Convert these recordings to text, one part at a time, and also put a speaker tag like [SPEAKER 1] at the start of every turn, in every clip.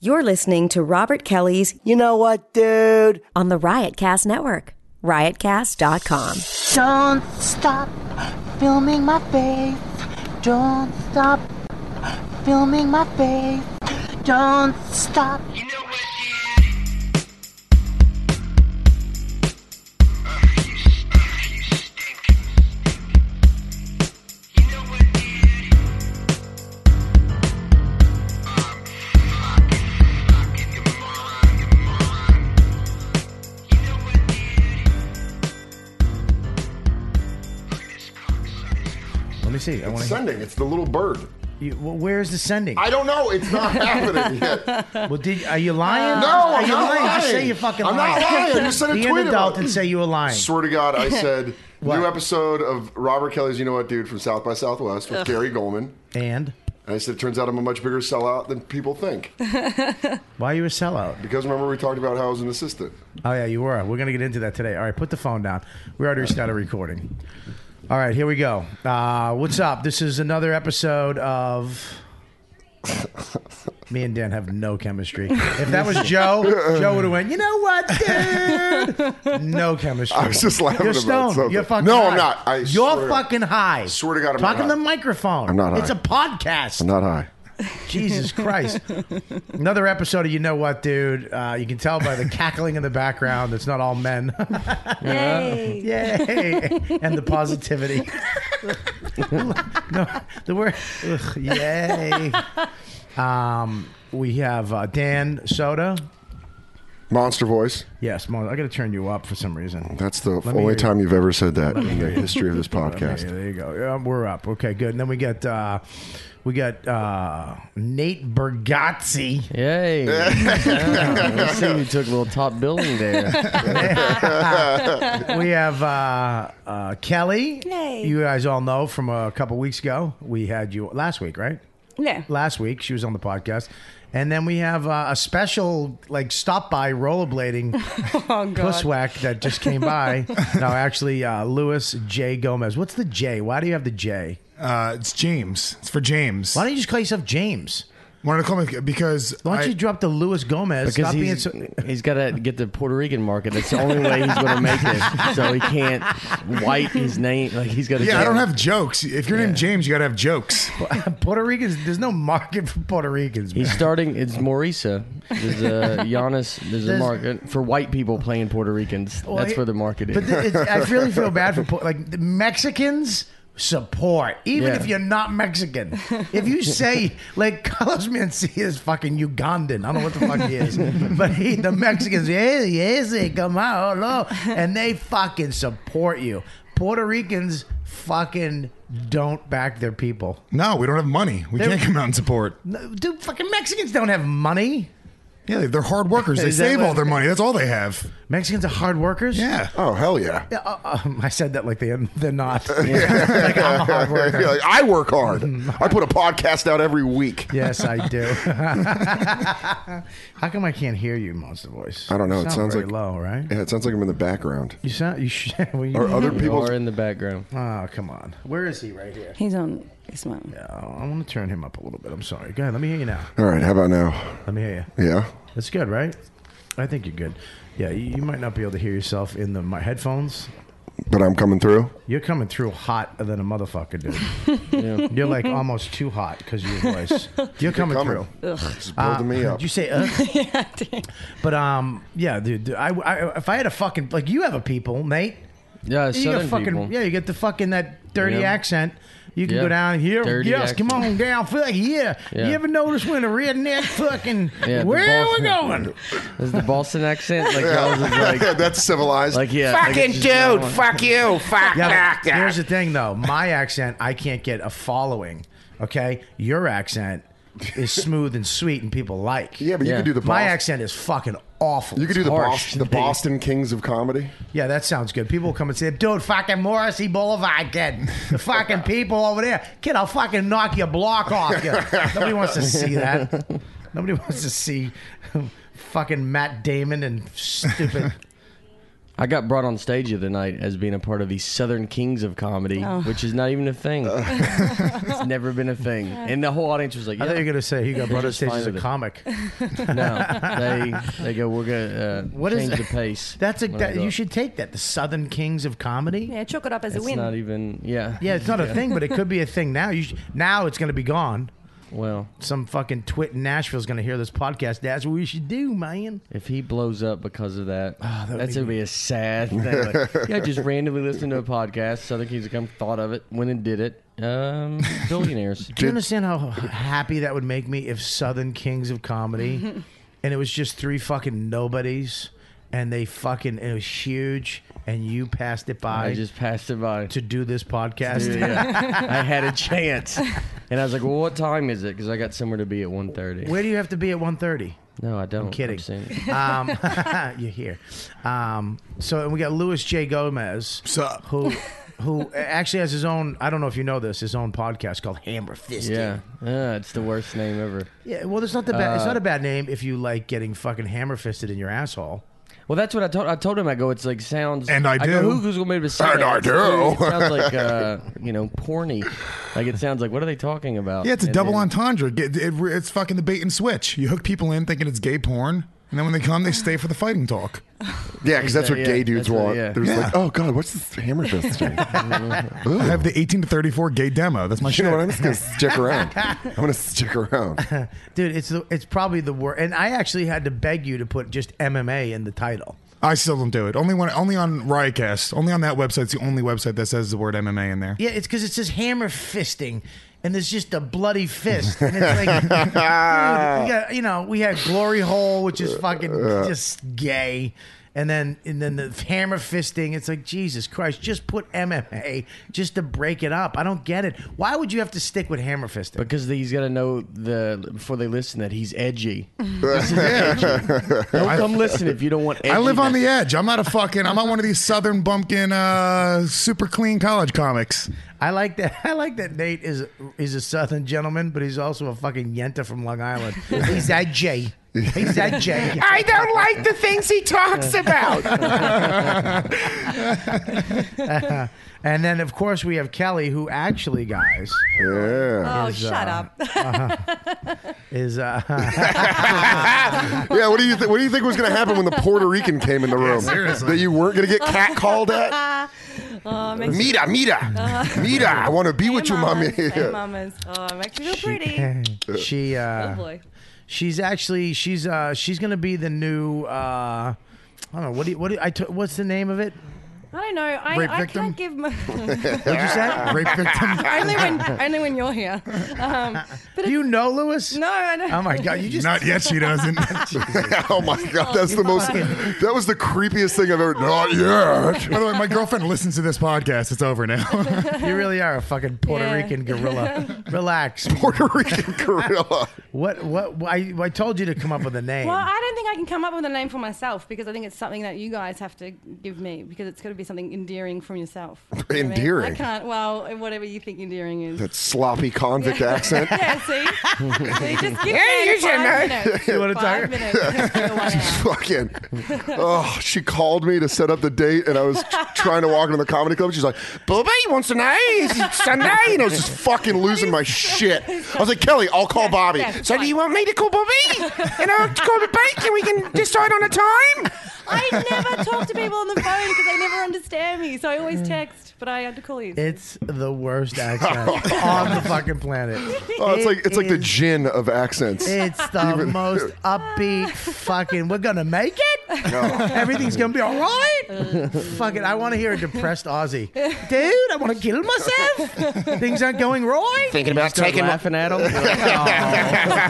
[SPEAKER 1] You're listening to Robert Kelly's
[SPEAKER 2] You know what, dude?
[SPEAKER 1] on the Riotcast Network, riotcast.com.
[SPEAKER 3] Don't stop filming my face. Don't stop filming my face. Don't stop.
[SPEAKER 4] Let me see. I want to.
[SPEAKER 5] Sending. It's the little bird.
[SPEAKER 4] You, well, where is the sending?
[SPEAKER 5] I don't know. It's not happening yet.
[SPEAKER 4] well, did, are you lying?
[SPEAKER 5] No,
[SPEAKER 4] are
[SPEAKER 5] I'm
[SPEAKER 4] you
[SPEAKER 5] not
[SPEAKER 4] lying? Just say
[SPEAKER 5] lying.
[SPEAKER 4] you fucking
[SPEAKER 5] I'm
[SPEAKER 4] lying.
[SPEAKER 5] not lying. I just sent a
[SPEAKER 4] Be
[SPEAKER 5] tweet
[SPEAKER 4] an
[SPEAKER 5] about
[SPEAKER 4] adult
[SPEAKER 5] it.
[SPEAKER 4] and say you were lying.
[SPEAKER 5] Swear to God, I said
[SPEAKER 4] What?
[SPEAKER 5] new episode of Robert Kelly's You Know What Dude from South by Southwest with Gary Goldman.
[SPEAKER 4] and
[SPEAKER 5] And I said, it turns out I'm a much bigger sellout than people think.
[SPEAKER 4] why are you a sellout?
[SPEAKER 5] Because remember, we talked about how I was an assistant.
[SPEAKER 4] Oh yeah, you were. We're gonna get into that today. All right, put the phone down. We already started recording. All right, here we go. Uh, what's up? This is another episode of. Me and Dan have no chemistry. If that was Joe, Joe would have went. You know what, dude? No chemistry.
[SPEAKER 5] I was just laughing
[SPEAKER 4] You're
[SPEAKER 5] about
[SPEAKER 4] stoned.
[SPEAKER 5] something.
[SPEAKER 4] You're fucking.
[SPEAKER 5] No,
[SPEAKER 4] high.
[SPEAKER 5] I'm not. I
[SPEAKER 4] You're
[SPEAKER 5] swear-
[SPEAKER 4] fucking high.
[SPEAKER 5] Swear to God, I'm not
[SPEAKER 4] talking to the
[SPEAKER 5] high.
[SPEAKER 4] microphone.
[SPEAKER 5] I'm not high.
[SPEAKER 4] It's a podcast.
[SPEAKER 5] I'm not high.
[SPEAKER 4] Jesus Christ. Another episode of You Know What, Dude. Uh, you can tell by the cackling in the background, it's not all men. Yay. Yay. And the positivity. no, the word, ugh, yay. Um, we have uh, Dan Soda.
[SPEAKER 5] Monster voice.
[SPEAKER 4] Yes, Mo, I got to turn you up for some reason.
[SPEAKER 5] That's the
[SPEAKER 4] me hear
[SPEAKER 5] only
[SPEAKER 4] you.
[SPEAKER 5] time you've ever said that in the
[SPEAKER 4] hear you.
[SPEAKER 5] history of this
[SPEAKER 4] Yeah,
[SPEAKER 5] podcast.
[SPEAKER 4] there you go. Yeah, we're up. Okay, good. And then we got uh, we got uh, Nate Bergazzi.
[SPEAKER 6] Yay! I see you took a little top billing there.
[SPEAKER 4] we have uh, uh, Kelly. You guys all know from a couple weeks ago. We had you last week, right?
[SPEAKER 7] Yeah.
[SPEAKER 4] Last week, she was on the podcast. And then we have uh, a special, like, stop by rollerblading pusswhack that just came by. no, actually, uh, Louis J. Gomez. What's the J? Why do you have the J?
[SPEAKER 8] Uh, it's James. It's for James.
[SPEAKER 4] Why don't you just call yourself James?
[SPEAKER 8] Wanted to call me because
[SPEAKER 4] Why don't
[SPEAKER 8] I-
[SPEAKER 4] you drop the Louis Gomez?
[SPEAKER 6] Because
[SPEAKER 4] Stop being
[SPEAKER 6] he's,
[SPEAKER 4] so-
[SPEAKER 6] he's got to get the Puerto Rican market. That's the only way he's going to make it. So he can't white his name. Like he's got to.
[SPEAKER 8] yeah, I don't have jokes. If you're named James, you gotta have jokes.
[SPEAKER 4] Puerto Ricans. There's no market for Puerto Ricans. Man.
[SPEAKER 6] He's starting. It's Maurisa. There's a Giannis. There's, a
[SPEAKER 4] There's-
[SPEAKER 6] market for white people playing Puerto Ricans.
[SPEAKER 4] Well,
[SPEAKER 6] That's
[SPEAKER 4] he-
[SPEAKER 6] where the market is.
[SPEAKER 4] But th- it's, I really feel bad for Puerto- like the Mexicans support, even
[SPEAKER 6] Yeah.
[SPEAKER 4] if you're not Mexican. If you say like Carlos Mencia is fucking Ugandan, I don't know what the fuck he is, but he the Mexicans, yes, yes, they come out, hello," and they fucking support you. Puerto Ricans fucking don't back their people.
[SPEAKER 8] No, we don't have money. We can't come out and support.
[SPEAKER 4] No, Dude, fucking Mexicans don't have money.
[SPEAKER 8] Yeah, they- they're hard workers. They
[SPEAKER 4] Is that
[SPEAKER 8] save
[SPEAKER 4] what-
[SPEAKER 8] all their money. That's all they have.
[SPEAKER 4] Mexicans are hard workers.
[SPEAKER 8] Yeah.
[SPEAKER 5] Oh, hell yeah.
[SPEAKER 4] Yeah, uh, um, I said that like they they're not. like I'm a hard worker.
[SPEAKER 5] You're like, I work hard. I put a podcast out every week.
[SPEAKER 4] Yes, I do. How come I can't hear you, Monster Voice?
[SPEAKER 5] I don't know.
[SPEAKER 4] You
[SPEAKER 5] It
[SPEAKER 4] sound
[SPEAKER 5] sounds
[SPEAKER 4] very
[SPEAKER 5] like-
[SPEAKER 4] low, right?
[SPEAKER 5] Yeah, it sounds like I'm in the background.
[SPEAKER 4] You sound you sh- well, you-
[SPEAKER 5] Or other
[SPEAKER 6] you
[SPEAKER 5] people.
[SPEAKER 6] are in the background.
[SPEAKER 4] Oh, come on. Where is he right here?
[SPEAKER 7] He's on his mom.
[SPEAKER 4] Oh, I want to turn him up a little bit. I'm sorry. Go ahead. Let me hear you now.
[SPEAKER 5] All right, how about now?
[SPEAKER 4] Let me hear you.
[SPEAKER 5] Yeah.
[SPEAKER 4] That's good, right? I think you're good. Yeah, you, you might not be able to hear yourself in the my headphones.
[SPEAKER 5] But I'm coming through.
[SPEAKER 4] You're coming through hotter than a motherfucker, dude. You're like almost too hot because of your voice. You're coming,
[SPEAKER 5] Coming.
[SPEAKER 4] through.
[SPEAKER 5] It's building me up.
[SPEAKER 4] Did you say uh? but um, yeah, dude. dude, I, I if I had a fucking like you have a people, Nate.
[SPEAKER 6] Yeah,
[SPEAKER 4] You got
[SPEAKER 6] southern
[SPEAKER 4] fucking
[SPEAKER 6] people.
[SPEAKER 4] yeah. You get the fucking that dirty
[SPEAKER 6] Yeah.
[SPEAKER 4] accent. You can
[SPEAKER 6] Yeah.
[SPEAKER 4] go down here.
[SPEAKER 6] Dirty
[SPEAKER 4] yes,
[SPEAKER 6] accent.
[SPEAKER 4] come on down. Fuck yeah.
[SPEAKER 6] Yeah.
[SPEAKER 4] You ever notice when a redneck fucking
[SPEAKER 6] Yeah, the
[SPEAKER 4] where
[SPEAKER 6] boss-
[SPEAKER 4] we going?
[SPEAKER 6] There's the Boston accent. Like, y'all's is like,
[SPEAKER 5] yeah, that's civilized.
[SPEAKER 6] like yeah. like it's just going on.
[SPEAKER 2] fuck you, fuck
[SPEAKER 4] Yeah, but here's the thing though. My accent, I can't get a following. Okay, your accent is smooth and sweet, and people like.
[SPEAKER 5] yeah, but you
[SPEAKER 6] Yeah.
[SPEAKER 5] could do the
[SPEAKER 4] My
[SPEAKER 5] Boston.
[SPEAKER 4] accent is fucking awful.
[SPEAKER 5] You could do the,
[SPEAKER 6] harsh.
[SPEAKER 5] Boston, the Boston Kings of comedy.
[SPEAKER 4] Yeah, that sounds good. People will come and say, dude, fucking Morrissey Boulevard, kid. The fucking people over there. Kid, I'll fucking knock your block off. you." Nobody wants to see that. Nobody wants to see fucking Matt Damon and stupid.
[SPEAKER 6] I got brought on stage the other night as being a part of the Southern Kings of Comedy, which is not even a thing. it's never been a thing. And the whole audience was like,
[SPEAKER 4] I thought you
[SPEAKER 6] yeah,
[SPEAKER 4] were going to say he got brought on
[SPEAKER 6] just
[SPEAKER 4] stage
[SPEAKER 6] fine
[SPEAKER 4] as a
[SPEAKER 6] with it.
[SPEAKER 4] comic.
[SPEAKER 6] no. They, they go, we're going to uh,
[SPEAKER 4] What is
[SPEAKER 6] change the pace.
[SPEAKER 4] That's a
[SPEAKER 6] when I
[SPEAKER 4] that,
[SPEAKER 6] go
[SPEAKER 4] you
[SPEAKER 6] up."
[SPEAKER 4] should take that. The Southern Kings of comedy.
[SPEAKER 7] Yeah, chalk it up as
[SPEAKER 6] It's
[SPEAKER 7] a win.
[SPEAKER 6] not even, yeah.
[SPEAKER 4] Yeah, it's not a thing, but it could be a thing now. You sh now it's going to be gone.
[SPEAKER 6] Well,
[SPEAKER 4] Some fucking twit in Nashville's going to hear this podcast. That's what we should do, man.
[SPEAKER 6] if he blows up because of that,
[SPEAKER 4] Ah, would
[SPEAKER 6] that's
[SPEAKER 4] be-
[SPEAKER 6] going to be a sad thing. Like, yeah, just randomly listening to a podcast. Southern Kings of Comedy thought of it, went and did it. Um, billionaires.
[SPEAKER 4] Do you understand how happy that would make me if Southern Kings of Comedy, and it was just three fucking nobodies, and they fucking it was huge, and you passed it by
[SPEAKER 6] I just passed it by.
[SPEAKER 4] to do this podcast.
[SPEAKER 6] Yeah, yeah. I had a chance, and I was like, "Well, what time is it?" Because I got somewhere to be at 1.30.
[SPEAKER 4] Where do you have to be at 1.30?
[SPEAKER 6] No, I don't. I'm
[SPEAKER 4] kidding.
[SPEAKER 6] saying-
[SPEAKER 4] Um, you're here. Um, so and we got Luis J. Gomez,
[SPEAKER 8] Sup?
[SPEAKER 4] who who actually has his own. I don't know if you know this. His own podcast called Hammer Fist.
[SPEAKER 6] yeah, yeah, it's the worst name ever. Uh,
[SPEAKER 4] Yeah. Well, it's not the bad. it's not a bad name if you like getting fucking hammer fisted in your asshole.
[SPEAKER 6] Well, that's what I told. I told him. I go. It's like sounds.
[SPEAKER 8] And I
[SPEAKER 6] go,
[SPEAKER 8] do.
[SPEAKER 6] Who, who's gonna make it sound?
[SPEAKER 8] And I
[SPEAKER 6] like-
[SPEAKER 8] do.
[SPEAKER 6] It sounds like uh, you know, porny. Like it sounds like. What are they talking about?
[SPEAKER 8] Yeah, it's a
[SPEAKER 6] And
[SPEAKER 8] double
[SPEAKER 6] then-
[SPEAKER 8] entendre. Get- it- it's fucking the bait and switch. You hook people in thinking it's gay porn, and then when they come, they stay for the fighting talk.
[SPEAKER 5] Yeah, because that's what
[SPEAKER 6] Yeah,
[SPEAKER 5] gay
[SPEAKER 6] yeah,
[SPEAKER 5] dudes
[SPEAKER 6] that's what-
[SPEAKER 5] want.
[SPEAKER 6] yeah.
[SPEAKER 5] They're just
[SPEAKER 8] Yeah.
[SPEAKER 5] like, oh god, what's this hammer fist thing?
[SPEAKER 8] I have the 18 to 34 gay demo. That's my
[SPEAKER 5] you
[SPEAKER 8] shit.
[SPEAKER 5] know what? I'm just gonna stick around. I'm gonna stick around.
[SPEAKER 4] Dude, it's the, it's probably the worst. And I actually had to beg you to put just MMA in the title.
[SPEAKER 8] I still don't do it. Only when, only on Riotcast. Only on that website. It's the only website that says the word MMA in there.
[SPEAKER 4] Yeah, it's because it says hammer fisting, and there's just a bloody fist. And it's like, dude, we got, you know, we had glory hole, which is fucking just gay, and then and then the hammer fisting. It's like Jesus Christ, just put MMA just to break it up. I don't get it. Why would you have to stick with hammer fisting?
[SPEAKER 6] Because he's got to know the before they listen that he's edgy. Don't come listen if you don't want. Edgy
[SPEAKER 8] I live on the edge. I'm not a fucking. I'm not one of these southern bumpkin, uh, super clean college comics.
[SPEAKER 4] I like that. I like that Nate is is a Southern gentleman, but he's also a fucking yenta from Long Island. He's that Jay. He's that Jay.
[SPEAKER 2] I don't like the things he talks about.
[SPEAKER 4] And then of course we have Kelly, who actually, guys, uh,
[SPEAKER 5] Yeah.
[SPEAKER 7] oh, shut up.
[SPEAKER 4] Uh-huh. is uh,
[SPEAKER 5] Yeah. What do you th- What do you think was gonna happen when the Puerto Rican came in the room?
[SPEAKER 8] seriously.
[SPEAKER 5] That you weren't gonna get cat called at?
[SPEAKER 7] Oh, it makes me
[SPEAKER 5] Mira, mira, mira. I want to be with you, mommy.
[SPEAKER 7] Hey, mamas. Oh, it makes me feel pretty.
[SPEAKER 4] she
[SPEAKER 7] Oh,
[SPEAKER 4] uh,
[SPEAKER 7] boy.
[SPEAKER 4] she's actually she's uh, she's gonna be the new uh, I don't know what do you, what do you, I t- what's the name of it?
[SPEAKER 7] I don't know.
[SPEAKER 8] Rape
[SPEAKER 7] I, I
[SPEAKER 8] victim?
[SPEAKER 7] can't give my.
[SPEAKER 4] What'd you say?
[SPEAKER 8] Rape victim.
[SPEAKER 7] only when only when you're here. Um,
[SPEAKER 4] Do
[SPEAKER 7] but it,
[SPEAKER 4] you know Lewis?
[SPEAKER 7] no, I don't.
[SPEAKER 4] Oh my god, you just
[SPEAKER 8] Not yet. She doesn't.
[SPEAKER 5] oh my god, that's the most. That was the creepiest thing I've ever. Not yet.
[SPEAKER 8] By the way, my girlfriend listens to this podcast. It's over now.
[SPEAKER 4] you really are a fucking Puerto
[SPEAKER 7] Yeah.
[SPEAKER 4] Rican gorilla. Relax.
[SPEAKER 5] Puerto Rican gorilla.
[SPEAKER 4] What what I, I told you to come up with a name.
[SPEAKER 7] well, I don't think I can come up with a name for myself because I think it's something that you guys have to give me because it's got to be something endearing from yourself. You know what I mean? I,
[SPEAKER 5] Endearing?
[SPEAKER 7] can't. Well, whatever you think endearing is.
[SPEAKER 5] That sloppy convict accent.
[SPEAKER 7] yeah, see, see just give me
[SPEAKER 2] you should know.
[SPEAKER 7] five minutes.
[SPEAKER 4] You wanna
[SPEAKER 7] five
[SPEAKER 4] talk?
[SPEAKER 7] minutes. Just go one out.
[SPEAKER 5] fucking oh she called me to set up the date and i was trying to walk into the comedy club she's like booby wants to know it's sunday and i was just fucking losing my shit i was like kelly i'll call bobby
[SPEAKER 7] yeah.
[SPEAKER 2] So do you want me to call Bobby? And I'll call it back and we can decide on a time?
[SPEAKER 7] I never talk to people on the phone because they never understand me, so I always text. But I had to call you.
[SPEAKER 4] It's the worst accent uh, on the fucking planet.
[SPEAKER 5] oh, it's
[SPEAKER 4] It
[SPEAKER 5] like it's like the
[SPEAKER 4] is-
[SPEAKER 5] gin of accents
[SPEAKER 4] It's the most upbeat fucking. We're gonna make it. Everything's gonna be all right. Fucking, I want to hear a depressed Aussie, dude. I want to kill myself. Things aren't going right.
[SPEAKER 2] Thinking about taking my,
[SPEAKER 6] laughing at him.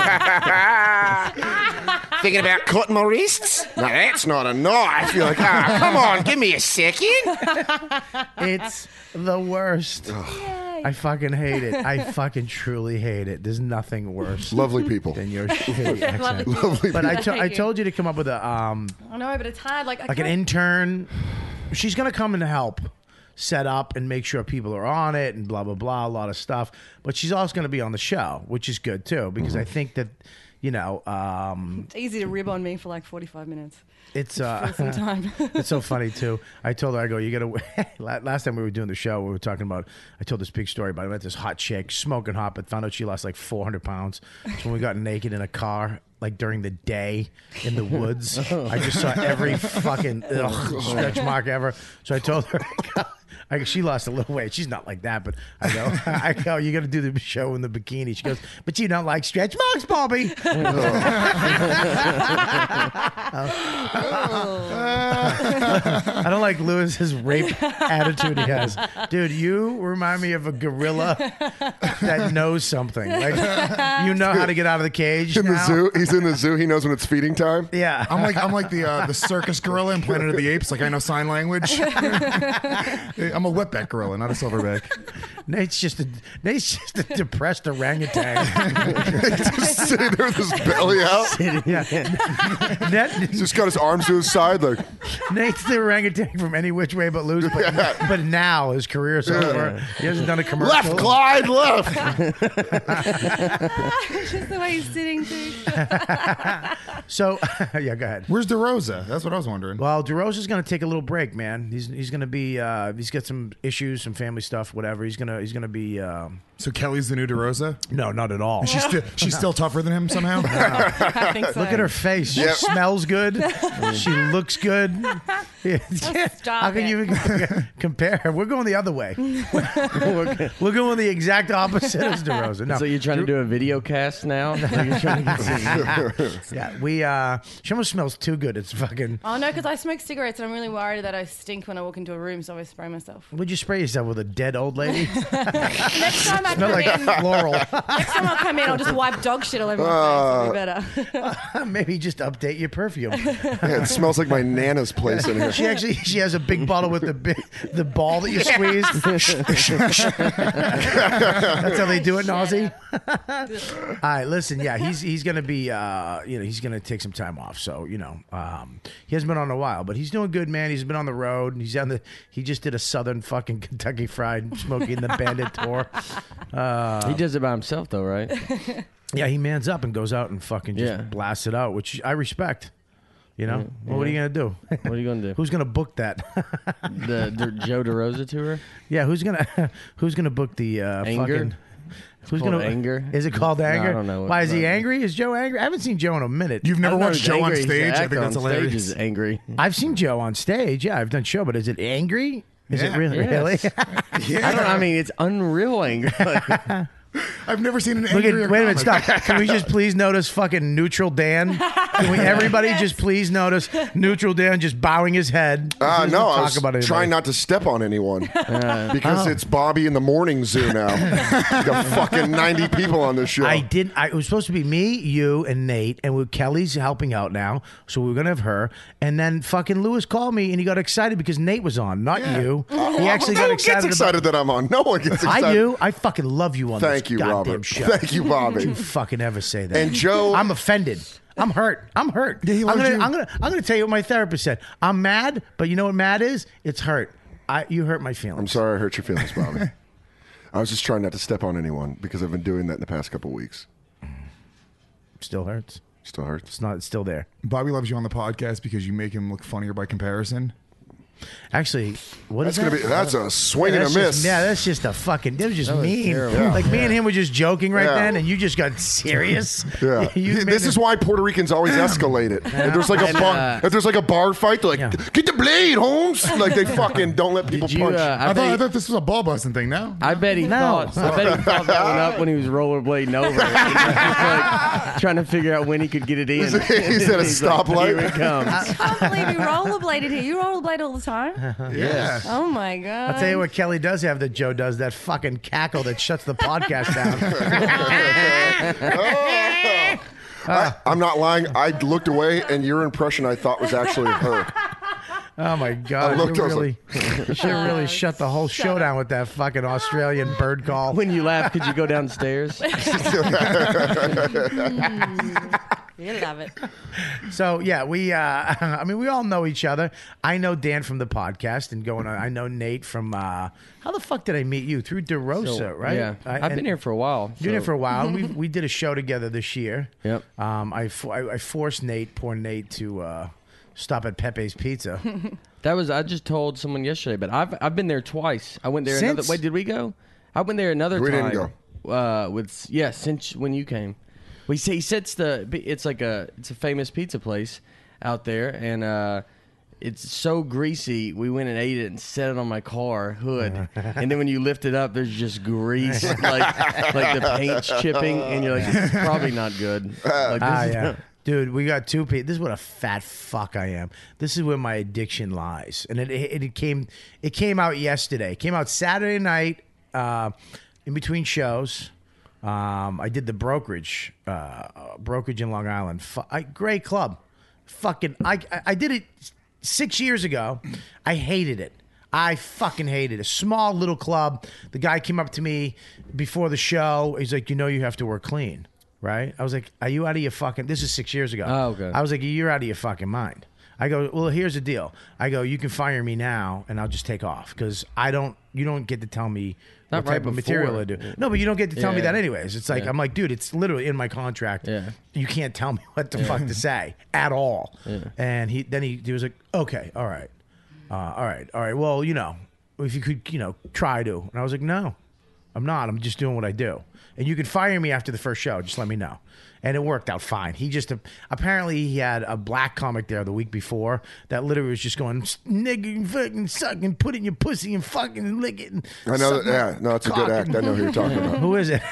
[SPEAKER 2] thinking about cutting my wrists.
[SPEAKER 5] now that's not a knife you're like ah come on
[SPEAKER 2] Give me a second.
[SPEAKER 4] It's Oh, the worst. I fucking hate it. I fucking truly hate it. There's nothing worse
[SPEAKER 5] lovely people
[SPEAKER 4] than your shitty accent.
[SPEAKER 5] lovely
[SPEAKER 4] But I, to-
[SPEAKER 7] Thank
[SPEAKER 4] I
[SPEAKER 7] you.
[SPEAKER 4] told you to come up with a um
[SPEAKER 7] I know, but it's hard. Like, I
[SPEAKER 4] like an
[SPEAKER 7] can't-
[SPEAKER 4] intern. She's gonna come and help set up and make sure people are on it and blah blah blah, a lot of stuff. But she's also gonna be on the show, which is good too, because I think that you know, um,
[SPEAKER 7] It's easy to rib on me for like 45 minutes.
[SPEAKER 4] it's uh,
[SPEAKER 7] Some time.
[SPEAKER 4] it's so funny too. I told her, I go, you gotta. la- Last time we were doing the show, we were talking about. I told this big story about I met this hot chick, smoking hot, but found out she lost like 400 pounds. So when we got naked in a car, like during the day in the woods, I just saw every fucking ugh, stretch mark ever. So I told her. I go- I go, she lost a little weight. She's not like that, but I go, I go, you got to do the show in the bikini. She goes, but you don't like stretch marks, Bobby.
[SPEAKER 5] Oh,
[SPEAKER 4] I don't like Lewis's rape attitude he has. Dude, you remind me of a gorilla that knows something. Like you know how to get out of the cage.
[SPEAKER 5] In the
[SPEAKER 4] now.
[SPEAKER 5] zoo, he's in the zoo. He knows when it's feeding time.
[SPEAKER 4] Yeah.
[SPEAKER 8] I'm like I'm like the uh, the circus gorilla in Planet of the Apes. Like I know sign language. I'm a wetback gorilla, not a silverback.
[SPEAKER 4] Nate's just a Nate's just a depressed orangutan.
[SPEAKER 5] Just sitting there with his belly out.
[SPEAKER 4] yeah. Nate,
[SPEAKER 5] Just got his arms to his side, like
[SPEAKER 4] Nate's the orangutan from any which way but loose. But, but now his career's over. He hasn't done a commercial.
[SPEAKER 5] left, glide left.
[SPEAKER 7] Just the way he's sitting too.
[SPEAKER 4] So yeah, go ahead.
[SPEAKER 8] Where's DeRosa? That's what I was wondering.
[SPEAKER 4] Well, DeRosa's going to take a little break, man. He's he's going to be uh, he's got some issues, some family stuff, whatever. He's gonna he's gonna be um,
[SPEAKER 8] So Kelly's the new DeRosa.
[SPEAKER 4] no, not at all.
[SPEAKER 8] She's still she's still tougher than him somehow.
[SPEAKER 7] I think so.
[SPEAKER 4] Look at her face. She
[SPEAKER 5] Yeah.
[SPEAKER 4] smells good. she looks good. How can
[SPEAKER 7] it.
[SPEAKER 4] you even compare her? We're going the other way. We're, we're going the exact opposite as DeRosa. No,
[SPEAKER 6] So you're trying to do a video cast now? Like you're trying to get seen.
[SPEAKER 4] yeah, we. Uh, she almost smells too good. It's fucking.
[SPEAKER 7] Oh no, because I smoke cigarettes and I'm really worried that I stink when I walk into a room, so I always spray myself.
[SPEAKER 4] Would you spray yourself with a dead old lady?
[SPEAKER 7] Next time I come
[SPEAKER 4] Smell
[SPEAKER 7] in,
[SPEAKER 4] like floral.
[SPEAKER 7] next time I come in, I'll just wipe dog shit all over my
[SPEAKER 4] Uh,
[SPEAKER 7] face. It'll be better.
[SPEAKER 4] Maybe just update your perfume.
[SPEAKER 5] Yeah, it smells like my nana's place in here.
[SPEAKER 4] She actually she has a big bottle with the big, the ball that you squeeze. That's how they do it in Aussie. All right, listen, yeah, he's he's gonna be uh, you know he's gonna take some time off, so you know um, he hasn't been on in a while, but he's doing good, man. He's been on the road. and He's on the he just did a southern fucking Kentucky Fried Smokey and the Bandit tour. Uh,
[SPEAKER 6] he does it by himself though, right?
[SPEAKER 4] Yeah, he mans up and goes out and fucking just
[SPEAKER 6] Yeah.
[SPEAKER 4] blasts it out, which I respect. You know, well, what are you gonna do?
[SPEAKER 6] What are you gonna do?
[SPEAKER 4] Who's gonna book that?
[SPEAKER 6] the, the Joe DeRosa tour?
[SPEAKER 4] Yeah, who's gonna who's gonna book the uh,
[SPEAKER 6] Anger?
[SPEAKER 4] fucking? Who's
[SPEAKER 6] called
[SPEAKER 4] gonna
[SPEAKER 6] anger?
[SPEAKER 4] Is it called
[SPEAKER 6] No, I
[SPEAKER 4] anger?
[SPEAKER 6] don't know what-
[SPEAKER 4] Why is he
[SPEAKER 6] but-
[SPEAKER 4] angry? Is Joe angry? I haven't seen Joe in a minute.
[SPEAKER 8] You've never
[SPEAKER 6] I don't know,
[SPEAKER 8] watched
[SPEAKER 6] he's
[SPEAKER 8] Joe on
[SPEAKER 6] angry. He's the
[SPEAKER 8] stage. I
[SPEAKER 6] actor
[SPEAKER 8] think that's
[SPEAKER 6] on stage
[SPEAKER 8] hilarious.
[SPEAKER 6] is angry.
[SPEAKER 4] I've seen Joe on stage. Yeah, I've done show, but is it angry? Is it
[SPEAKER 8] Yeah.
[SPEAKER 4] really?
[SPEAKER 6] Yes.
[SPEAKER 4] Really?
[SPEAKER 6] I don't. I mean, it's unreal anger. Like,
[SPEAKER 8] I've never seen an
[SPEAKER 4] Look
[SPEAKER 8] angrier.
[SPEAKER 4] at, wait a minute,
[SPEAKER 8] comic.
[SPEAKER 4] stop. Can we just please notice fucking neutral Dan? Can we, everybody just please notice neutral Dan just bowing his head?
[SPEAKER 5] Ah,
[SPEAKER 4] Let's
[SPEAKER 5] no,
[SPEAKER 4] not
[SPEAKER 5] I
[SPEAKER 4] talk
[SPEAKER 5] was
[SPEAKER 4] about it.
[SPEAKER 5] trying not to step on anyone because it's Bobby in the morning zoo now. Got fucking ninety people on this show.
[SPEAKER 4] I didn't. I, it was supposed to be me, you, and Nate, and we, Kelly's helping out now, so we were gonna have her. And then fucking Lewis called me, and he got excited because Nate was on, not you. He actually
[SPEAKER 5] Uh, no
[SPEAKER 4] got
[SPEAKER 5] one
[SPEAKER 4] excited.
[SPEAKER 5] gets excited that I'm on. No one gets
[SPEAKER 4] about,
[SPEAKER 5] excited.
[SPEAKER 4] I do. I fucking love you on
[SPEAKER 5] Thank
[SPEAKER 4] this
[SPEAKER 5] you,
[SPEAKER 4] goddamn
[SPEAKER 5] Robert.
[SPEAKER 4] show.
[SPEAKER 5] Thank you, Bobby.
[SPEAKER 4] Don't you fucking ever say that.
[SPEAKER 5] And Joe-
[SPEAKER 4] I'm offended. I'm hurt. I'm hurt.
[SPEAKER 8] Yeah, he
[SPEAKER 4] I'm
[SPEAKER 8] loves
[SPEAKER 4] gonna,
[SPEAKER 8] you.
[SPEAKER 4] I'm gonna, I'm gonna tell you what my therapist said. I'm mad, but you know what mad is? It's hurt. I, you hurt my
[SPEAKER 5] I'm
[SPEAKER 4] feelings.
[SPEAKER 5] sorry I hurt your feelings, Bobby. I was just trying not to step on anyone because I've been doing that in the past couple weeks.
[SPEAKER 4] Still hurts.
[SPEAKER 5] Still hurts.
[SPEAKER 4] It's not. It's still there.
[SPEAKER 8] Bobby loves you on the podcast because you make him look funnier by comparison.
[SPEAKER 4] Actually, what
[SPEAKER 5] That's
[SPEAKER 4] is
[SPEAKER 5] gonna
[SPEAKER 4] that?
[SPEAKER 5] be. That's a swing and a
[SPEAKER 4] That's just-
[SPEAKER 5] miss.
[SPEAKER 4] yeah, that's just a fucking. That was just
[SPEAKER 6] was
[SPEAKER 4] mean.
[SPEAKER 6] terrible.
[SPEAKER 4] Like me and him were just joking right
[SPEAKER 5] Yeah.
[SPEAKER 4] then, and you just got serious.
[SPEAKER 5] Yeah.
[SPEAKER 4] You made
[SPEAKER 5] this
[SPEAKER 4] it-
[SPEAKER 5] is why Puerto Ricans always escalate it. If there's like a
[SPEAKER 6] And,
[SPEAKER 5] bar,
[SPEAKER 6] uh,
[SPEAKER 5] if there's like a bar fight, they're like,
[SPEAKER 4] Yeah.
[SPEAKER 5] "Get the blade, Holmes!" Like they fucking don't let people
[SPEAKER 6] did you?
[SPEAKER 5] punch.
[SPEAKER 6] Uh, I,
[SPEAKER 8] I, thought, I
[SPEAKER 6] bet.
[SPEAKER 8] thought this was a ball busting thing. No,
[SPEAKER 6] I bet he
[SPEAKER 4] No.
[SPEAKER 6] thought. I bet he thought that one up when he was rollerblading over, Like, trying to figure out when he could get it in.
[SPEAKER 5] He's at a
[SPEAKER 6] He's like,
[SPEAKER 5] stoplight.
[SPEAKER 6] Here it comes.
[SPEAKER 7] I can't believe you rollerbladed here. You rollerblade all the time.
[SPEAKER 8] yeah.
[SPEAKER 7] Oh my god.
[SPEAKER 4] I'll tell you what Kelly does have that Joe does that fucking cackle that shuts the podcast down.
[SPEAKER 5] I, I'm not lying. I looked away, and your impression I thought was actually her.
[SPEAKER 4] Oh my god!
[SPEAKER 5] I looked,
[SPEAKER 4] you
[SPEAKER 5] I was
[SPEAKER 4] really, you should have really shut the whole show down with that fucking Australian bird call.
[SPEAKER 7] Mm,
[SPEAKER 6] When you laugh, could you go downstairs?
[SPEAKER 9] You love it.
[SPEAKER 4] So yeah, we. Uh, I mean, we all know each other. I know Dan from the podcast and going on. I know Nate from. Uh, how the fuck did I meet you through DeRosa,
[SPEAKER 6] So,
[SPEAKER 4] right?
[SPEAKER 6] Yeah,
[SPEAKER 4] I,
[SPEAKER 6] I've been
[SPEAKER 4] and-
[SPEAKER 6] here for a while.
[SPEAKER 4] You've been here
[SPEAKER 6] so-
[SPEAKER 4] for a while. we we did a show together this year.
[SPEAKER 6] Yep.
[SPEAKER 4] Um, I, fo- I I forced Nate, poor Nate, to uh, stop at Pepe's Pizza.
[SPEAKER 6] That was I just told someone yesterday, but I've I've been there twice. I went there another.
[SPEAKER 4] Since?
[SPEAKER 6] Wait, did we go? I went there another
[SPEAKER 5] We
[SPEAKER 6] time.
[SPEAKER 5] didn't
[SPEAKER 6] go. Uh, with yeah, since when you came, we say he sits the. It's like a it's a famous pizza place out there, and uh, it's so greasy. We went and ate it and set it on my car hood, and then when you lift it up, there's just grease like like the paint's chipping, and you're like, it's probably not good. Like,
[SPEAKER 4] Ah,
[SPEAKER 6] this is-
[SPEAKER 4] yeah. Dude, we got two people. This is what a fat fuck I am. This is where my addiction lies, and it it, it came it came out yesterday. It came out Saturday night, uh, in between shows. Um, I did the brokerage, uh, brokerage in Long Island. Fu- I, great club, fucking. I I- I did it six years ago. I hated it. I fucking hated it. A small little club. The guy came up to me before the show. He's like, "You know, you have to work clean, right?" I was like, "Are you out of your fucking?" This is six years ago.
[SPEAKER 6] Oh, okay.
[SPEAKER 4] I was like, "You're out of your fucking mind." I go, "Well, here's the deal." I go, "You can fire me now, and I'll just take off because I don't. You don't get to tell me
[SPEAKER 6] Not
[SPEAKER 4] what type
[SPEAKER 6] right
[SPEAKER 4] of
[SPEAKER 6] before.
[SPEAKER 4] material I do. No, but you don't get to tell me
[SPEAKER 6] Yeah.
[SPEAKER 4] that anyways. It's like
[SPEAKER 6] Yeah.
[SPEAKER 4] I'm like, dude, it's literally in my contract.
[SPEAKER 6] Yeah.
[SPEAKER 4] You can't tell me what the fuck to say at all. And he then he, he was like, okay, all right. Uh, all right, all right. Well, you know, if you could, you know, try to. And I was like, no, I'm not. I'm just doing what I do. And you could fire me after the first show. Just let me know. And it worked out fine. He just apparently he had a black comic there the week before that literally was just going nigga, you fucking suck and put it in your pussy and fucking lick it. And
[SPEAKER 5] I know
[SPEAKER 4] suck
[SPEAKER 5] that.
[SPEAKER 4] my
[SPEAKER 5] Yeah, no, it's a
[SPEAKER 4] cock
[SPEAKER 5] good
[SPEAKER 4] and-
[SPEAKER 5] act. I know who you're talking about.
[SPEAKER 4] Who is it?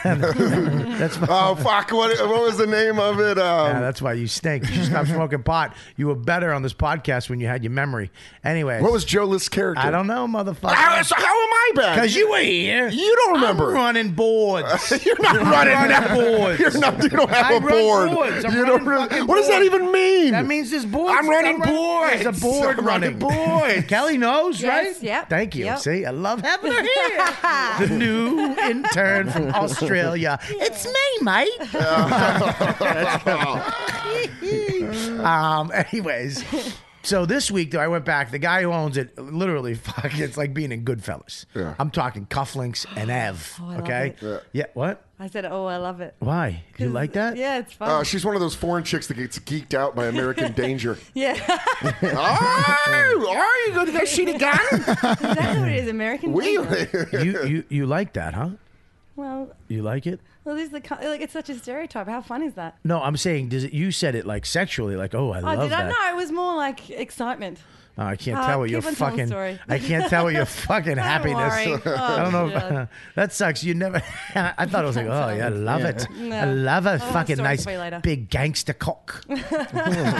[SPEAKER 4] that's my,
[SPEAKER 5] Oh fuck! What, what was the name of it? Um,
[SPEAKER 4] Yeah, that's why you stink. You should stop smoking pot. You were better on this podcast when you had your memory. Anyway,
[SPEAKER 5] what was Joe List's character? Ah,
[SPEAKER 4] I don't know, motherfucker.
[SPEAKER 5] How, so how am I bad?
[SPEAKER 4] Because you were here.
[SPEAKER 5] You don't remember.
[SPEAKER 4] I'm running boards.
[SPEAKER 5] You're not
[SPEAKER 4] I'm
[SPEAKER 5] running
[SPEAKER 4] running boards.
[SPEAKER 5] You're not. You don't have
[SPEAKER 4] I
[SPEAKER 5] a
[SPEAKER 4] run
[SPEAKER 5] board.
[SPEAKER 4] boards. I'm
[SPEAKER 5] You don't.
[SPEAKER 4] running
[SPEAKER 5] really-
[SPEAKER 4] fucking
[SPEAKER 5] what does that
[SPEAKER 4] boards.
[SPEAKER 5] even mean?
[SPEAKER 4] That means there's boards.
[SPEAKER 5] I'm running
[SPEAKER 4] boards. There's a
[SPEAKER 5] boards.
[SPEAKER 4] board
[SPEAKER 5] I'm
[SPEAKER 4] running
[SPEAKER 5] running
[SPEAKER 4] boards. Kelly knows,
[SPEAKER 9] Yes,
[SPEAKER 4] right?
[SPEAKER 9] yep,
[SPEAKER 4] Thank you.
[SPEAKER 9] yep.
[SPEAKER 4] See, I love having her here. the new intern from Australia. It's me, mate. um, anyways, so this week though, I went back. The guy who owns it, literally, fuck, it's like being in Goodfellas.
[SPEAKER 5] Yeah.
[SPEAKER 4] I'm talking cufflinks
[SPEAKER 7] Oh,
[SPEAKER 4] and Ev.
[SPEAKER 9] I love
[SPEAKER 4] okay.
[SPEAKER 9] it.
[SPEAKER 4] Yeah. What?
[SPEAKER 7] I said, oh, I love it.
[SPEAKER 4] Why? You
[SPEAKER 7] 'Cause-
[SPEAKER 4] like that?
[SPEAKER 7] Yeah, it's fun.
[SPEAKER 5] Uh, she's one of those foreign chicks that gets geeked out by American Danger.
[SPEAKER 7] yeah,
[SPEAKER 5] oh, are you going to go shoot a gun?
[SPEAKER 7] that's what it is. American.
[SPEAKER 5] We,
[SPEAKER 7] Dream.
[SPEAKER 4] You you you like that, huh?
[SPEAKER 7] Well,
[SPEAKER 4] You like it?
[SPEAKER 7] well, this is the co- like it's such a stereotype. How fun is that?
[SPEAKER 4] No, I'm saying does it, you said it like sexually, like oh I
[SPEAKER 7] Oh,
[SPEAKER 4] love
[SPEAKER 7] did
[SPEAKER 4] that.
[SPEAKER 7] I? No, it was more like excitement.
[SPEAKER 4] Oh, I can't
[SPEAKER 7] Uh,
[SPEAKER 4] tell what
[SPEAKER 7] keep
[SPEAKER 4] your
[SPEAKER 7] on telling
[SPEAKER 4] fucking.
[SPEAKER 7] the story.
[SPEAKER 4] I can't tell what your fucking happiness.
[SPEAKER 7] worry. Oh,
[SPEAKER 4] I don't know.
[SPEAKER 7] God.
[SPEAKER 4] If, that sucks. You never. I thought it was like, oh yeah, I love it. I
[SPEAKER 7] No.
[SPEAKER 4] love a
[SPEAKER 7] I'll
[SPEAKER 4] fucking
[SPEAKER 7] story
[SPEAKER 4] nice
[SPEAKER 7] for you later.
[SPEAKER 4] big gangster cock.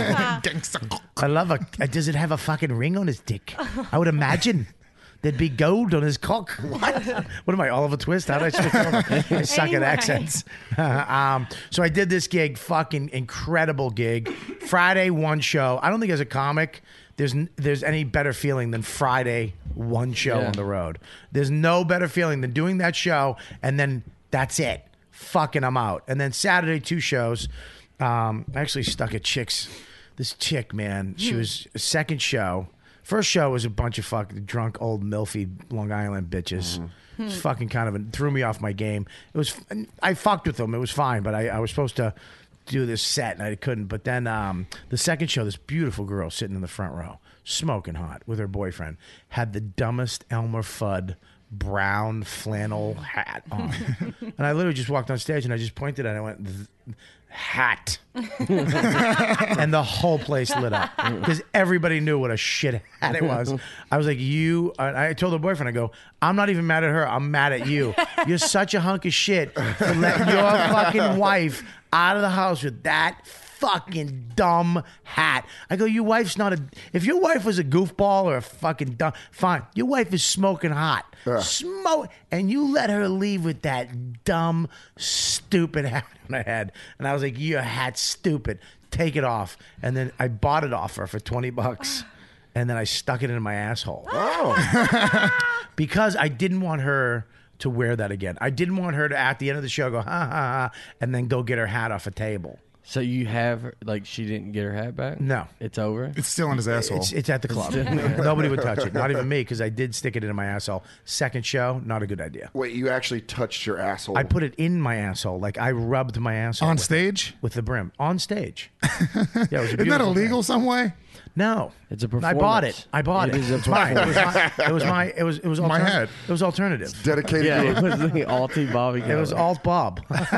[SPEAKER 4] I love a. uh, Does it have a fucking ring on his dick? I would imagine. There'd be gold on his cock. What? what am I, Oliver Twist? How did I switch over? I suck at
[SPEAKER 7] Anyway.
[SPEAKER 4] accents. um, so I did this gig, fucking incredible gig. Friday one show. I don't think as a comic, there's n- there's any better feeling than Friday one show
[SPEAKER 6] Yeah.
[SPEAKER 4] on the road. There's no better feeling than doing that show and then that's it. Fucking I'm out. And then Saturday two shows. Um, I actually stuck at chicks. This chick, man, she was second show. First show was a bunch of fucking drunk old milfy Long Island bitches. It's fucking kind of a, threw me off my game. It was I fucked with them. It was fine, but I, I was supposed to do this set and I couldn't. But then um, the second show, this beautiful girl sitting in the front row, smoking hot with her boyfriend, had the dumbest Elmer Fudd brown flannel hat on. and I literally just walked on stage and I just pointed and I went, "Th- hat. and the whole place lit up because everybody knew what a shit hat it was. I was like, you, I I told her boyfriend, I go, I'm not even mad at her. I'm mad at you. You're such a hunk of shit for letting your fucking wife out of the house with that fucking dumb hat. I go, your wife's not a, if your wife was a goofball or a fucking dumb, fine. Your wife is smoking hot. Smoke. And you let her leave with that dumb, stupid hat on her head. And I was like, your hat's stupid take it off. And then I bought it off her for 20 bucks. And then I stuck it in my asshole
[SPEAKER 5] oh,
[SPEAKER 4] because I didn't want her to wear that again. I didn't want her to, at the end of the show, go, ha ha ha, and then go get her hat off a table.
[SPEAKER 6] So you have her- like she didn't get her hat back?
[SPEAKER 4] No.
[SPEAKER 6] it's over.
[SPEAKER 8] It's still in his asshole.
[SPEAKER 4] It's, it's at the club. Nobody would touch it. Not even me, because I did stick it in my asshole. Second show, not a good idea.
[SPEAKER 5] Wait, you actually touched your asshole.
[SPEAKER 4] I put it in my asshole. Like I rubbed my asshole
[SPEAKER 8] on
[SPEAKER 4] with-
[SPEAKER 8] stage?
[SPEAKER 4] with the brim on stage. Yeah, it was a
[SPEAKER 8] Isn't that
[SPEAKER 4] beautiful
[SPEAKER 8] illegal
[SPEAKER 4] thing.
[SPEAKER 8] some way?
[SPEAKER 4] No,
[SPEAKER 6] It's a
[SPEAKER 4] I bought
[SPEAKER 6] performance.
[SPEAKER 4] it. I bought
[SPEAKER 6] It
[SPEAKER 4] it.
[SPEAKER 6] is a
[SPEAKER 4] It's mine. It was my. It was my. It was. It was
[SPEAKER 8] My
[SPEAKER 4] alterna-
[SPEAKER 8] head.
[SPEAKER 4] It was alternative.
[SPEAKER 5] dedicated
[SPEAKER 6] yeah,
[SPEAKER 5] to
[SPEAKER 6] it was the Alty Bobby.
[SPEAKER 4] It was alt Bob. but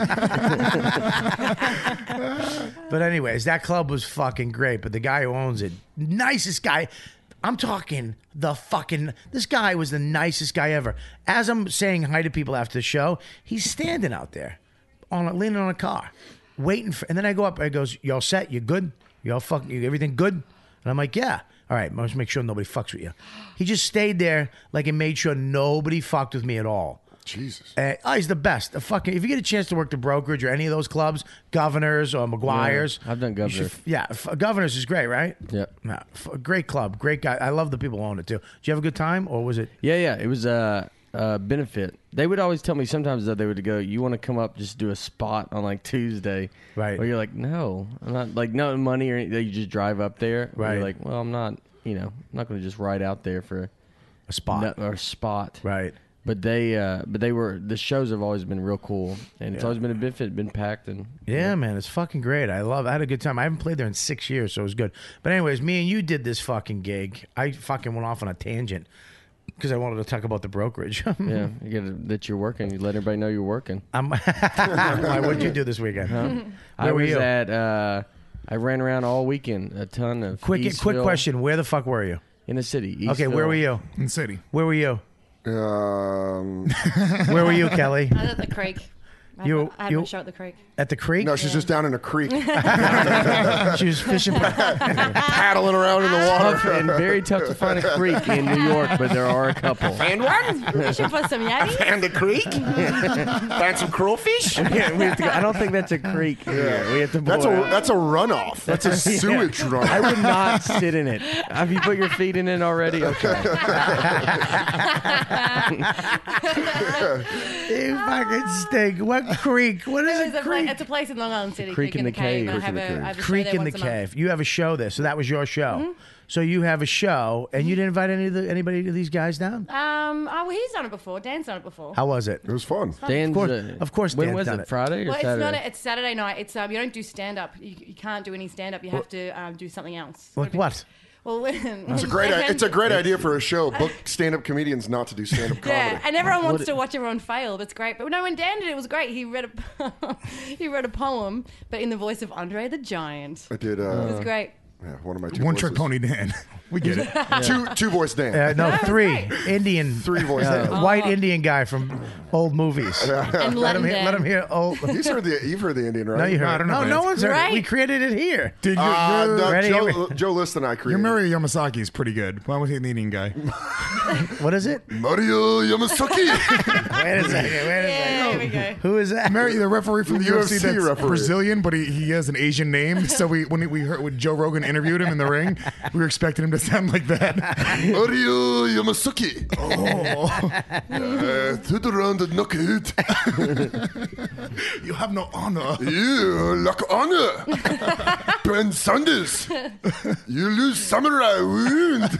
[SPEAKER 4] anyways, that club was fucking great. But the guy who owns it, nicest guy. I'm talking the fucking. This guy was the nicest guy ever. As I'm saying hi to people after the show, he's standing out there, on a, leaning on a car, waiting for. And then I go up. I goes, "Y'all set? You good? Y'all fucking you, everything good?" And I'm like, "Yeah." All right, let's make sure nobody fucks with you. He just stayed there, like, and made sure nobody fucked with me at all.
[SPEAKER 5] Jesus.
[SPEAKER 4] Uh, oh, he's the best. The fucking if you get a chance to work the brokerage or any of those clubs, Governors or McGuire's.
[SPEAKER 6] Yeah, I've done
[SPEAKER 4] you should-
[SPEAKER 6] Governors.
[SPEAKER 4] yeah, f- Governors is great, right?
[SPEAKER 6] Yeah.
[SPEAKER 4] No, f- great club, great guy. I love the people who own it too. Did you have a good time or was it?
[SPEAKER 6] Yeah, yeah. It was a uh, uh, benefit. They would always tell me sometimes that they would go, "You want to come up, just do a spot on like Tuesday."
[SPEAKER 4] Right.
[SPEAKER 6] Where you're like, "No, I'm not like no money or anything." You just drive up there. Where You're
[SPEAKER 4] Right.
[SPEAKER 6] like, well, I'm not. You know, I'm not going to just ride out there for
[SPEAKER 4] A spot,
[SPEAKER 6] no, or a spot.
[SPEAKER 4] right?
[SPEAKER 6] But they, uh, but they were the shows have always been real cool, and it's always been a benefit, been packed, and
[SPEAKER 4] Yeah, man, it's fucking great. I love. I had a good time. I haven't played there in six years, so it was good. But anyways, me and you did this fucking gig. I fucking went off on a tangent because I wanted to talk about the brokerage.
[SPEAKER 6] yeah, you get it that you're working. You let everybody know you're working.
[SPEAKER 4] I'm, why? What'd you do this weekend?
[SPEAKER 6] I
[SPEAKER 4] Where were
[SPEAKER 6] was
[SPEAKER 4] you?
[SPEAKER 6] at. Uh, I ran around all weekend, a ton of
[SPEAKER 4] Quick, quick
[SPEAKER 6] Eastville-
[SPEAKER 4] question. Where the fuck were you?
[SPEAKER 6] in the city.
[SPEAKER 4] Okay, where
[SPEAKER 6] Eastville.
[SPEAKER 4] were you?
[SPEAKER 8] In the city.
[SPEAKER 4] Where were you?
[SPEAKER 5] Um,
[SPEAKER 4] Where were you, Kelly?
[SPEAKER 7] I was at the creek. I had
[SPEAKER 4] You-
[SPEAKER 7] my- I had
[SPEAKER 4] you-
[SPEAKER 7] my show at the creek.
[SPEAKER 4] At the creek?
[SPEAKER 5] no, she's just down in a creek
[SPEAKER 4] she was fishing.
[SPEAKER 5] paddling around in the
[SPEAKER 6] Tough
[SPEAKER 5] water.
[SPEAKER 6] and very tough to find a creek in New York, but there are a couple.
[SPEAKER 5] And one.
[SPEAKER 7] Fishing for some yeti.
[SPEAKER 5] And the creek. Find some crowfish.
[SPEAKER 6] Yeah, we have to go- I don't think that's a creek. Yeah, we have to.
[SPEAKER 5] That's a
[SPEAKER 6] boil it.
[SPEAKER 5] that's a runoff. That's a sewage
[SPEAKER 6] I
[SPEAKER 5] runoff.
[SPEAKER 6] would not sit in it. Have you put your feet in it already? Okay.
[SPEAKER 4] you fucking stink. What creek? What is
[SPEAKER 7] It's
[SPEAKER 4] a
[SPEAKER 7] a, pla-
[SPEAKER 4] creek?
[SPEAKER 7] it's a place in Long Island City,
[SPEAKER 6] Creek in the Cave.
[SPEAKER 7] and I have
[SPEAKER 6] Creek in the
[SPEAKER 7] a, I have a show
[SPEAKER 4] Creek
[SPEAKER 7] there
[SPEAKER 4] in the
[SPEAKER 7] once a month. Mm-hmm.
[SPEAKER 4] cave. You have a show there, so that was your show. So you have a show, and you didn't invite any of the, anybody of these guys down.
[SPEAKER 7] Um, oh, well, he's done it before. Dan's done it before.
[SPEAKER 4] How was it?
[SPEAKER 5] It was fun.
[SPEAKER 6] Dan's,
[SPEAKER 4] course-
[SPEAKER 6] uh,
[SPEAKER 4] of course
[SPEAKER 6] When
[SPEAKER 4] Dan's
[SPEAKER 6] was
[SPEAKER 4] done
[SPEAKER 6] it?
[SPEAKER 4] it.
[SPEAKER 6] Friday or
[SPEAKER 7] well, it's
[SPEAKER 6] Saturday?
[SPEAKER 7] not. A, it's Saturday night. It's um, you don't do stand up. You, you can't do any stand up. You have to um, do something else.
[SPEAKER 4] Like what?
[SPEAKER 7] Well, it's
[SPEAKER 5] It's a great it's a great idea for a show. Book stand up comedians not to do stand up comedy.
[SPEAKER 7] Yeah, and everyone wants to watch everyone fail. That's great. But no, when Dan did it, it was great. He read a he read a poem, but in the voice of Andre the Giant.
[SPEAKER 5] I did uh,
[SPEAKER 7] It was great.
[SPEAKER 5] yeah, one of my two
[SPEAKER 8] One
[SPEAKER 5] voices.
[SPEAKER 8] trick pony Dan. We get it.
[SPEAKER 5] Two two voice Dan.
[SPEAKER 4] Uh, no,
[SPEAKER 7] was
[SPEAKER 4] three
[SPEAKER 7] great.
[SPEAKER 4] Indian, uh,
[SPEAKER 5] Three voice Dan.
[SPEAKER 6] Oh.
[SPEAKER 4] white Indian guy from old movies.
[SPEAKER 7] And
[SPEAKER 4] let him
[SPEAKER 7] London.
[SPEAKER 4] hear. Let him hear. Old.
[SPEAKER 5] You've heard the you've heard the Indian, right?
[SPEAKER 4] No, you heard.
[SPEAKER 8] I don't know,
[SPEAKER 4] no,
[SPEAKER 8] man.
[SPEAKER 4] no
[SPEAKER 8] It's
[SPEAKER 4] one's heard it. We
[SPEAKER 7] great.
[SPEAKER 4] created it here. Ah,
[SPEAKER 8] Dude, you're,
[SPEAKER 5] Uh,
[SPEAKER 8] you're,
[SPEAKER 5] no,
[SPEAKER 4] Ready?
[SPEAKER 5] Joe, Joe List and I
[SPEAKER 8] your
[SPEAKER 5] created
[SPEAKER 8] Mario Yamasaki is pretty good. Why was he an Indian guy?
[SPEAKER 4] What is it?
[SPEAKER 5] Mario Yamasaki.
[SPEAKER 4] Wait a second. Wait a second.
[SPEAKER 7] Yeah, there we go.
[SPEAKER 4] Who is that?
[SPEAKER 8] Mary, the referee from the UFC,
[SPEAKER 5] UFC
[SPEAKER 8] that's
[SPEAKER 5] referee.
[SPEAKER 8] Brazilian, but he, he has an Asian name. So we when we heard when Joe Rogan interviewed him in the ring, we were expecting him to sound like that.
[SPEAKER 5] Mario Yamasaki. Oh. Third round knockout.
[SPEAKER 8] You have no honor.
[SPEAKER 5] You lack honor. Ben Sanders. You lose samurai wound.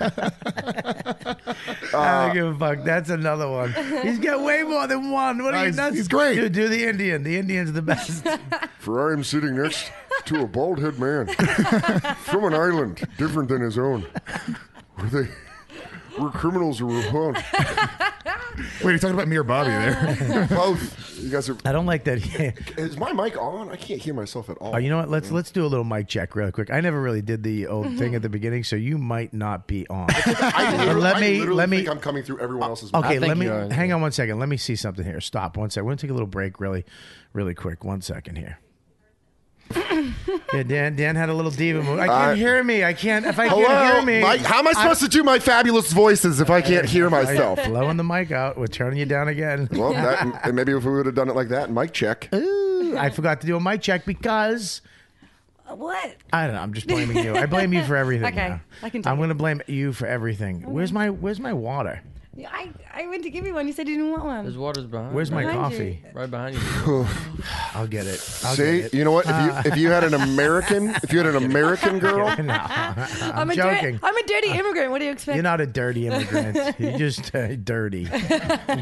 [SPEAKER 4] I don't give a fuck. That's another one. He's got way more than one. What are you
[SPEAKER 8] Nice.
[SPEAKER 4] nuts?
[SPEAKER 8] He's great.
[SPEAKER 4] Dude, do the Indian. The Indian's the best.
[SPEAKER 5] For I am sitting next to a bald head man from an island different than his own. Where they where criminals were hunt.
[SPEAKER 8] Wait, you're talking about me or Bobby there?
[SPEAKER 5] Both. You guys are
[SPEAKER 4] I don't like that.
[SPEAKER 5] Is my mic on? I can't hear myself at all.
[SPEAKER 4] oh, you know what? Let's let's do a little mic check real quick. I never really did the old thing at the beginning, so you might not be on. Uh,
[SPEAKER 5] I literally,
[SPEAKER 4] Let
[SPEAKER 5] I
[SPEAKER 4] me-
[SPEAKER 5] literally
[SPEAKER 4] let me- Oh,
[SPEAKER 5] think I'm coming through everyone else's mic.
[SPEAKER 4] Okay,
[SPEAKER 6] think
[SPEAKER 4] let me
[SPEAKER 6] you are.
[SPEAKER 4] hang on one second. Let me see something here. Stop one second. We're gonna take a little break, really, really quick. One second here. yeah, Dan. Dan had a little diva move. I can't
[SPEAKER 5] right.
[SPEAKER 4] hear me. I can't. If I can't
[SPEAKER 5] Hello,
[SPEAKER 4] hear me,
[SPEAKER 5] Mike. How am I supposed to do my fabulous voices if I can't hear myself?
[SPEAKER 4] blowing the mic out. We're turning you down again.
[SPEAKER 5] well, that, and maybe if we would have done it like that, mic check.
[SPEAKER 4] Ooh, I forgot to do a mic check because
[SPEAKER 7] What?
[SPEAKER 4] I don't know. I'm just blaming you. I blame you for everything.
[SPEAKER 7] Okay,
[SPEAKER 4] now.
[SPEAKER 7] I can take
[SPEAKER 4] I'm
[SPEAKER 7] it.
[SPEAKER 4] going to blame you for everything. Where's my Where's my water?
[SPEAKER 7] I, I went to give you one. You said you didn't want one.
[SPEAKER 6] There's waters behind.
[SPEAKER 4] Where's my
[SPEAKER 6] you.
[SPEAKER 7] Behind
[SPEAKER 4] coffee?
[SPEAKER 6] right behind you?
[SPEAKER 4] I'll get it. I'll
[SPEAKER 5] See,
[SPEAKER 4] get it. Uh.
[SPEAKER 5] you know what? If you if you had an American, if you had an American girl,
[SPEAKER 4] No, I'm,
[SPEAKER 7] I'm, a dir-
[SPEAKER 4] joking. Uh,
[SPEAKER 7] I'm a dirty immigrant. What do you expect?
[SPEAKER 4] You're not a dirty immigrant. You're just uh, dirty.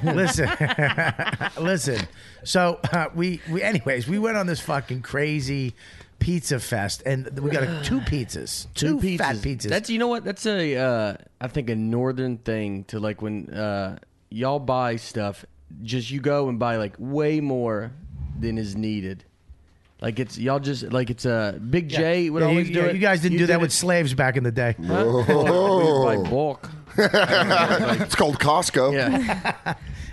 [SPEAKER 4] listen, listen. So uh, we we anyways we went on this fucking crazy pizza fest and we got a, two pizzas, two, fat pizzas.
[SPEAKER 6] That's you know what? That's a uh, I think a northern thing to like when uh, y'all buy stuff, just you go and buy like way more than is needed. Like it's y'all just like it's a uh, Big J would
[SPEAKER 4] Yeah, you,
[SPEAKER 6] always do
[SPEAKER 4] yeah,
[SPEAKER 6] it.
[SPEAKER 4] you guys didn't do
[SPEAKER 6] did
[SPEAKER 4] that with
[SPEAKER 6] it-
[SPEAKER 4] slaves back in the day.
[SPEAKER 6] Huh? We buy bulk.
[SPEAKER 5] it's called Costco.
[SPEAKER 6] Yeah.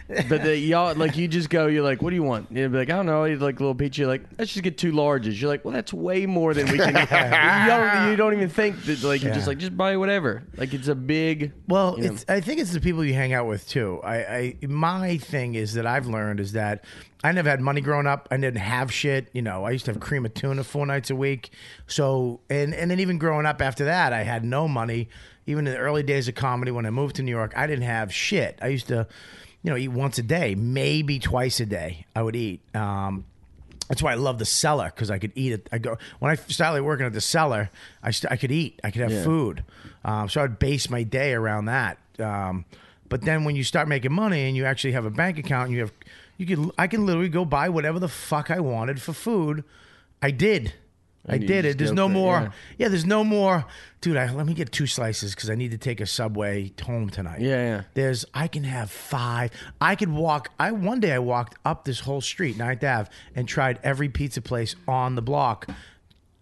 [SPEAKER 6] but the, y'all like you just go. You're like, what do you want? And You'd be like, I don't know. You like a little pizza. You're like, let's just get two larges. You're like, well, that's way more than we can. you, don't, you don't even think that. Like you're just
[SPEAKER 4] Yeah.
[SPEAKER 6] like, just buy whatever. Like it's a big.
[SPEAKER 4] Well,
[SPEAKER 6] you know.
[SPEAKER 4] it's, I think it's the people you hang out with too. I, I my thing is that I've learned is that I never had money growing up. I didn't have shit. You know, I used to have cream of tuna four nights a week. So and and then even growing up after that, I had no money. Even in the early days of comedy, when I moved to New York, I didn't have shit. I used to, you know, eat once a day, maybe twice a day. I would eat. Um, that's why I love the cellar because I could eat it. I go when I started working at the cellar, I, st- I could eat, I could have food, um, so I'd base my day around that. Um, but then when you start making money and you actually have a bank account and you have, you can I can literally go buy whatever the fuck I wanted for food. I did, I
[SPEAKER 6] you
[SPEAKER 4] did
[SPEAKER 6] just
[SPEAKER 4] it. There's
[SPEAKER 6] go
[SPEAKER 4] no
[SPEAKER 6] for it,
[SPEAKER 4] more.
[SPEAKER 6] yeah.
[SPEAKER 4] Yeah. there's no more. Dude, I, let me get two slices because I need to take a subway home tonight.
[SPEAKER 6] Yeah, yeah.
[SPEAKER 4] There's I can have five. I could walk. I one day I walked up this whole street, 9th Ave, and tried every pizza place on the block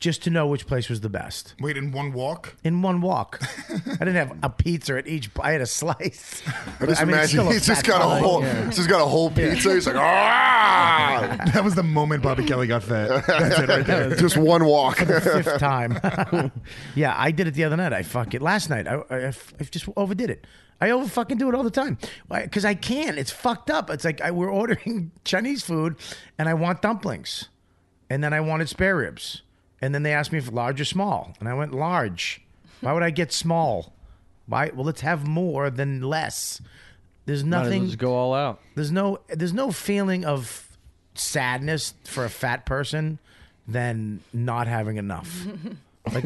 [SPEAKER 4] just to know which place was the best
[SPEAKER 8] Wait, in one walk?
[SPEAKER 4] in one walk. I didn't have a pizza at each. I had a slice.
[SPEAKER 5] I
[SPEAKER 7] Uh,
[SPEAKER 5] just
[SPEAKER 4] I mean, it's
[SPEAKER 5] imagine
[SPEAKER 4] still a
[SPEAKER 5] he's just
[SPEAKER 4] fat
[SPEAKER 5] got a
[SPEAKER 4] pie.
[SPEAKER 5] whole, he's just got a whole pizza. He's like, ah,
[SPEAKER 8] That was the moment Bobby Kelly got fat. That's it right there.
[SPEAKER 5] just one walk.
[SPEAKER 4] fifth time. yeah, I did it the other night. I fuck it last night. I, I, I f- I just overdid it. I over fucking do it all the time because I, can. It's fucked up. It's like I, we're ordering Chinese food and I want dumplings, and then I wanted spare ribs, and then they asked me if large or small, and I went large. Why would I get small? Why? Well, let's have more than less. There's
[SPEAKER 6] Might as well
[SPEAKER 4] nothing.
[SPEAKER 6] Just go all out.
[SPEAKER 4] There's no there's no feeling of sadness for a fat person than not having enough. like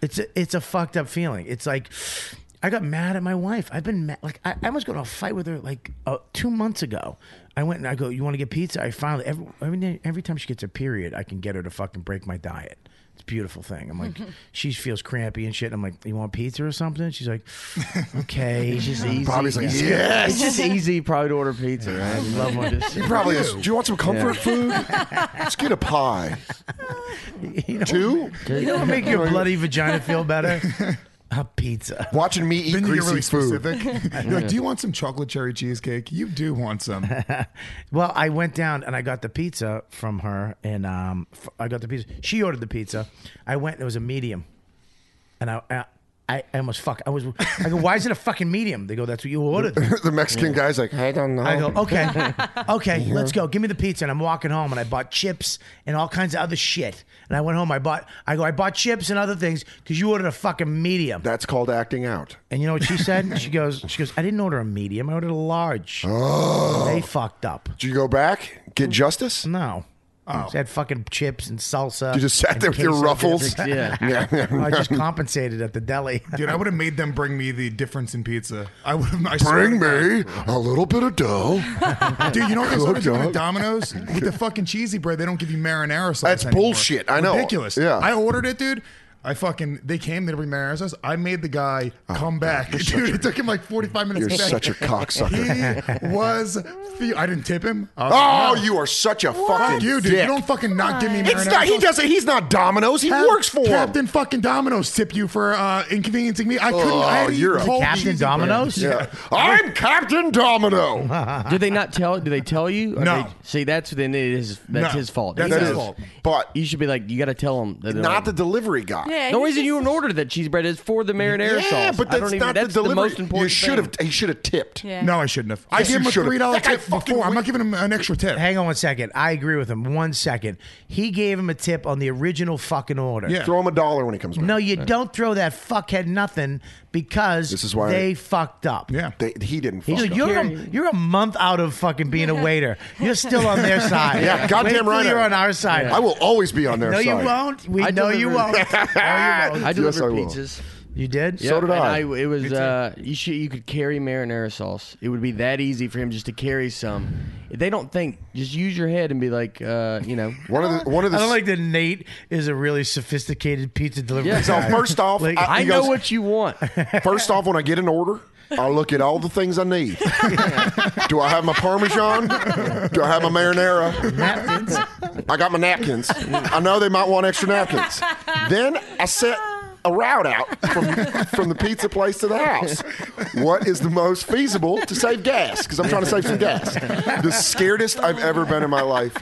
[SPEAKER 4] it's a, it's a fucked up feeling. It's like I got mad at my wife. I've been mad. Like I, I was going to a fight with her like uh, two months ago. I went and I go, "You want to get pizza?" I finally every, every day- every time she gets her period, I can get her to fucking break my diet. It's a beautiful thing. I'm like, she feels crampy and shit. I'm like, "You want pizza or something?" She's like, "Okay."
[SPEAKER 6] Just easy.
[SPEAKER 5] Bobby's like,
[SPEAKER 6] Yeah.
[SPEAKER 5] yes.
[SPEAKER 6] It's just easy. Probably to order pizza. Right? I love one. Just,
[SPEAKER 5] Probably is. Do you want some comfort food? Let's get a pie.
[SPEAKER 4] You know,
[SPEAKER 5] Two?
[SPEAKER 4] You know what make your bloody vagina feel better? A pizza.
[SPEAKER 5] Watching me eat
[SPEAKER 8] Then you get
[SPEAKER 5] greasy
[SPEAKER 8] really
[SPEAKER 5] food.
[SPEAKER 8] specific. You're like, do you want some chocolate cherry cheesecake? You do want some.
[SPEAKER 4] Well, I went down and I got the pizza from her, and um, f- I got the pizza. She ordered the pizza. I went. and It was a medium, and I. I I I almost fuck. I was. I go. Why is it a fucking medium? They go. That's what you ordered.
[SPEAKER 5] the Mexican guy's like, I don't know.
[SPEAKER 4] I go. Okay, okay. Let's go. Give me the pizza. And I'm walking home, and I bought chips and all kinds of other shit. And I went home. I bought. I go. I bought chips and other things because you ordered a fucking medium.
[SPEAKER 5] That's called acting out.
[SPEAKER 4] And you know what she said? she goes, she goes, I didn't order a medium. I ordered a large. Oh. They fucked up.
[SPEAKER 5] Did you go back, get justice?
[SPEAKER 4] No. Oh. She had fucking chips and salsa.
[SPEAKER 5] You just sat
[SPEAKER 4] and
[SPEAKER 5] there with your
[SPEAKER 4] queso
[SPEAKER 5] ruffles.
[SPEAKER 4] dips.
[SPEAKER 6] yeah.
[SPEAKER 5] Yeah.
[SPEAKER 4] I just compensated at the deli.
[SPEAKER 8] Dude, I would have made them bring me the difference in pizza. I would have. I swear to
[SPEAKER 5] Bring me a little bit of dough.
[SPEAKER 8] God. Dude, you know what they started
[SPEAKER 5] Cooked
[SPEAKER 8] doing
[SPEAKER 5] up.
[SPEAKER 8] at Domino's? With the fucking cheesy bread, they don't give you marinara sauce.
[SPEAKER 5] That's
[SPEAKER 8] anymore.
[SPEAKER 5] bullshit. I know.
[SPEAKER 8] Ridiculous.
[SPEAKER 5] Yeah.
[SPEAKER 8] I ordered it, dude. I fucking. They came. They didn't bring marinara sauce. I made the guy
[SPEAKER 5] Oh,
[SPEAKER 8] come back, dude. it took him like forty-five minutes.
[SPEAKER 5] You're
[SPEAKER 8] to get
[SPEAKER 5] such a
[SPEAKER 8] back.
[SPEAKER 5] cocksucker.
[SPEAKER 8] He was. fe- I didn't tip him. I was like,
[SPEAKER 5] Oh,
[SPEAKER 8] no.
[SPEAKER 5] you are such a
[SPEAKER 8] Fuck
[SPEAKER 5] fucking
[SPEAKER 8] you, dude.
[SPEAKER 5] dick.
[SPEAKER 8] You don't fucking not give me marinara
[SPEAKER 5] It's not. He
[SPEAKER 8] sauce.
[SPEAKER 5] doesn't. He's not Domino's. He
[SPEAKER 8] Cap-
[SPEAKER 5] works for
[SPEAKER 8] Captain
[SPEAKER 5] him.
[SPEAKER 8] fucking Domino's tip you for uh, inconveniencing me. I couldn't.
[SPEAKER 5] Oh,
[SPEAKER 8] I had to eat
[SPEAKER 5] you're a-
[SPEAKER 8] whole
[SPEAKER 4] Captain
[SPEAKER 8] cheesy
[SPEAKER 4] Domino's?
[SPEAKER 8] bread.
[SPEAKER 5] Yeah. I'm Captain Domino.
[SPEAKER 6] do they not tell? Do they tell you? Or
[SPEAKER 8] No.
[SPEAKER 6] They, see, that's then it is. That's
[SPEAKER 8] No.
[SPEAKER 6] his fault.
[SPEAKER 8] That's
[SPEAKER 6] He
[SPEAKER 5] That
[SPEAKER 8] his
[SPEAKER 6] knows.
[SPEAKER 5] is.
[SPEAKER 8] fault.
[SPEAKER 5] But
[SPEAKER 6] You should be like, you got to tell him. That they're
[SPEAKER 5] not the
[SPEAKER 6] like,
[SPEAKER 5] delivery guy.
[SPEAKER 7] Yeah,
[SPEAKER 6] the
[SPEAKER 7] he's
[SPEAKER 6] reason you
[SPEAKER 7] just-
[SPEAKER 6] even ordered that cheese bread is for the marinara sauce.
[SPEAKER 5] yeah, but
[SPEAKER 6] I
[SPEAKER 5] that's
[SPEAKER 6] don't
[SPEAKER 5] not
[SPEAKER 6] even,
[SPEAKER 5] the
[SPEAKER 6] that's
[SPEAKER 5] delivery.
[SPEAKER 6] most important.
[SPEAKER 5] You should have. He should have tipped.
[SPEAKER 7] Yeah.
[SPEAKER 8] No, I shouldn't have. I
[SPEAKER 5] Yes,
[SPEAKER 8] gave
[SPEAKER 5] you
[SPEAKER 8] him a
[SPEAKER 5] should've.
[SPEAKER 8] three dollar
[SPEAKER 5] That guy
[SPEAKER 8] tip
[SPEAKER 5] fucking
[SPEAKER 8] before. I'm not
[SPEAKER 5] went-
[SPEAKER 8] giving him an extra tip.
[SPEAKER 4] Hang on one second. I agree with him. One second. He gave him a tip on the original fucking order.
[SPEAKER 8] Yeah.
[SPEAKER 5] Throw him a dollar when he comes back.
[SPEAKER 4] No, you don't throw that fuckhead nothing because
[SPEAKER 5] This is why-
[SPEAKER 4] they fucked up.
[SPEAKER 8] Yeah.
[SPEAKER 5] They, he didn't. Fuck
[SPEAKER 4] Dude,
[SPEAKER 5] up.
[SPEAKER 4] you're a, you're a month out of fucking being a waiter. You're still on their side.
[SPEAKER 5] Yeah,
[SPEAKER 4] Wait
[SPEAKER 5] goddamn
[SPEAKER 4] till
[SPEAKER 5] right I
[SPEAKER 4] You're
[SPEAKER 5] am.
[SPEAKER 4] on our side.
[SPEAKER 5] I will always be on their
[SPEAKER 4] No,
[SPEAKER 5] side.
[SPEAKER 4] you won't. We
[SPEAKER 6] I
[SPEAKER 4] know you
[SPEAKER 6] delivered-
[SPEAKER 4] won't. no, you
[SPEAKER 6] I
[SPEAKER 4] won't.
[SPEAKER 5] Yes, I
[SPEAKER 6] delivered
[SPEAKER 5] will.
[SPEAKER 6] pizzas.
[SPEAKER 4] You did?
[SPEAKER 5] So did
[SPEAKER 6] and
[SPEAKER 5] I.
[SPEAKER 6] It was uh, you should you could carry marinara sauce. It would be that easy for him just to carry some. If they don't think, just use your head and be like, uh, you know,
[SPEAKER 5] One of the one of the.
[SPEAKER 4] I don't like that Nate is a really sophisticated pizza delivery
[SPEAKER 6] Yeah.
[SPEAKER 5] So
[SPEAKER 4] guy.
[SPEAKER 5] first off,
[SPEAKER 4] Like,
[SPEAKER 5] I,
[SPEAKER 6] I
[SPEAKER 5] he
[SPEAKER 6] know
[SPEAKER 5] goes,
[SPEAKER 6] what you want.
[SPEAKER 5] First off, when I get an order, I look at all the things I need. Do I have my parmesan? Do I have my marinara?
[SPEAKER 4] napkins.
[SPEAKER 5] I got my napkins. I know they might want extra napkins. Then I set a route out from from the pizza place to the house. What is the most feasible to save gas? Because I'm trying to save some gas. The scaredest I've ever been in my life.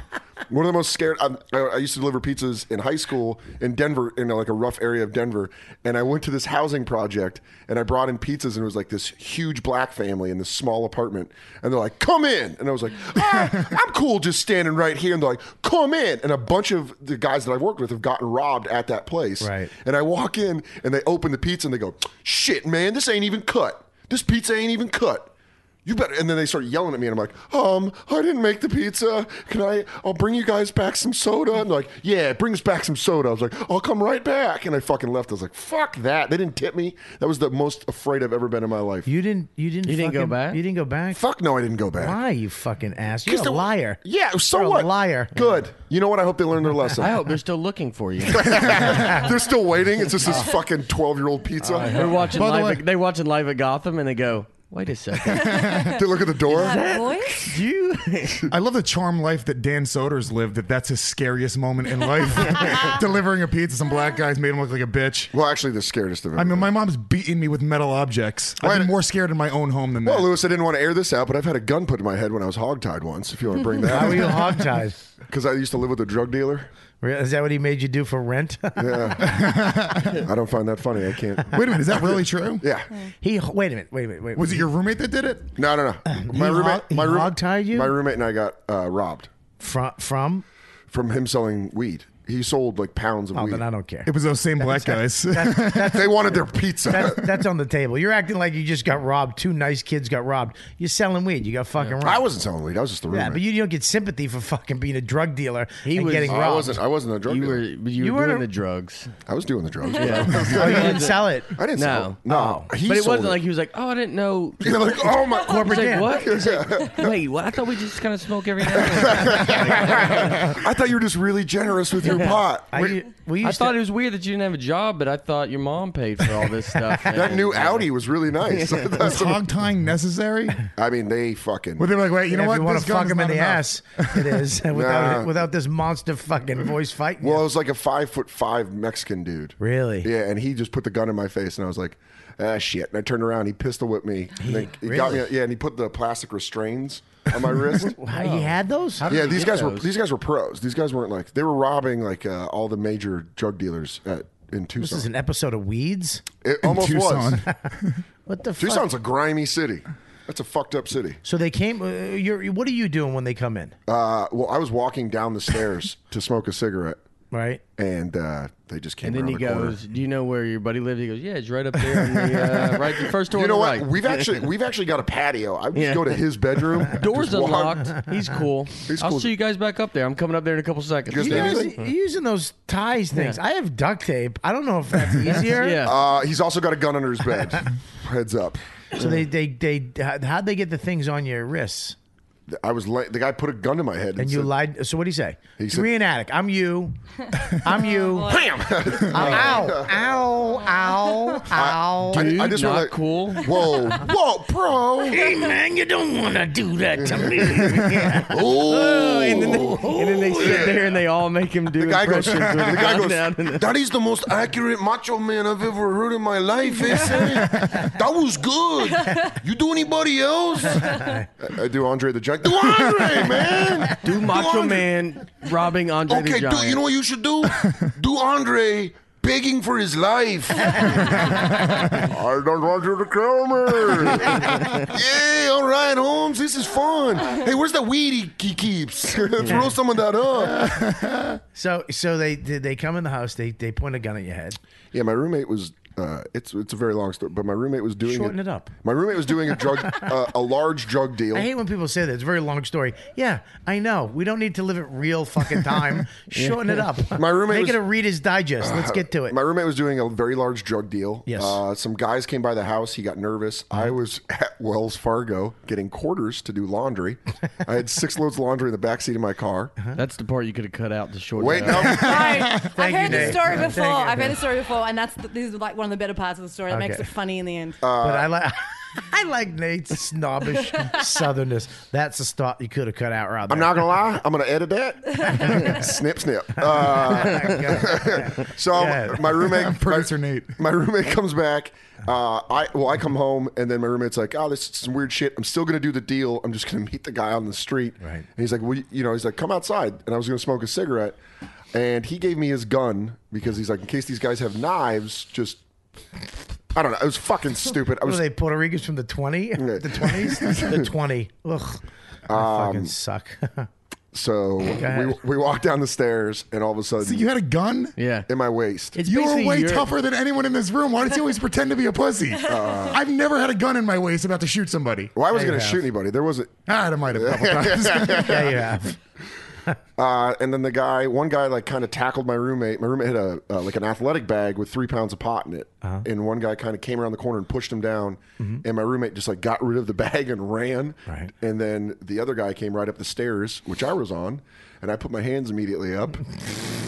[SPEAKER 5] One of the most scared. I, I used to deliver pizzas in high school in Denver, in like a rough area of Denver, and I went to this housing project and I brought in pizzas and it was like this huge black family in this small apartment, and they're like, "Come in," and I was like, "Ah, "I'm cool, just standing right here," and they're like, "Come in," and a bunch of the guys that I've worked with have gotten robbed at that place,
[SPEAKER 4] Right.
[SPEAKER 5] and I walk in and they open the pizza and they go, shit, man, this ain't even cut. This pizza ain't even cut. You better. And then they start yelling at me and I'm like, um, I didn't make the pizza. Can I, I'll bring you guys back some soda. And they're like, yeah, bring us back some soda. I was like, I'll come right back. And I fucking left. I was like, fuck that. They didn't tip me. That was the most afraid I've ever been in my life.
[SPEAKER 4] You didn't. You didn't.
[SPEAKER 6] You didn't go
[SPEAKER 4] fucking-
[SPEAKER 6] back?
[SPEAKER 4] You didn't go back.
[SPEAKER 5] fuck no, I didn't go back.
[SPEAKER 4] Why you fucking ass?
[SPEAKER 5] Because
[SPEAKER 4] You're a
[SPEAKER 5] they-
[SPEAKER 4] liar.
[SPEAKER 5] Yeah, so
[SPEAKER 4] You're a
[SPEAKER 5] what?
[SPEAKER 4] liar.
[SPEAKER 5] Good. You know what? I hope they learned their lesson.
[SPEAKER 6] I hope they're still looking for you.
[SPEAKER 5] They're still waiting. It's just this fucking 12 year old pizza.
[SPEAKER 6] They're watching
[SPEAKER 8] By the
[SPEAKER 6] live.
[SPEAKER 8] way-
[SPEAKER 6] at, they're watching live at Gotham, and they go, "Wait a second,
[SPEAKER 5] they look at the door.
[SPEAKER 9] That voice?
[SPEAKER 6] you."
[SPEAKER 8] I love the charm life that Dan Soder's lived. That that's his scariest moment in life. Delivering a pizza, some black guys made him look like a bitch.
[SPEAKER 5] Well, actually, the scariest of it.
[SPEAKER 8] I mean, my mom's beating me with metal objects. I've
[SPEAKER 5] Wait.
[SPEAKER 8] been more scared in my own home than that.
[SPEAKER 5] Well, Lewis, I didn't want to air this out, but I've had a gun put in my head when I was hogtied once. If you want to bring
[SPEAKER 4] Why were you
[SPEAKER 5] that,
[SPEAKER 4] hogtied?
[SPEAKER 5] because I used to live with a drug dealer.
[SPEAKER 4] Is that what he made you do for rent?
[SPEAKER 5] I don't find that funny. I can't.
[SPEAKER 8] Wait a minute, is that really true?
[SPEAKER 5] Yeah.
[SPEAKER 4] he wait a minute. Wait a minute. Wait. a
[SPEAKER 8] Was it
[SPEAKER 4] minute.
[SPEAKER 8] your roommate that did it?
[SPEAKER 5] No, no, no. My
[SPEAKER 4] He
[SPEAKER 5] roommate,
[SPEAKER 4] hog- he
[SPEAKER 5] my room-
[SPEAKER 4] hogtied you?
[SPEAKER 5] My roommate and I got uh, robbed
[SPEAKER 4] from? From?
[SPEAKER 5] from him selling weed. He sold like pounds of
[SPEAKER 4] Oh,
[SPEAKER 5] weed.
[SPEAKER 4] then I don't care.
[SPEAKER 8] It was those same black guys.
[SPEAKER 5] They wanted their pizza.
[SPEAKER 4] That's, that's on the table. You're acting like you just got robbed. Two nice kids got robbed. You're selling weed. You got fucking robbed.
[SPEAKER 5] I wasn't selling weed. I was just the roommate.
[SPEAKER 4] yeah, but you, you don't get sympathy for fucking being a drug dealer
[SPEAKER 6] He
[SPEAKER 4] and
[SPEAKER 6] was-
[SPEAKER 4] getting
[SPEAKER 5] Oh,
[SPEAKER 4] robbed.
[SPEAKER 5] I wasn't. I wasn't a drug
[SPEAKER 6] You
[SPEAKER 5] dealer.
[SPEAKER 6] were you,
[SPEAKER 4] You
[SPEAKER 6] were
[SPEAKER 4] were-
[SPEAKER 6] doing the drugs.
[SPEAKER 5] I was doing the drugs.
[SPEAKER 4] Oh, you didn't sell it.
[SPEAKER 5] I didn't sell.
[SPEAKER 6] No,
[SPEAKER 5] it. No, he
[SPEAKER 6] but it
[SPEAKER 5] sold
[SPEAKER 6] wasn't like he was like, "Oh, I didn't know."
[SPEAKER 5] You're like, oh my
[SPEAKER 4] Corporate
[SPEAKER 6] He's like,
[SPEAKER 4] Dan.
[SPEAKER 6] "What?" He's like, "Wait, what? I thought we just kind of smoke every now and then."
[SPEAKER 5] I thought you were just really generous with your pot.
[SPEAKER 4] I, u- we
[SPEAKER 6] I
[SPEAKER 4] used
[SPEAKER 6] thought
[SPEAKER 4] to,
[SPEAKER 6] it was weird that you didn't have a job, but I thought your mom paid for all this stuff.
[SPEAKER 5] That
[SPEAKER 6] and-
[SPEAKER 5] new Audi was really nice.
[SPEAKER 8] was hog tying necessary?
[SPEAKER 5] I mean, they fucking.
[SPEAKER 8] Where they were like, wait, you know
[SPEAKER 4] if
[SPEAKER 8] what?
[SPEAKER 4] you want
[SPEAKER 8] This
[SPEAKER 4] to
[SPEAKER 8] gun
[SPEAKER 4] fuck
[SPEAKER 8] is
[SPEAKER 4] him in
[SPEAKER 8] not
[SPEAKER 4] the
[SPEAKER 8] enough.
[SPEAKER 4] ass, it is without
[SPEAKER 5] Nah.
[SPEAKER 4] without this monster fucking voice fighting.
[SPEAKER 5] Well,
[SPEAKER 4] you.
[SPEAKER 5] it was like a five foot five Mexican dude.
[SPEAKER 4] Really?
[SPEAKER 5] Yeah, and he just put the gun in my face, and I was like, ah, shit. And I turned around, he pistol whipped me. and then he got me.
[SPEAKER 4] Really?
[SPEAKER 5] Yeah, and he put the plastic restraints on my wrist.
[SPEAKER 4] Wow, you had those?
[SPEAKER 5] Yeah, these guys were
[SPEAKER 6] those?
[SPEAKER 5] these guys were pros. These guys weren't like they were robbing like uh, all the major drug dealers at, in Tucson.
[SPEAKER 4] This is an episode of Weeds.
[SPEAKER 5] it almost
[SPEAKER 8] Tucson.
[SPEAKER 5] was.
[SPEAKER 4] What the fuck?
[SPEAKER 5] Tucson's a grimy city. That's a fucked up city.
[SPEAKER 4] So they came. Uh, you're, what are you doing when they come in?
[SPEAKER 5] Uh, well, I was walking down the stairs to smoke a cigarette,
[SPEAKER 4] Right.
[SPEAKER 5] and uh, they just came.
[SPEAKER 6] And then
[SPEAKER 5] around
[SPEAKER 6] he
[SPEAKER 5] the corner.
[SPEAKER 6] goes, "Do you know where your buddy lives?" He goes, "Yeah, it's right up there, in the, uh, right the first door."
[SPEAKER 5] You know
[SPEAKER 6] on the Right.
[SPEAKER 5] what? We've actually we've actually got a patio. I would just
[SPEAKER 6] Yeah.
[SPEAKER 5] go to his bedroom.
[SPEAKER 6] Doors
[SPEAKER 5] just walk-
[SPEAKER 6] unlocked. He's cool. I'll
[SPEAKER 5] cool.
[SPEAKER 6] see you guys back up there. I'm coming up there in a couple seconds.
[SPEAKER 5] His
[SPEAKER 4] You
[SPEAKER 5] name
[SPEAKER 4] guys
[SPEAKER 5] is-
[SPEAKER 4] are using those ties things. I have duct tape. I don't know if that's easier.
[SPEAKER 6] Yeah.
[SPEAKER 5] Uh, he's also got a gun under his bed. Heads up.
[SPEAKER 4] So they they they how- how'd they get the things on your wrists?
[SPEAKER 5] I was la- the guy put a gun to my head.
[SPEAKER 4] And you
[SPEAKER 5] said,
[SPEAKER 4] lied. So what do you say?
[SPEAKER 5] He
[SPEAKER 4] He's
[SPEAKER 5] said- Oh,
[SPEAKER 4] an addict. I'm you. I'm you. Bam. ow! Ow! Ow! Ow!
[SPEAKER 5] I,
[SPEAKER 6] Dude,
[SPEAKER 5] I just
[SPEAKER 6] not
[SPEAKER 5] wanna-
[SPEAKER 6] cool.
[SPEAKER 5] Whoa, whoa, bro.
[SPEAKER 4] Hey man, you don't want to do that to me.
[SPEAKER 6] and, then
[SPEAKER 5] Oh.
[SPEAKER 6] they, and then they sit there and they all make him do
[SPEAKER 5] The guy goes.
[SPEAKER 6] impressions
[SPEAKER 5] The
[SPEAKER 6] with the
[SPEAKER 5] guy
[SPEAKER 6] gun
[SPEAKER 5] goes.
[SPEAKER 6] down in the-
[SPEAKER 5] That is the most accurate macho man I've ever heard in my life. eh, son? that was good. You do anybody else? I, I Uh, do Andre the Giant. Do Andre, man.
[SPEAKER 6] do Macho
[SPEAKER 5] Andre.
[SPEAKER 6] Man robbing Andre
[SPEAKER 5] Okay,
[SPEAKER 6] the Giant.
[SPEAKER 5] do, you know what you should do? do Andre begging for his life. I don't want you to kill me. yeah, all right, Holmes, this is fun. Hey, where's that weed he, he keeps? Let's roll some of that up.
[SPEAKER 4] So so they they come in the house. They they point a gun at your head.
[SPEAKER 5] Yeah, my roommate was. Uh, it's it's a very long story, but my roommate was doing
[SPEAKER 4] Shorten it up.
[SPEAKER 5] My roommate was doing a drug, uh, a large drug deal.
[SPEAKER 4] I hate when people say that. It's a very long story. Yeah, I know. We don't need to live it real fucking time. Shorten it up.
[SPEAKER 5] My roommate
[SPEAKER 4] Make it
[SPEAKER 5] was-
[SPEAKER 4] a Reader's Digest. Let's get to it.
[SPEAKER 5] Uh, My roommate was doing a very large drug deal.
[SPEAKER 4] Yes. Mm-hmm.
[SPEAKER 5] Uh, some guys came by the house. He got nervous. I was at Wells Fargo getting quarters to do laundry. I had six loads of laundry in the backseat of my car.
[SPEAKER 4] Uh-huh.
[SPEAKER 6] That's the part you could have cut out to short.
[SPEAKER 5] Wait,
[SPEAKER 6] it
[SPEAKER 5] no.
[SPEAKER 6] up.
[SPEAKER 7] I've
[SPEAKER 4] you,
[SPEAKER 7] heard
[SPEAKER 4] Dave.
[SPEAKER 7] this story
[SPEAKER 4] Thank
[SPEAKER 7] before.
[SPEAKER 4] you,
[SPEAKER 7] I've
[SPEAKER 4] Dave.
[SPEAKER 7] heard this story before, and that's this is like one of the better parts of the story that makes
[SPEAKER 4] Okay. Uh,
[SPEAKER 7] it funny in the end.
[SPEAKER 4] but I like. I like Nate's snobbish southernness. That's a stop you could have cut out right there.
[SPEAKER 5] I'm not gonna lie. I'm gonna edit that. snip, snip.
[SPEAKER 4] Oh
[SPEAKER 5] Uh, so
[SPEAKER 4] Yeah.
[SPEAKER 5] my roommate,
[SPEAKER 8] Producer
[SPEAKER 5] my,
[SPEAKER 8] Nate.
[SPEAKER 5] my roommate comes back. Uh, I well, I come home and then my roommate's like, "Oh, this is some weird shit. I'm still gonna do the deal. I'm just gonna meet the guy on the street."
[SPEAKER 4] Right.
[SPEAKER 5] And he's like, "Well, you- you know," he's like, "Come outside." And I was gonna smoke a cigarette, and he gave me his gun because he's like, "In case these guys have knives, just." I don't know. It was fucking stupid. I
[SPEAKER 4] Were
[SPEAKER 5] was
[SPEAKER 4] they Puerto Ricans from the twenty, the twenties, the twenty? Ugh, I fucking suck.
[SPEAKER 5] um, so we,
[SPEAKER 4] ahead.
[SPEAKER 5] we walked down the stairs and all of a sudden
[SPEAKER 8] So you had a gun?
[SPEAKER 6] Yeah.
[SPEAKER 5] in my waist.
[SPEAKER 6] It's
[SPEAKER 8] You were
[SPEAKER 6] basically
[SPEAKER 8] way
[SPEAKER 6] your-
[SPEAKER 8] tougher than anyone in this room. Why does he always pretend to be a pussy? I've never had a gun in my waist about to shoot somebody.
[SPEAKER 5] Well, I was
[SPEAKER 4] There you
[SPEAKER 5] going to
[SPEAKER 4] have.
[SPEAKER 5] shoot anybody. There wasn't.
[SPEAKER 8] Ah, I might have a couple times.
[SPEAKER 4] yeah, you have.
[SPEAKER 5] Uh, and then the guy, one guy, like kind of tackled my roommate. My roommate had a uh, like an athletic bag with three pounds of pot in it,
[SPEAKER 8] Uh-huh.
[SPEAKER 5] and one guy kind of came around the corner and pushed him down.
[SPEAKER 8] Mm-hmm.
[SPEAKER 5] And my roommate just like got rid of the bag and ran.
[SPEAKER 4] Right.
[SPEAKER 5] And then the other guy came right up the stairs, which I was on, and I put my hands immediately up,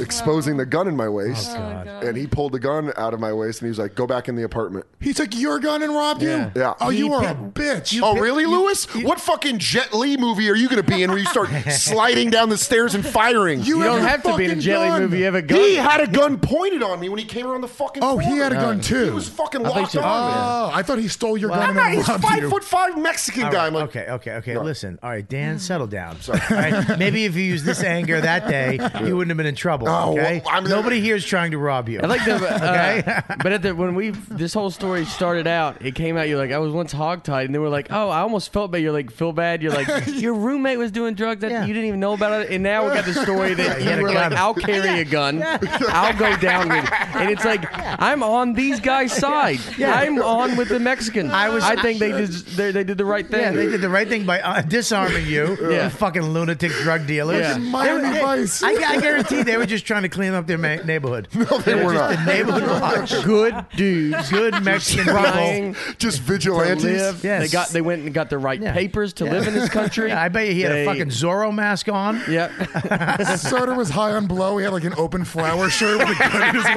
[SPEAKER 5] exposing the gun in my waist.
[SPEAKER 8] Oh,
[SPEAKER 4] God.
[SPEAKER 5] And he pulled the gun out of my waist, and he was like, "Go back in the apartment."
[SPEAKER 8] He took your gun and robbed
[SPEAKER 6] Yeah.
[SPEAKER 8] you?
[SPEAKER 5] Yeah.
[SPEAKER 8] Oh,
[SPEAKER 5] He
[SPEAKER 8] you are a
[SPEAKER 4] pi-
[SPEAKER 8] bitch.
[SPEAKER 5] oh, really, Lewis? what fucking Jet Li movie are you going to be in where you start sliding down the stairs and firing?
[SPEAKER 8] You,
[SPEAKER 6] You
[SPEAKER 8] have
[SPEAKER 6] don't
[SPEAKER 8] your
[SPEAKER 6] have to be in a
[SPEAKER 8] fucking
[SPEAKER 6] jelly
[SPEAKER 8] gun.
[SPEAKER 6] movie. You have a gun.
[SPEAKER 5] He had a gun pointed on me when he came around the fucking.
[SPEAKER 8] Oh, he
[SPEAKER 5] corner.
[SPEAKER 8] had a gun too.
[SPEAKER 5] He was fucking
[SPEAKER 6] I think
[SPEAKER 5] locked
[SPEAKER 6] so.
[SPEAKER 5] on. me.
[SPEAKER 8] Oh, I thought he stole your
[SPEAKER 5] I'm
[SPEAKER 8] gun
[SPEAKER 5] not.
[SPEAKER 8] and
[SPEAKER 5] He's
[SPEAKER 8] robbed
[SPEAKER 5] five
[SPEAKER 8] you.
[SPEAKER 5] foot five Mexican
[SPEAKER 4] All
[SPEAKER 5] guy.
[SPEAKER 4] right,
[SPEAKER 5] I'm like, Mm.
[SPEAKER 4] okay, okay, okay. Listen, all right, Dan, settle down. All right, maybe if you used this anger that day, you wouldn't have been in trouble.
[SPEAKER 5] Oh,
[SPEAKER 4] okay,
[SPEAKER 5] well, I'm-
[SPEAKER 4] nobody here is trying to rob you.
[SPEAKER 6] I like the uh, but at the when we this whole story started out, it came out. You're like, I was once hogtied, and they were like, Oh, I almost felt bad. You're like, feel bad. You're like, your roommate was doing drugs that
[SPEAKER 4] Yeah.
[SPEAKER 6] you didn't even know about it, and now we got the story that
[SPEAKER 4] he had
[SPEAKER 6] you
[SPEAKER 4] a
[SPEAKER 6] were like,
[SPEAKER 4] gun.
[SPEAKER 6] I'll carry a gun, I'll go down with it, and it's like I'm on these guys' side. I'm on with the Mexicans. I
[SPEAKER 4] was-
[SPEAKER 6] I think they did they, they did the right thing.
[SPEAKER 4] yeah, they did the right thing by uh, disarming you,
[SPEAKER 6] Yeah.
[SPEAKER 4] you fucking lunatic drug dealers.
[SPEAKER 6] Yeah.
[SPEAKER 8] Miami
[SPEAKER 4] They-
[SPEAKER 8] Vice.
[SPEAKER 4] I, I guarantee they were just trying to clean up their ma- neighborhood. No,
[SPEAKER 5] they were
[SPEAKER 4] just
[SPEAKER 5] not.
[SPEAKER 4] the neighborhood watch.
[SPEAKER 6] Good dudes.
[SPEAKER 4] Good Mexican people.
[SPEAKER 6] Trying
[SPEAKER 5] just
[SPEAKER 6] to
[SPEAKER 5] vigilantes.
[SPEAKER 6] live.
[SPEAKER 4] Yes.
[SPEAKER 6] They got they went and got the right
[SPEAKER 4] Yeah.
[SPEAKER 6] papers to live in this country.
[SPEAKER 4] Yeah, I bet you he had
[SPEAKER 6] They-
[SPEAKER 4] a fucking Zorro mask on.
[SPEAKER 6] Yep.
[SPEAKER 8] Soder was high on blow. He had like an open flower shirt with a gun in his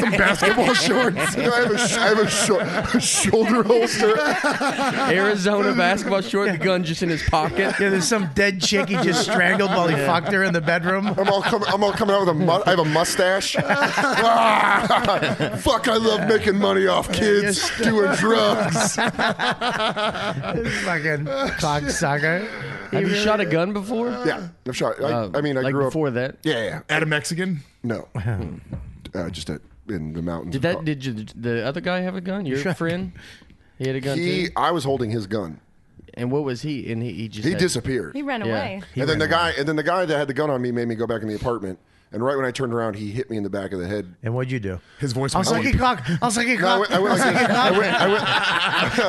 [SPEAKER 8] some basketball shorts.
[SPEAKER 5] You know, I have a, sh- I have a, sho- a shoulder holster.
[SPEAKER 6] Uh-huh. Arizona basketball short, the gun just in his pocket.
[SPEAKER 4] Yeah, there's some dead chick he just strangled while he fucked her in the bedroom.
[SPEAKER 5] I'm all coming. I'm all coming out with a. Mu- I have a mustache. Ah, fuck! I love making money off kids
[SPEAKER 4] Yes.
[SPEAKER 5] doing drugs.
[SPEAKER 4] fucking cocksucker.
[SPEAKER 6] Have you shot a gun before?
[SPEAKER 5] Yeah, I'm sorry. I,
[SPEAKER 6] Uh,
[SPEAKER 5] I mean, I
[SPEAKER 6] like
[SPEAKER 5] grew
[SPEAKER 6] before
[SPEAKER 5] up.
[SPEAKER 6] that.
[SPEAKER 5] Yeah, yeah.
[SPEAKER 8] At a Mexican?
[SPEAKER 5] No,
[SPEAKER 4] Hmm.
[SPEAKER 5] uh, just at, in the mountains.
[SPEAKER 6] Did that? Did you, the other guy have a gun? Your friend? He had a gun
[SPEAKER 5] he?
[SPEAKER 6] too.
[SPEAKER 5] I was holding his gun.
[SPEAKER 6] And what was he? And he, he just
[SPEAKER 5] He
[SPEAKER 6] had-
[SPEAKER 5] disappeared.
[SPEAKER 7] he ran
[SPEAKER 6] yeah.
[SPEAKER 7] away.
[SPEAKER 5] and then the guy, and then the guy that had the gun on me made me go back in the apartment. And right when I turned around, he hit me in the back of the head.
[SPEAKER 4] And what'd you do?
[SPEAKER 8] His voice
[SPEAKER 4] I was
[SPEAKER 8] went
[SPEAKER 4] like a
[SPEAKER 8] deep.
[SPEAKER 4] cock. I was like a
[SPEAKER 5] No, I
[SPEAKER 4] cock.
[SPEAKER 5] went, I went like this. I went, I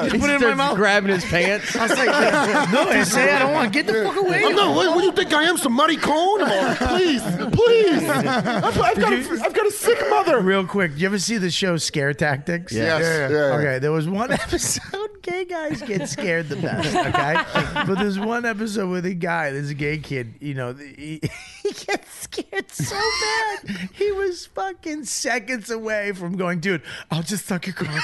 [SPEAKER 5] went,
[SPEAKER 6] He
[SPEAKER 4] Put it in my
[SPEAKER 6] starts
[SPEAKER 4] mouth.
[SPEAKER 6] grabbing his pants.
[SPEAKER 4] I was like, no, I say I don't want. Get the fuck away.
[SPEAKER 5] I'm not, what, what do you think I am, some Marty Cone? Please, please. I've, I've, got
[SPEAKER 4] you-
[SPEAKER 5] a, I've got a sick mother.
[SPEAKER 4] Real quick, you ever see the show Scare Tactics?
[SPEAKER 6] Yeah.
[SPEAKER 5] Yes. Yeah.
[SPEAKER 4] Okay, there was one episode gay guys get scared the best, okay? but there's one episode with a guy, this gay kid, you know, he, he gets scared so bad. He was fucking seconds away from going, dude, I'll just suck your cock.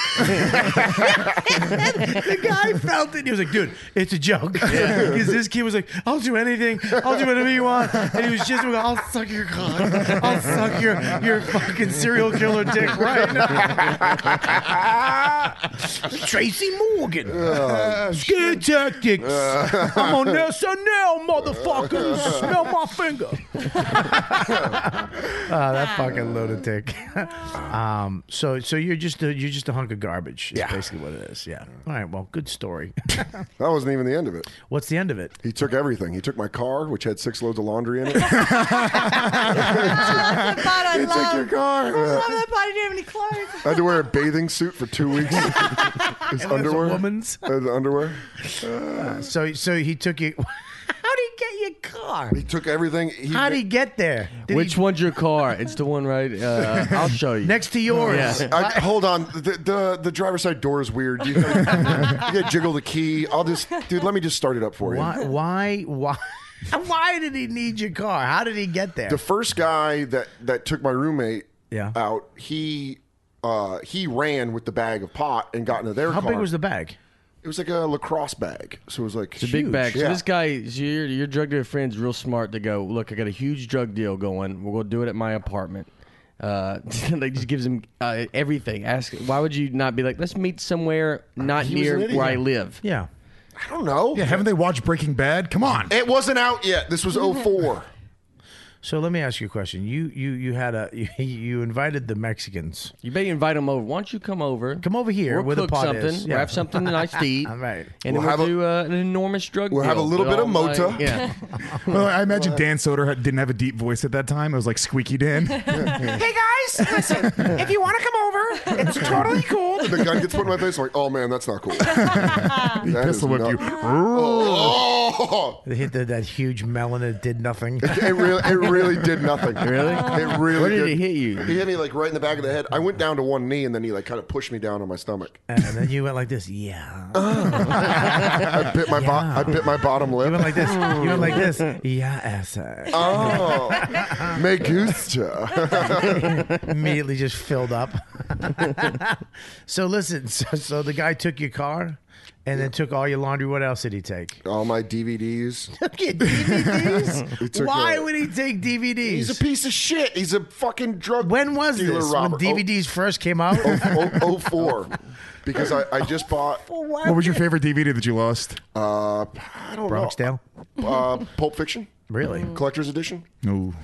[SPEAKER 4] the guy felt it. He was like, dude, it's a joke. Because this kid was like, I'll do anything. I'll do whatever you want. And he was just going, I'll suck your cock. I'll suck your, your fucking serial killer dick right now. Tracy Morgan. Scare tactics. I'm on SNL, motherfuckers. Smell my finger.
[SPEAKER 5] Ah,
[SPEAKER 4] Oh, that fucking lunatic. um, so so you're just a, you're just a hunk of garbage. Is
[SPEAKER 5] Yeah.
[SPEAKER 4] basically what it is. Yeah. All right. Well, good story.
[SPEAKER 5] That wasn't even the end of it.
[SPEAKER 4] What's the end of it?
[SPEAKER 5] He took everything. He took my car, which had six loads of laundry in it. he
[SPEAKER 7] That's the part I
[SPEAKER 5] took your
[SPEAKER 7] love.
[SPEAKER 5] car.
[SPEAKER 7] I love that part. I didn't have any clothes.
[SPEAKER 5] I had to wear a bathing suit for two weeks. His
[SPEAKER 4] was a
[SPEAKER 5] underwear.
[SPEAKER 4] woman's. Uh,
[SPEAKER 5] His underwear.
[SPEAKER 4] So so he took you. How did he get your car?
[SPEAKER 5] He took everything. He,
[SPEAKER 4] How did he get there? Did
[SPEAKER 6] Which
[SPEAKER 4] he-
[SPEAKER 6] one's your car? It's the one right. Uh, I'll show you.
[SPEAKER 4] next to yours?
[SPEAKER 6] Yeah.
[SPEAKER 5] I, hold on. The, the the driver's side door is weird. You gotta, you gotta jiggle the key. I'll just, dude. Let me just start it up for you.
[SPEAKER 4] Why why why why did he need your car? How did he get there?
[SPEAKER 5] The first guy that that took my roommate
[SPEAKER 4] Yeah.
[SPEAKER 5] out, he uh he ran with the bag of pot and got into their
[SPEAKER 4] How
[SPEAKER 5] car.
[SPEAKER 4] big was the bag?
[SPEAKER 5] It was like a lacrosse bag. So it was like
[SPEAKER 6] It's a big bag. So
[SPEAKER 5] Yeah.
[SPEAKER 6] this guy, so your, your drug dealer friend's real smart to go, look, I got a huge drug deal going. We're going to do it at my apartment. Uh, like just gives him uh, everything. Ask, why would you not be like, let's meet somewhere not
[SPEAKER 5] He was
[SPEAKER 6] near
[SPEAKER 5] an idiot.
[SPEAKER 6] where I live?
[SPEAKER 4] Yeah.
[SPEAKER 5] I don't know.
[SPEAKER 8] Yeah, haven't they watched Breaking Bad? Come on.
[SPEAKER 5] It wasn't out yet. This was 04.
[SPEAKER 4] So let me ask you a question. You you you had a you, you invited the Mexicans.
[SPEAKER 6] You better invite him over. Why don't you come over?
[SPEAKER 4] Come over here
[SPEAKER 6] We'll
[SPEAKER 4] where the
[SPEAKER 6] cook
[SPEAKER 4] pot
[SPEAKER 6] something.
[SPEAKER 4] is.
[SPEAKER 6] We'll
[SPEAKER 4] Yeah.
[SPEAKER 6] have something nice to eat.
[SPEAKER 4] Right.
[SPEAKER 6] And
[SPEAKER 5] We'll
[SPEAKER 6] we'll,
[SPEAKER 5] have a-
[SPEAKER 6] do uh, an enormous drug
[SPEAKER 5] We'll
[SPEAKER 6] deal.
[SPEAKER 5] have a little
[SPEAKER 6] We'll
[SPEAKER 5] bit of
[SPEAKER 6] all,
[SPEAKER 5] mota.
[SPEAKER 6] like- Oh, yeah.
[SPEAKER 8] Well, I imagine Dan Soder had- didn't have a deep voice at that time. It was like Squeaky Dan.
[SPEAKER 2] Hey guys, listen. If you want to come over, it's totally cool.
[SPEAKER 5] The gun gets put in my face. I'm like, oh man, that's not cool.
[SPEAKER 8] he
[SPEAKER 5] That is
[SPEAKER 8] pistol whipped
[SPEAKER 5] not-
[SPEAKER 8] you.
[SPEAKER 5] Oh,
[SPEAKER 4] They hit the, that huge melon that did nothing.
[SPEAKER 5] it really, it really did nothing.
[SPEAKER 6] Really?
[SPEAKER 5] It Oh. really.
[SPEAKER 6] Where did it hit you?
[SPEAKER 5] He hit me like right in the back of the head. I went down to one knee, and then he like kind of pushed me down on my stomach.
[SPEAKER 4] and then you went like this. Yeah.
[SPEAKER 5] I bit my bo-
[SPEAKER 4] Yeah.
[SPEAKER 5] I bit my bottom
[SPEAKER 4] You went
[SPEAKER 5] lip.
[SPEAKER 4] like this. You went like this. Yeah, ass.
[SPEAKER 5] Oh, me gusta.
[SPEAKER 4] immediately just filled up. so listen, so, so the guy took your car and then took all your laundry. What else did he take?
[SPEAKER 5] All my DVDs.
[SPEAKER 4] Took your DVDs?
[SPEAKER 5] He took
[SPEAKER 4] Why
[SPEAKER 5] all-
[SPEAKER 4] would he take DVDs?
[SPEAKER 5] He's a piece of shit. He's a fucking drug.
[SPEAKER 4] when was
[SPEAKER 5] dealer
[SPEAKER 4] this?
[SPEAKER 5] robber.
[SPEAKER 4] When DVDs first came out?
[SPEAKER 5] Oh, oh, oh, 04. Because I,
[SPEAKER 4] Oh,
[SPEAKER 5] I just bought.
[SPEAKER 8] What was your favorite DVD that you lost?
[SPEAKER 5] Uh, I don't
[SPEAKER 4] Bronxdale?
[SPEAKER 5] know. Uh, Pulp Fiction.
[SPEAKER 4] Really?
[SPEAKER 5] Collector's edition.
[SPEAKER 8] No.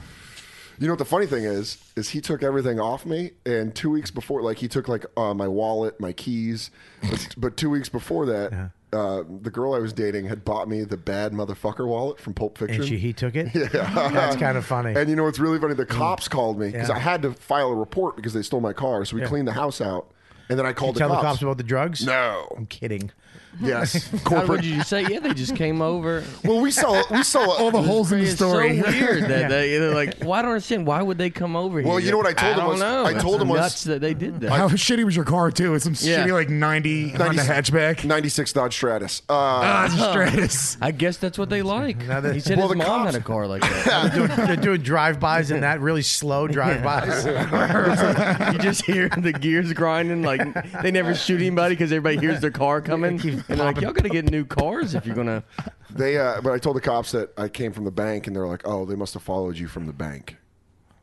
[SPEAKER 5] You know what the funny thing is? Is he took everything off me, and two weeks before, like he took like uh, my wallet, my keys, but, but two weeks before that, uh, the girl I was dating had bought me the bad motherfucker wallet from Pulp Fiction.
[SPEAKER 4] And she, he took it? Yeah. That's kind of funny. Mm.
[SPEAKER 5] And you know what's really funny? The cops called me because
[SPEAKER 4] Yeah.
[SPEAKER 5] I had to file a report because they stole my car. So we cleaned the house out, and then I called
[SPEAKER 4] Tell the cops about the drugs?
[SPEAKER 5] no.
[SPEAKER 4] I'm kidding.
[SPEAKER 5] Yes.
[SPEAKER 6] How would
[SPEAKER 5] Corporate.
[SPEAKER 6] you say? Yeah, they just came over.
[SPEAKER 5] well, we saw we saw all
[SPEAKER 8] The holes in the
[SPEAKER 6] It's so
[SPEAKER 8] story.
[SPEAKER 6] weird that they, they're like, well, I don't understand. Why would they come over here?
[SPEAKER 5] Well, you know what I told
[SPEAKER 6] I
[SPEAKER 5] him
[SPEAKER 6] don't
[SPEAKER 5] was-
[SPEAKER 6] know.
[SPEAKER 5] I told
[SPEAKER 6] It's
[SPEAKER 5] him was-
[SPEAKER 6] nuts that they did that.
[SPEAKER 8] How shitty was your car too? It's some
[SPEAKER 6] Yeah.
[SPEAKER 8] shitty like ninety Honda
[SPEAKER 5] 90
[SPEAKER 8] hatchback.
[SPEAKER 5] '96 Dodge Stratus. Uh,
[SPEAKER 8] Ah, it's a Stratus.
[SPEAKER 6] I guess that's what they like.
[SPEAKER 4] that-
[SPEAKER 6] he said
[SPEAKER 5] Well,
[SPEAKER 6] his
[SPEAKER 5] the
[SPEAKER 6] mom
[SPEAKER 5] cops-
[SPEAKER 6] had a car like that.
[SPEAKER 4] They're doing, they're doing drive-bys and that, really slow drive-bys.
[SPEAKER 6] you just hear the gears grinding. Like they never shoot anybody because everybody hears their car coming. And they're like, y'all gotta get new cars if you're gonna.
[SPEAKER 5] They, uh, but I told the cops that I came from the bank, and they're like, "Oh, they must have followed you from the bank."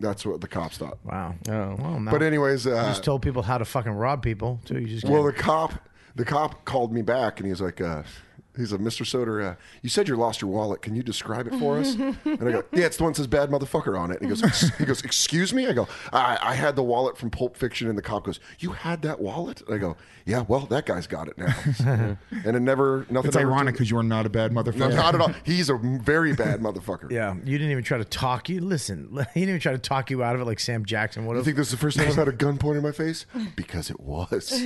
[SPEAKER 5] That's what the cops thought.
[SPEAKER 4] Wow.
[SPEAKER 6] Oh.
[SPEAKER 4] Well, no.
[SPEAKER 5] But anyways, uh,
[SPEAKER 4] just told people how to fucking rob people, too. You just
[SPEAKER 5] well, the cop, the cop called me back, and he's like, uh, "He's like, Mr. Soder, uh, you said you lost your wallet. Can you describe it for us?" and I go, "Yeah, it's the one that says bad motherfucker on it." And he goes, "Ex- "He goes, excuse me." I go, I, "I had the wallet from Pulp Fiction," and the cop goes, "You had that wallet?" And I go, "Yeah, well, that guy's got it now." and it never, nothing.
[SPEAKER 8] It's
[SPEAKER 5] ever
[SPEAKER 8] ironic
[SPEAKER 5] took-
[SPEAKER 8] because you are not a bad
[SPEAKER 5] No,
[SPEAKER 8] motherfucker.
[SPEAKER 5] not at all. He's a very bad motherfucker.
[SPEAKER 4] Yeah, you didn't even try to talk you. Listen, he didn't even try to talk you out of it like Sam Jackson would
[SPEAKER 5] You
[SPEAKER 4] have.
[SPEAKER 5] think this is the first time I've had a gun pointed in my face? Because it was.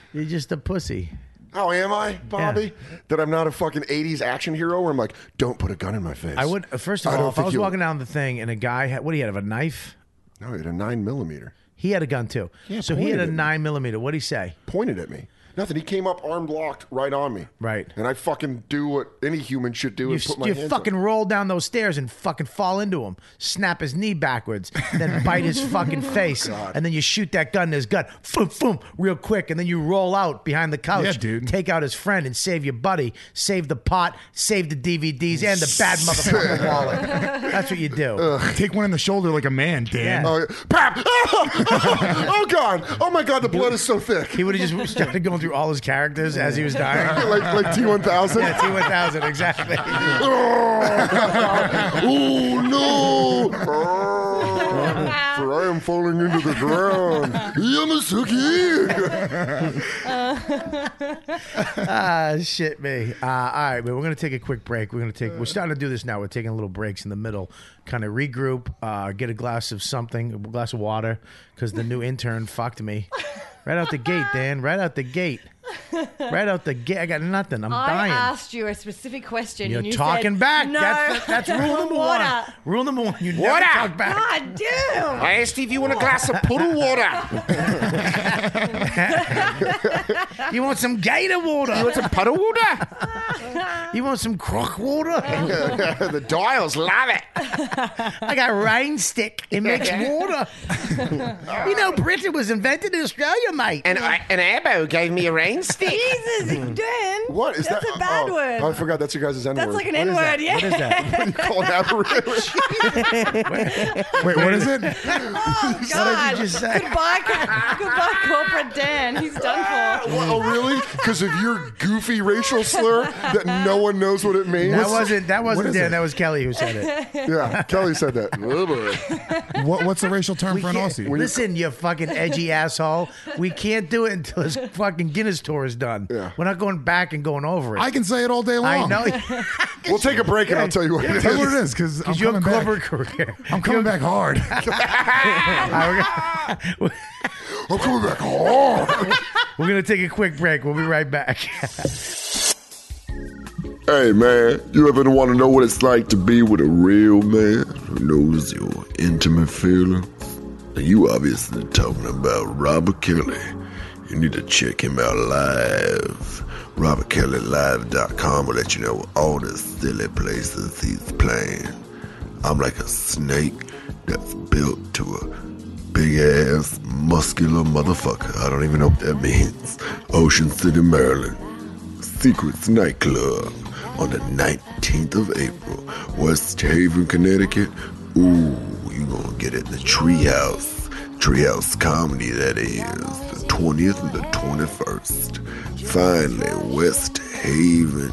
[SPEAKER 4] You're just a pussy.
[SPEAKER 5] How am I, Bobby? That I'm not a fucking 80s action hero where I'm like, don't put a gun in my face.
[SPEAKER 4] I would uh, first of
[SPEAKER 5] I
[SPEAKER 4] all,
[SPEAKER 5] don't
[SPEAKER 4] if I
[SPEAKER 5] think
[SPEAKER 4] was
[SPEAKER 5] you-
[SPEAKER 4] walking down the thing and a guy had what do you have a knife?
[SPEAKER 5] No, he had a 9 millimeter
[SPEAKER 4] He had a gun too.
[SPEAKER 5] Yeah,
[SPEAKER 4] so he
[SPEAKER 5] pointed
[SPEAKER 4] had a
[SPEAKER 5] at me.
[SPEAKER 4] nine millimeter. What'd he say?
[SPEAKER 5] pointed at me. Nothing. He came up armed locked right on me.
[SPEAKER 4] Right.
[SPEAKER 5] And I fucking do what any human should do
[SPEAKER 4] You,
[SPEAKER 5] and put my
[SPEAKER 4] you
[SPEAKER 5] hands
[SPEAKER 4] fucking
[SPEAKER 5] up.
[SPEAKER 4] roll down those stairs and fucking fall into him, snap his knee backwards, then bite his fucking face, and then you shoot that gun in his gut, boom, boom, real quick, and then you roll out behind the couch,
[SPEAKER 8] Yeah, dude.
[SPEAKER 4] take out his friend and save your buddy, save the pot, save the DVDs and the bad motherfucker wallet. That's what you do.
[SPEAKER 8] Take one in the shoulder like a man, Dan.
[SPEAKER 4] Yeah.
[SPEAKER 5] Oh, yeah. Pap! oh, God. Oh, my God. The blood is so thick.
[SPEAKER 4] He would have just started going through through all his characters as he was dying.
[SPEAKER 10] like like T1000.
[SPEAKER 4] yeah, T one thousand exactly.
[SPEAKER 10] oh no! For I am falling into the ground. Yamasuki!
[SPEAKER 4] Ah, shit me. Uh, all right, but we're gonna take a quick break. We're gonna take.
[SPEAKER 7] Uh.
[SPEAKER 4] We're starting to do this now. We're taking little breaks in the middle, kind of regroup, uh, get a glass of something, a glass of water, because the new intern fucked me right out the gate, Dan. Right out the gate. Right out the gate. I got nothing. I'm
[SPEAKER 7] I
[SPEAKER 4] dying.
[SPEAKER 7] asked you a specific question.
[SPEAKER 4] You're
[SPEAKER 7] and you
[SPEAKER 4] talking
[SPEAKER 7] said,
[SPEAKER 4] back.
[SPEAKER 7] No,
[SPEAKER 4] that's that's
[SPEAKER 7] I
[SPEAKER 4] rule
[SPEAKER 7] don't
[SPEAKER 4] number
[SPEAKER 7] want
[SPEAKER 4] one.
[SPEAKER 7] it."
[SPEAKER 4] Rule number one. You never
[SPEAKER 2] Water.
[SPEAKER 4] talk back.
[SPEAKER 7] God damn.
[SPEAKER 2] I asked if you want a glass of puddle water.
[SPEAKER 4] You want some gator water? You want some,
[SPEAKER 2] Puddle water?
[SPEAKER 4] crook water?
[SPEAKER 10] the dials love it.
[SPEAKER 4] I got rain stick. It makes water. you know, Britain was invented in Australia, mate.
[SPEAKER 2] And I, an Abbo gave me a rain stick.
[SPEAKER 7] Jesus, Dan.
[SPEAKER 10] What is
[SPEAKER 7] That's
[SPEAKER 10] that?
[SPEAKER 7] a bad
[SPEAKER 10] oh,
[SPEAKER 7] word.
[SPEAKER 10] I forgot that's your guys' N
[SPEAKER 7] That's
[SPEAKER 10] word.
[SPEAKER 7] like an N word, yeah.
[SPEAKER 4] What is that?
[SPEAKER 10] what do you call an apparition?
[SPEAKER 8] Wait, what is it?
[SPEAKER 7] Oh, God.
[SPEAKER 4] just say?
[SPEAKER 7] Goodbye, co- goodbye, corporate Dan. He's done for.
[SPEAKER 10] oh, really? Because of your goofy racial slur that no one knows what it means?
[SPEAKER 4] That wasn't that wasn't
[SPEAKER 8] is
[SPEAKER 4] Dan.
[SPEAKER 8] it?
[SPEAKER 4] That was Kelly who said it.
[SPEAKER 10] Yeah, Kelly said that. Oh, boy.
[SPEAKER 8] What, what's the racial term
[SPEAKER 4] We
[SPEAKER 8] for an
[SPEAKER 4] can't-
[SPEAKER 8] Aussie?
[SPEAKER 4] Listen, you fucking edgy asshole. We can't do it until this fucking Guinness tour is done.
[SPEAKER 10] Yeah.
[SPEAKER 4] We're not going back and going over it.
[SPEAKER 8] I can say it all day long.
[SPEAKER 4] I know
[SPEAKER 10] We'll take a break and I'll tell you what it is.
[SPEAKER 8] Tell me what it is because I'm
[SPEAKER 4] because your
[SPEAKER 8] coming back.
[SPEAKER 4] corporate career.
[SPEAKER 8] I'm coming back hard.
[SPEAKER 4] All right, we're gonna-
[SPEAKER 10] I'm coming back hard.
[SPEAKER 4] we're gonna take a quick break. We'll be right back.
[SPEAKER 10] Hey man, you ever want to know what it's like to be with a real man who knows your intimate feelings? And you obviously talking about Robert Kelly. You need to check him out live. RobertKellyLive.com will let you know all the silly places he's playing. I'm like a snake that's built to a big ass muscular motherfucker. I don't even know what that means. Ocean City, Maryland. Secrets Nightclub on the 19th of April, West Haven, Connecticut. Ooh, you gonna get it in the Treehouse. Treehouse Comedy, that is, the 20th and the 21st. Finally, West Haven.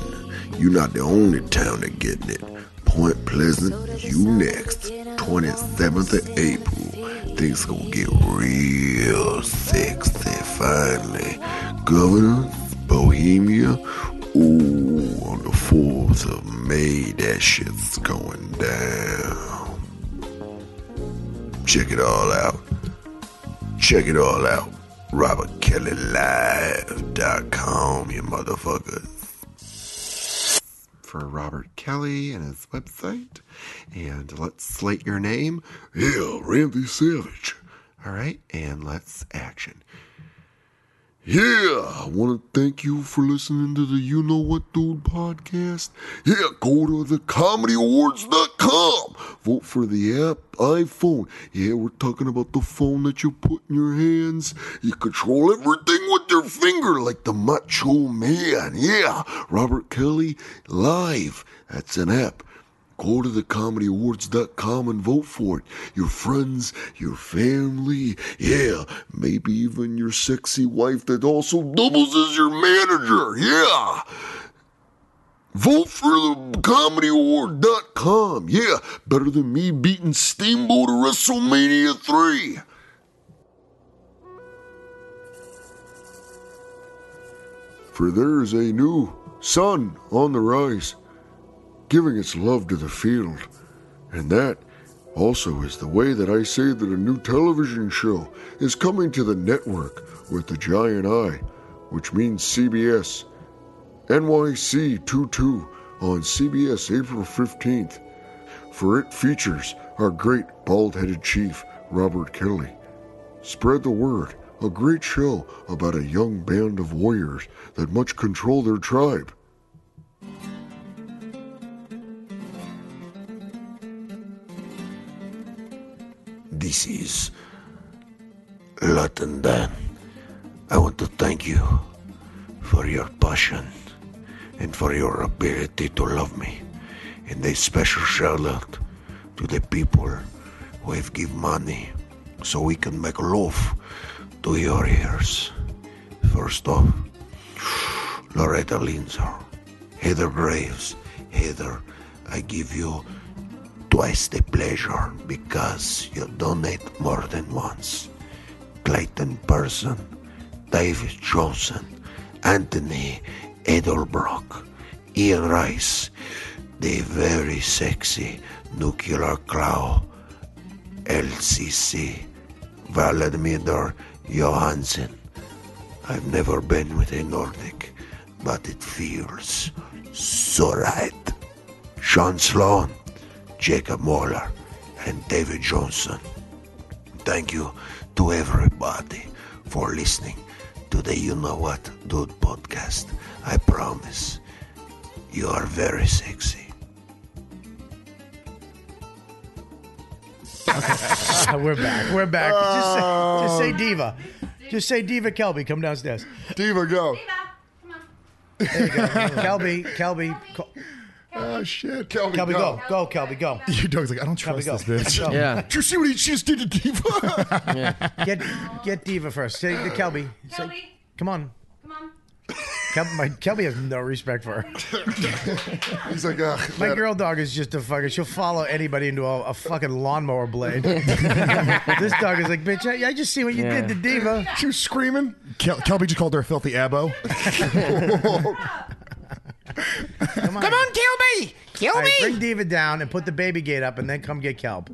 [SPEAKER 10] You're not the only town that getting it. Point Pleasant, you next. 27th of April. Things gonna get real sexy finally. Governor, Bohemia. Ooh, on the 4th of May, that shit's going down. Check it all out. Check it all out. RobertKellyLive.com, you motherfuckers. For Robert Kelly and his website, and let's slate your name. Yeah, Randy Savage. All right, and let's action. Yeah, I want to thank you for listening to the You Know What Dude podcast. Yeah, go to thecomedyawards.com. Vote for the app iPhone. Yeah, we're talking about the phone that you put in your hands. You control everything with your finger like the macho man. Yeah, Robert Kelly Live. That's an app. Go to thecomedyawards.com and vote for it. Your friends, your family, yeah, maybe even your sexy wife that also doubles as your manager, yeah. Vote for thecomedyaward.com, yeah, better than me beating Steamboat at WrestleMania 3. For there's a new sun on the rise giving its love to the field. And that also is the way that I say that a new television show is coming to the network with the giant I, which means CBS. NYC 22 on CBS April 15th. For it features our great bald headed chief, Robert Kelly. Spread the word, a great show about a young band of warriors that much control their tribe. This is Latin Dan. I want to thank you for your passion and for your ability to love me. And a special shout out to the people who have give money so we can make love to your ears. First off,
[SPEAKER 9] Loretta Lindsay, Heather Graves. Heather, I give you twice the pleasure because you donate more than once. Clayton Person, David Johnson, Anthony Edelbrock, Ian Rice, the very sexy nuclear clown, LCC, Vladimir Johansen. I've never been with a Nordic, but it feels so right. Sean Sloan, Jacob Moeller, and David Johnson. Thank you to everybody for listening to the You Know What Dude podcast. I promise you are very sexy.
[SPEAKER 4] Uh, we're back. We're back. just, say, just
[SPEAKER 10] Uh.
[SPEAKER 4] say diva. Just say diva Kelby. Come downstairs.
[SPEAKER 5] Diva, go.
[SPEAKER 4] Kelby, Kelby, Col-
[SPEAKER 5] Oh, shit. Kelby,
[SPEAKER 4] Kelby,
[SPEAKER 5] go.
[SPEAKER 4] go, go, Kelby, go.
[SPEAKER 8] Your dog's like, I don't trust
[SPEAKER 4] go.
[SPEAKER 8] this bitch.
[SPEAKER 4] Go.
[SPEAKER 6] Yeah.
[SPEAKER 5] Did you see what he just did to Diva?
[SPEAKER 4] Get, get diva first. Say the Kelby. Say- come on. Come on. Kelby, my, Kelby has no respect for her.
[SPEAKER 5] He's like, uh,
[SPEAKER 4] My
[SPEAKER 5] man,
[SPEAKER 4] girl dog is just a fucking. She'll follow anybody into a, a fucking lawnmower blade. this dog is like, bitch. I, I just see what you
[SPEAKER 6] Yeah.
[SPEAKER 4] did to Diva.
[SPEAKER 5] she was screaming.
[SPEAKER 8] Kel- Kelby just called her a filthy abo.
[SPEAKER 4] Come on,
[SPEAKER 2] Come on, kill me! Kill
[SPEAKER 4] All right,
[SPEAKER 2] me!
[SPEAKER 4] bring Diva down and put the baby gate up, and then come get Kelp.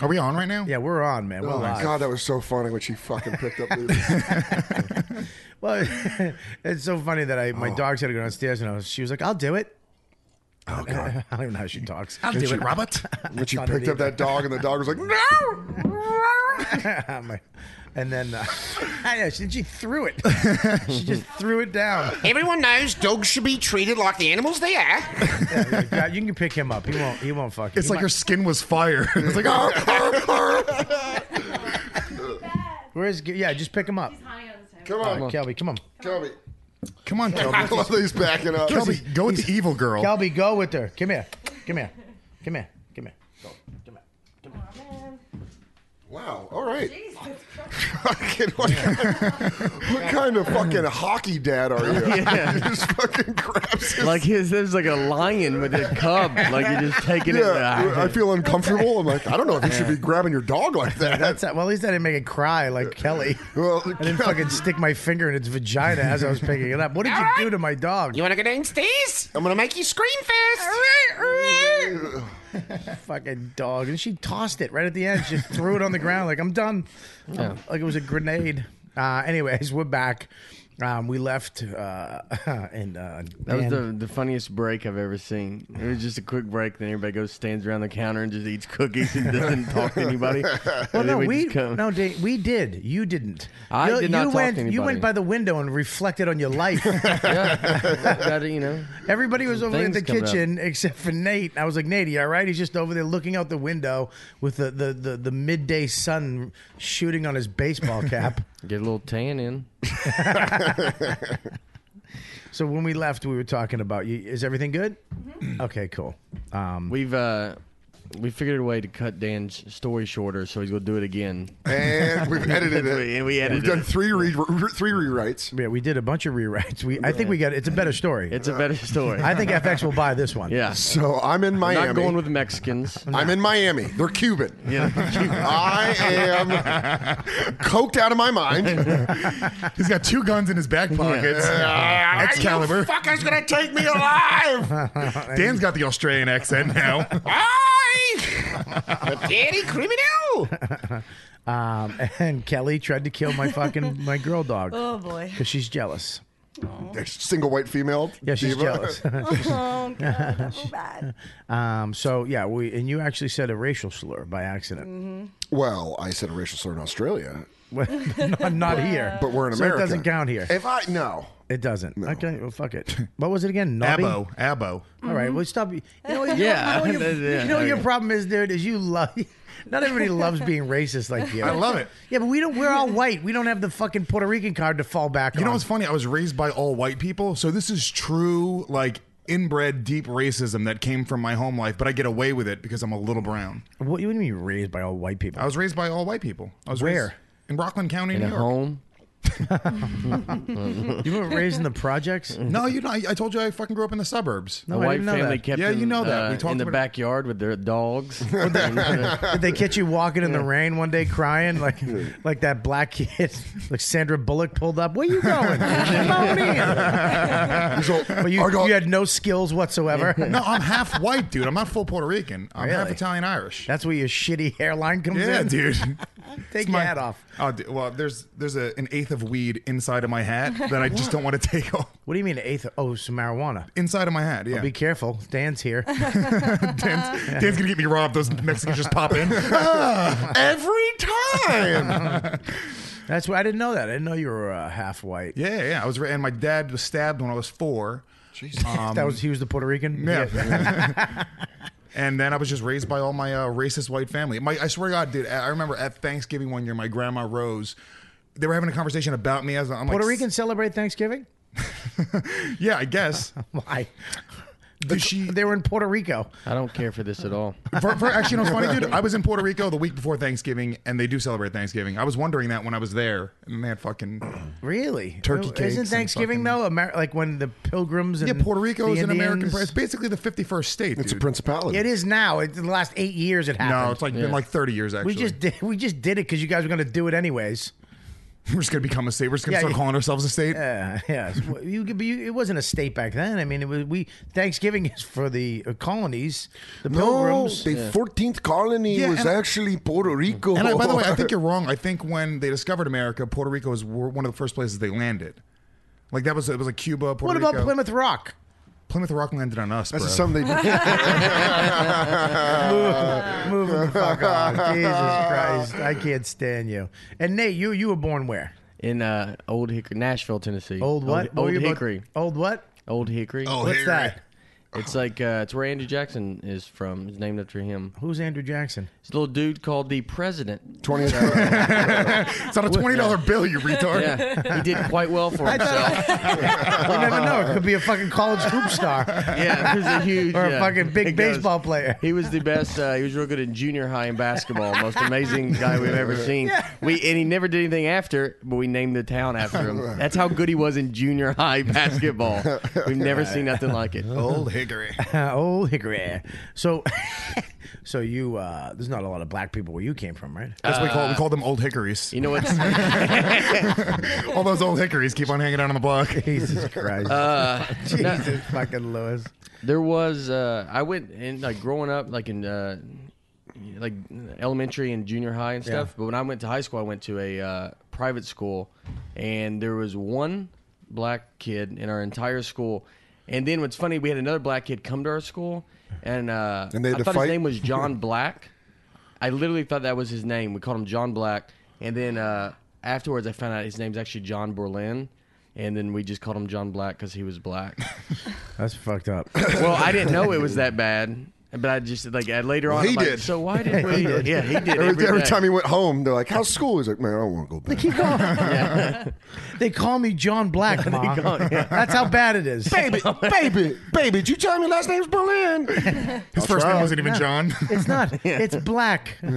[SPEAKER 8] Are we on right now?
[SPEAKER 4] Yeah, we're on, man. We're
[SPEAKER 5] Oh, my
[SPEAKER 4] live.
[SPEAKER 5] God, that was so funny when she fucking picked up Diva.
[SPEAKER 4] Well, it's so funny that I my dog's had to go downstairs, and I was, she was like, "I'll do it."
[SPEAKER 5] Oh, God.
[SPEAKER 4] I don't even know how she talks.
[SPEAKER 8] I'll do it, Robert.
[SPEAKER 5] When she
[SPEAKER 4] Not
[SPEAKER 5] picked
[SPEAKER 4] Diva.
[SPEAKER 5] up that dog and the dog was like, "Mm, no!
[SPEAKER 4] I'm like- and then uh, I know, she, she threw it. she just threw it down.
[SPEAKER 2] Everyone knows dogs should be treated like the animals they are.
[SPEAKER 4] Like, "Yeah, you can pick him up. He won't. He won't fuck. you."
[SPEAKER 8] It's
[SPEAKER 4] He
[SPEAKER 8] like
[SPEAKER 4] might-
[SPEAKER 8] her skin was fire. it's like, oh,
[SPEAKER 4] where's? Yeah, just pick him up.
[SPEAKER 5] Come on,
[SPEAKER 4] Kelby, come on.
[SPEAKER 5] Kelby.
[SPEAKER 8] come on,
[SPEAKER 5] I
[SPEAKER 8] Kelby.
[SPEAKER 5] love that he's backing up.
[SPEAKER 8] Kelby, go with the evil girl.
[SPEAKER 4] Kelby, go with her. Come here. Come here. Come here. Come here.
[SPEAKER 5] Wow. All right. Fucking, what, kind, what kind of fucking hockey dad are you? You just fucking grabs his.
[SPEAKER 6] Like his, there's like a lion with a cub. Like you're just taking it.
[SPEAKER 5] yeah, I feel uncomfortable. I'm like, I don't know if you should be grabbing your dog like that.
[SPEAKER 4] That's well, at least I didn't make it cry like Kelly.
[SPEAKER 5] Well,
[SPEAKER 4] I didn't fucking stick my finger in its vagina as I was picking it up. What did you do to my dog?
[SPEAKER 2] You wanna go downstairs? I'm gonna make you scream first.
[SPEAKER 4] fucking dog. And she tossed it right at the end. She just threw it on the ground like, I'm done. Like it was a grenade. Uh, anyways, we're back. Um, we left uh, and uh,
[SPEAKER 6] That was
[SPEAKER 4] Dan-
[SPEAKER 6] the, the funniest break I've ever seen. It was just a quick break, then everybody goes stands around the counter and just eats cookies and doesn't talk to anybody.
[SPEAKER 4] Well, no, we,
[SPEAKER 6] come.
[SPEAKER 4] no, Dan, we did. You didn't.
[SPEAKER 6] I
[SPEAKER 4] you,
[SPEAKER 6] did not
[SPEAKER 4] you
[SPEAKER 6] talk to
[SPEAKER 4] went, You
[SPEAKER 6] anybody.
[SPEAKER 4] went by the window and reflected on your life.
[SPEAKER 6] Gotta, you know,
[SPEAKER 4] Everybody was over there in the
[SPEAKER 6] things coming up.
[SPEAKER 4] kitchen except for Nate. I was like, Nate, you all right? He's just over there looking out the window with the, the, the, the midday sun shooting on his baseball cap.
[SPEAKER 6] get a little tan in.
[SPEAKER 4] So when we left, we were talking about you. Is everything good? Okay, cool. Um,
[SPEAKER 6] We've uh, we figured a way to cut Dan's story shorter, so he's gonna do it again.
[SPEAKER 5] and we've edited it.
[SPEAKER 6] and we
[SPEAKER 5] We've
[SPEAKER 6] edited.
[SPEAKER 5] done
[SPEAKER 6] it.
[SPEAKER 5] three re- re- three rewrites.
[SPEAKER 4] yeah, we did a bunch of rewrites. We, I think we got it's a better story.
[SPEAKER 6] It's a better story.
[SPEAKER 4] I think FX will buy this one.
[SPEAKER 6] yeah,
[SPEAKER 5] So I'm in Miami.
[SPEAKER 6] not going with Mexicans.
[SPEAKER 5] I'm in Miami. They're Cuban.
[SPEAKER 6] Yeah.
[SPEAKER 5] I am coked out of my mind.
[SPEAKER 8] He's got two guns in his back pockets.
[SPEAKER 4] Uh,
[SPEAKER 2] You
[SPEAKER 8] Excalibur.
[SPEAKER 2] fucker's gonna take me alive!
[SPEAKER 8] Dan's got the Australian accent now.
[SPEAKER 2] I, a dirty criminal!
[SPEAKER 4] Um, and Kelly tried to kill my fucking my girl dog
[SPEAKER 7] Oh boy.
[SPEAKER 4] because she's jealous.
[SPEAKER 5] Single white female.
[SPEAKER 4] Yeah, she's
[SPEAKER 5] diva.
[SPEAKER 4] jealous.
[SPEAKER 7] Oh god, I feel bad.
[SPEAKER 4] um, so yeah, we and you actually said a racial slur by accident.
[SPEAKER 5] Well, I said a racial slur in Australia,
[SPEAKER 4] not, not here,
[SPEAKER 5] but we're in
[SPEAKER 4] So
[SPEAKER 5] America.
[SPEAKER 4] It doesn't count here.
[SPEAKER 5] If I no,
[SPEAKER 4] It doesn't. Okay, well, fuck it. What was it again? Nobby?
[SPEAKER 8] Abo. Abo.
[SPEAKER 4] All right, well, stop. You know, you know-
[SPEAKER 6] Yeah,
[SPEAKER 4] you know, your-
[SPEAKER 6] yeah,
[SPEAKER 4] you know your
[SPEAKER 6] okay.
[SPEAKER 4] problem is, dude, is you love. Not everybody loves being racist like you.
[SPEAKER 8] I love it.
[SPEAKER 4] Yeah, but we don't. We're all white. We don't have the fucking Puerto Rican card to fall back.
[SPEAKER 8] You know
[SPEAKER 4] on.
[SPEAKER 8] what's funny? I was raised by all white people, so this is true, like inbred deep racism that came from my home life, but I get away with it because I'm a little brown.
[SPEAKER 4] what, what do you mean raised by all white people?
[SPEAKER 8] I was raised by all white people. I was
[SPEAKER 4] Where?
[SPEAKER 8] raised in Rockland County,
[SPEAKER 6] in
[SPEAKER 8] New
[SPEAKER 6] a
[SPEAKER 8] York.
[SPEAKER 6] home.
[SPEAKER 4] You were raised in the projects?
[SPEAKER 8] No, you know, I, I told you I fucking grew up in the suburbs.
[SPEAKER 4] No,
[SPEAKER 6] A
[SPEAKER 4] I
[SPEAKER 6] white
[SPEAKER 4] didn't know
[SPEAKER 6] family
[SPEAKER 4] that.
[SPEAKER 6] kept
[SPEAKER 8] Yeah,
[SPEAKER 6] them,
[SPEAKER 8] you know that.
[SPEAKER 6] uh,
[SPEAKER 8] We talked
[SPEAKER 6] in the
[SPEAKER 8] about it.
[SPEAKER 6] backyard with their dogs. And, uh,
[SPEAKER 4] Did they catch you walking in the rain one day crying like like that black kid, like Sandra Bullock pulled up? Where you going?
[SPEAKER 5] So,
[SPEAKER 4] But you,
[SPEAKER 5] I got-
[SPEAKER 4] you had no skills whatsoever.
[SPEAKER 8] No, I'm half white, dude. I'm not full Puerto Rican. I'm half
[SPEAKER 4] Really?
[SPEAKER 8] Italian Irish.
[SPEAKER 4] That's where your shitty hairline comes
[SPEAKER 8] Yeah,
[SPEAKER 4] in.
[SPEAKER 8] dude.
[SPEAKER 4] Take your
[SPEAKER 8] My-
[SPEAKER 4] hat off.
[SPEAKER 8] Oh, d- well, there's there's a, an eighth of weed inside of my hat that I just don't want to take off.
[SPEAKER 4] What do you mean eighth? Oh, some marijuana.
[SPEAKER 8] Inside of my hat, yeah.
[SPEAKER 4] Be careful. Dan's here.
[SPEAKER 8] Dan's gonna get me robbed. Those Mexicans just pop in. Ah,
[SPEAKER 5] every time.
[SPEAKER 4] That's why I didn't know that. I didn't know you were uh, half white.
[SPEAKER 8] yeah, yeah. I was, ra- and my dad was stabbed when I was four. Um,
[SPEAKER 4] That was he was the Puerto Rican.
[SPEAKER 8] Yeah. and then I was just raised by all my uh, racist white family. My, I swear to God, dude, I remember at Thanksgiving one year, my grandma Rose, they were having a conversation about me. As I'm like,
[SPEAKER 4] Puerto Ricans celebrate Thanksgiving.
[SPEAKER 8] Yeah, I guess.
[SPEAKER 4] Why?
[SPEAKER 8] Did she?
[SPEAKER 4] They were in Puerto Rico.
[SPEAKER 6] I don't care for this at all.
[SPEAKER 8] For, for, actually, you know, it's funny, dude. I was in Puerto Rico the week before Thanksgiving, and they do celebrate Thanksgiving. I was wondering that when I was there, and they had fucking
[SPEAKER 4] Really?
[SPEAKER 8] Turkey cakes
[SPEAKER 4] Isn't
[SPEAKER 8] and
[SPEAKER 4] Thanksgiving
[SPEAKER 8] fucking-
[SPEAKER 4] though? Amer- like when the Pilgrims and
[SPEAKER 8] yeah. Puerto Rico
[SPEAKER 4] the
[SPEAKER 8] is an American.
[SPEAKER 4] Indians-
[SPEAKER 8] pr- It's basically the fifty-first state.
[SPEAKER 5] It's a
[SPEAKER 8] dude.
[SPEAKER 5] principality.
[SPEAKER 4] It is now. It, in the last eight years, it happened.
[SPEAKER 8] No, it's like been like thirty years actually.
[SPEAKER 4] we just did. We just did it because you guys were going to do it anyways.
[SPEAKER 8] we're just gonna become a state. We're just gonna
[SPEAKER 4] Yeah,
[SPEAKER 8] start
[SPEAKER 4] yeah.
[SPEAKER 8] calling ourselves a state.
[SPEAKER 4] Yeah, yeah. It's- well, You, could be- you- it wasn't a state back then. I mean, it was we Thanksgiving is for the uh, colonies, the
[SPEAKER 5] No,
[SPEAKER 4] pilgrims.
[SPEAKER 5] the fourteenth colony
[SPEAKER 8] Yeah,
[SPEAKER 5] was
[SPEAKER 8] and I-
[SPEAKER 5] actually Puerto Rico.
[SPEAKER 8] And I, by the way, I think you're wrong. I think when they discovered America, Puerto Rico was were one of the first places they landed. Like that was it was like Cuba, Puerto
[SPEAKER 4] what about
[SPEAKER 8] Rico.
[SPEAKER 4] Plymouth Rock?
[SPEAKER 8] Plymouth Rock landed on us.
[SPEAKER 5] This
[SPEAKER 8] bro.
[SPEAKER 5] is something they did.
[SPEAKER 4] Move the fuck on, Jesus Christ! I can't stand you. And Nate, you you were born where?
[SPEAKER 6] In uh, Old Hickory, Nashville, Tennessee.
[SPEAKER 4] Old what? What
[SPEAKER 6] Old,
[SPEAKER 4] were you about-
[SPEAKER 6] Hickory.
[SPEAKER 4] old what?
[SPEAKER 6] Old Hickory.
[SPEAKER 8] Oh,
[SPEAKER 4] What's
[SPEAKER 8] Hickory. Oh.
[SPEAKER 4] that?
[SPEAKER 6] It's like uh, it's where Andrew Jackson is from. It's named after him.
[SPEAKER 4] Who's Andrew Jackson?
[SPEAKER 6] It's a little dude called the President.
[SPEAKER 5] 20th
[SPEAKER 8] It's on a twenty dollar bill, you retard.
[SPEAKER 6] Yeah, he did quite well for himself.
[SPEAKER 4] You never know. Oh, It could be a fucking college hoop star.
[SPEAKER 6] yeah, he was a huge
[SPEAKER 4] Or a
[SPEAKER 6] yeah.
[SPEAKER 4] fucking big
[SPEAKER 6] It goes-
[SPEAKER 4] baseball player.
[SPEAKER 6] He was the best. Uh, he was real good in junior high in basketball. Most amazing guy we've ever seen. We and he never did anything after, but we named the town after him. That's how good he was in junior high basketball. We've never seen nothing like it.
[SPEAKER 8] Old Hickory.
[SPEAKER 4] Uh, old Hickory. So, so you uh, there's not a lot of black people where you came from, right?
[SPEAKER 8] That's what we call we call them old hickories.
[SPEAKER 6] Uh, You know what's
[SPEAKER 8] All those old hickories keep on hanging out on the block.
[SPEAKER 4] Jesus Christ. Jesus fucking Lewis.
[SPEAKER 6] Uh, There was uh, I went and like growing up like in uh, like elementary and junior high and stuff. But when I went to high school, I went to a uh, private school, and there was one black kid in our entire school. And then what's funny, we had another black kid come to our school, and uh,
[SPEAKER 5] And they had
[SPEAKER 6] I
[SPEAKER 5] to
[SPEAKER 6] thought
[SPEAKER 5] fight?
[SPEAKER 6] his name was John Black. I literally thought that was his name. We called him John Black, and then uh, afterwards, I found out his name's actually John Borland. And then we just called him John Black because he was black.
[SPEAKER 4] That's fucked up.
[SPEAKER 6] Well, I didn't know it was that bad, but I just like I- later on.
[SPEAKER 5] He
[SPEAKER 6] I'm like,
[SPEAKER 5] did.
[SPEAKER 6] so why did we? Yeah, he did.
[SPEAKER 5] every, every
[SPEAKER 6] day.
[SPEAKER 5] time he went home, they're like, "How's school?" He's like, "Man, I don't want to go back."
[SPEAKER 4] Keep going. They call me John Black, Ma. That's how bad it is.
[SPEAKER 5] baby, baby, baby, did you tell me last name's Berlin?
[SPEAKER 8] His first name wasn't even John.
[SPEAKER 4] It's not. It's black.
[SPEAKER 8] His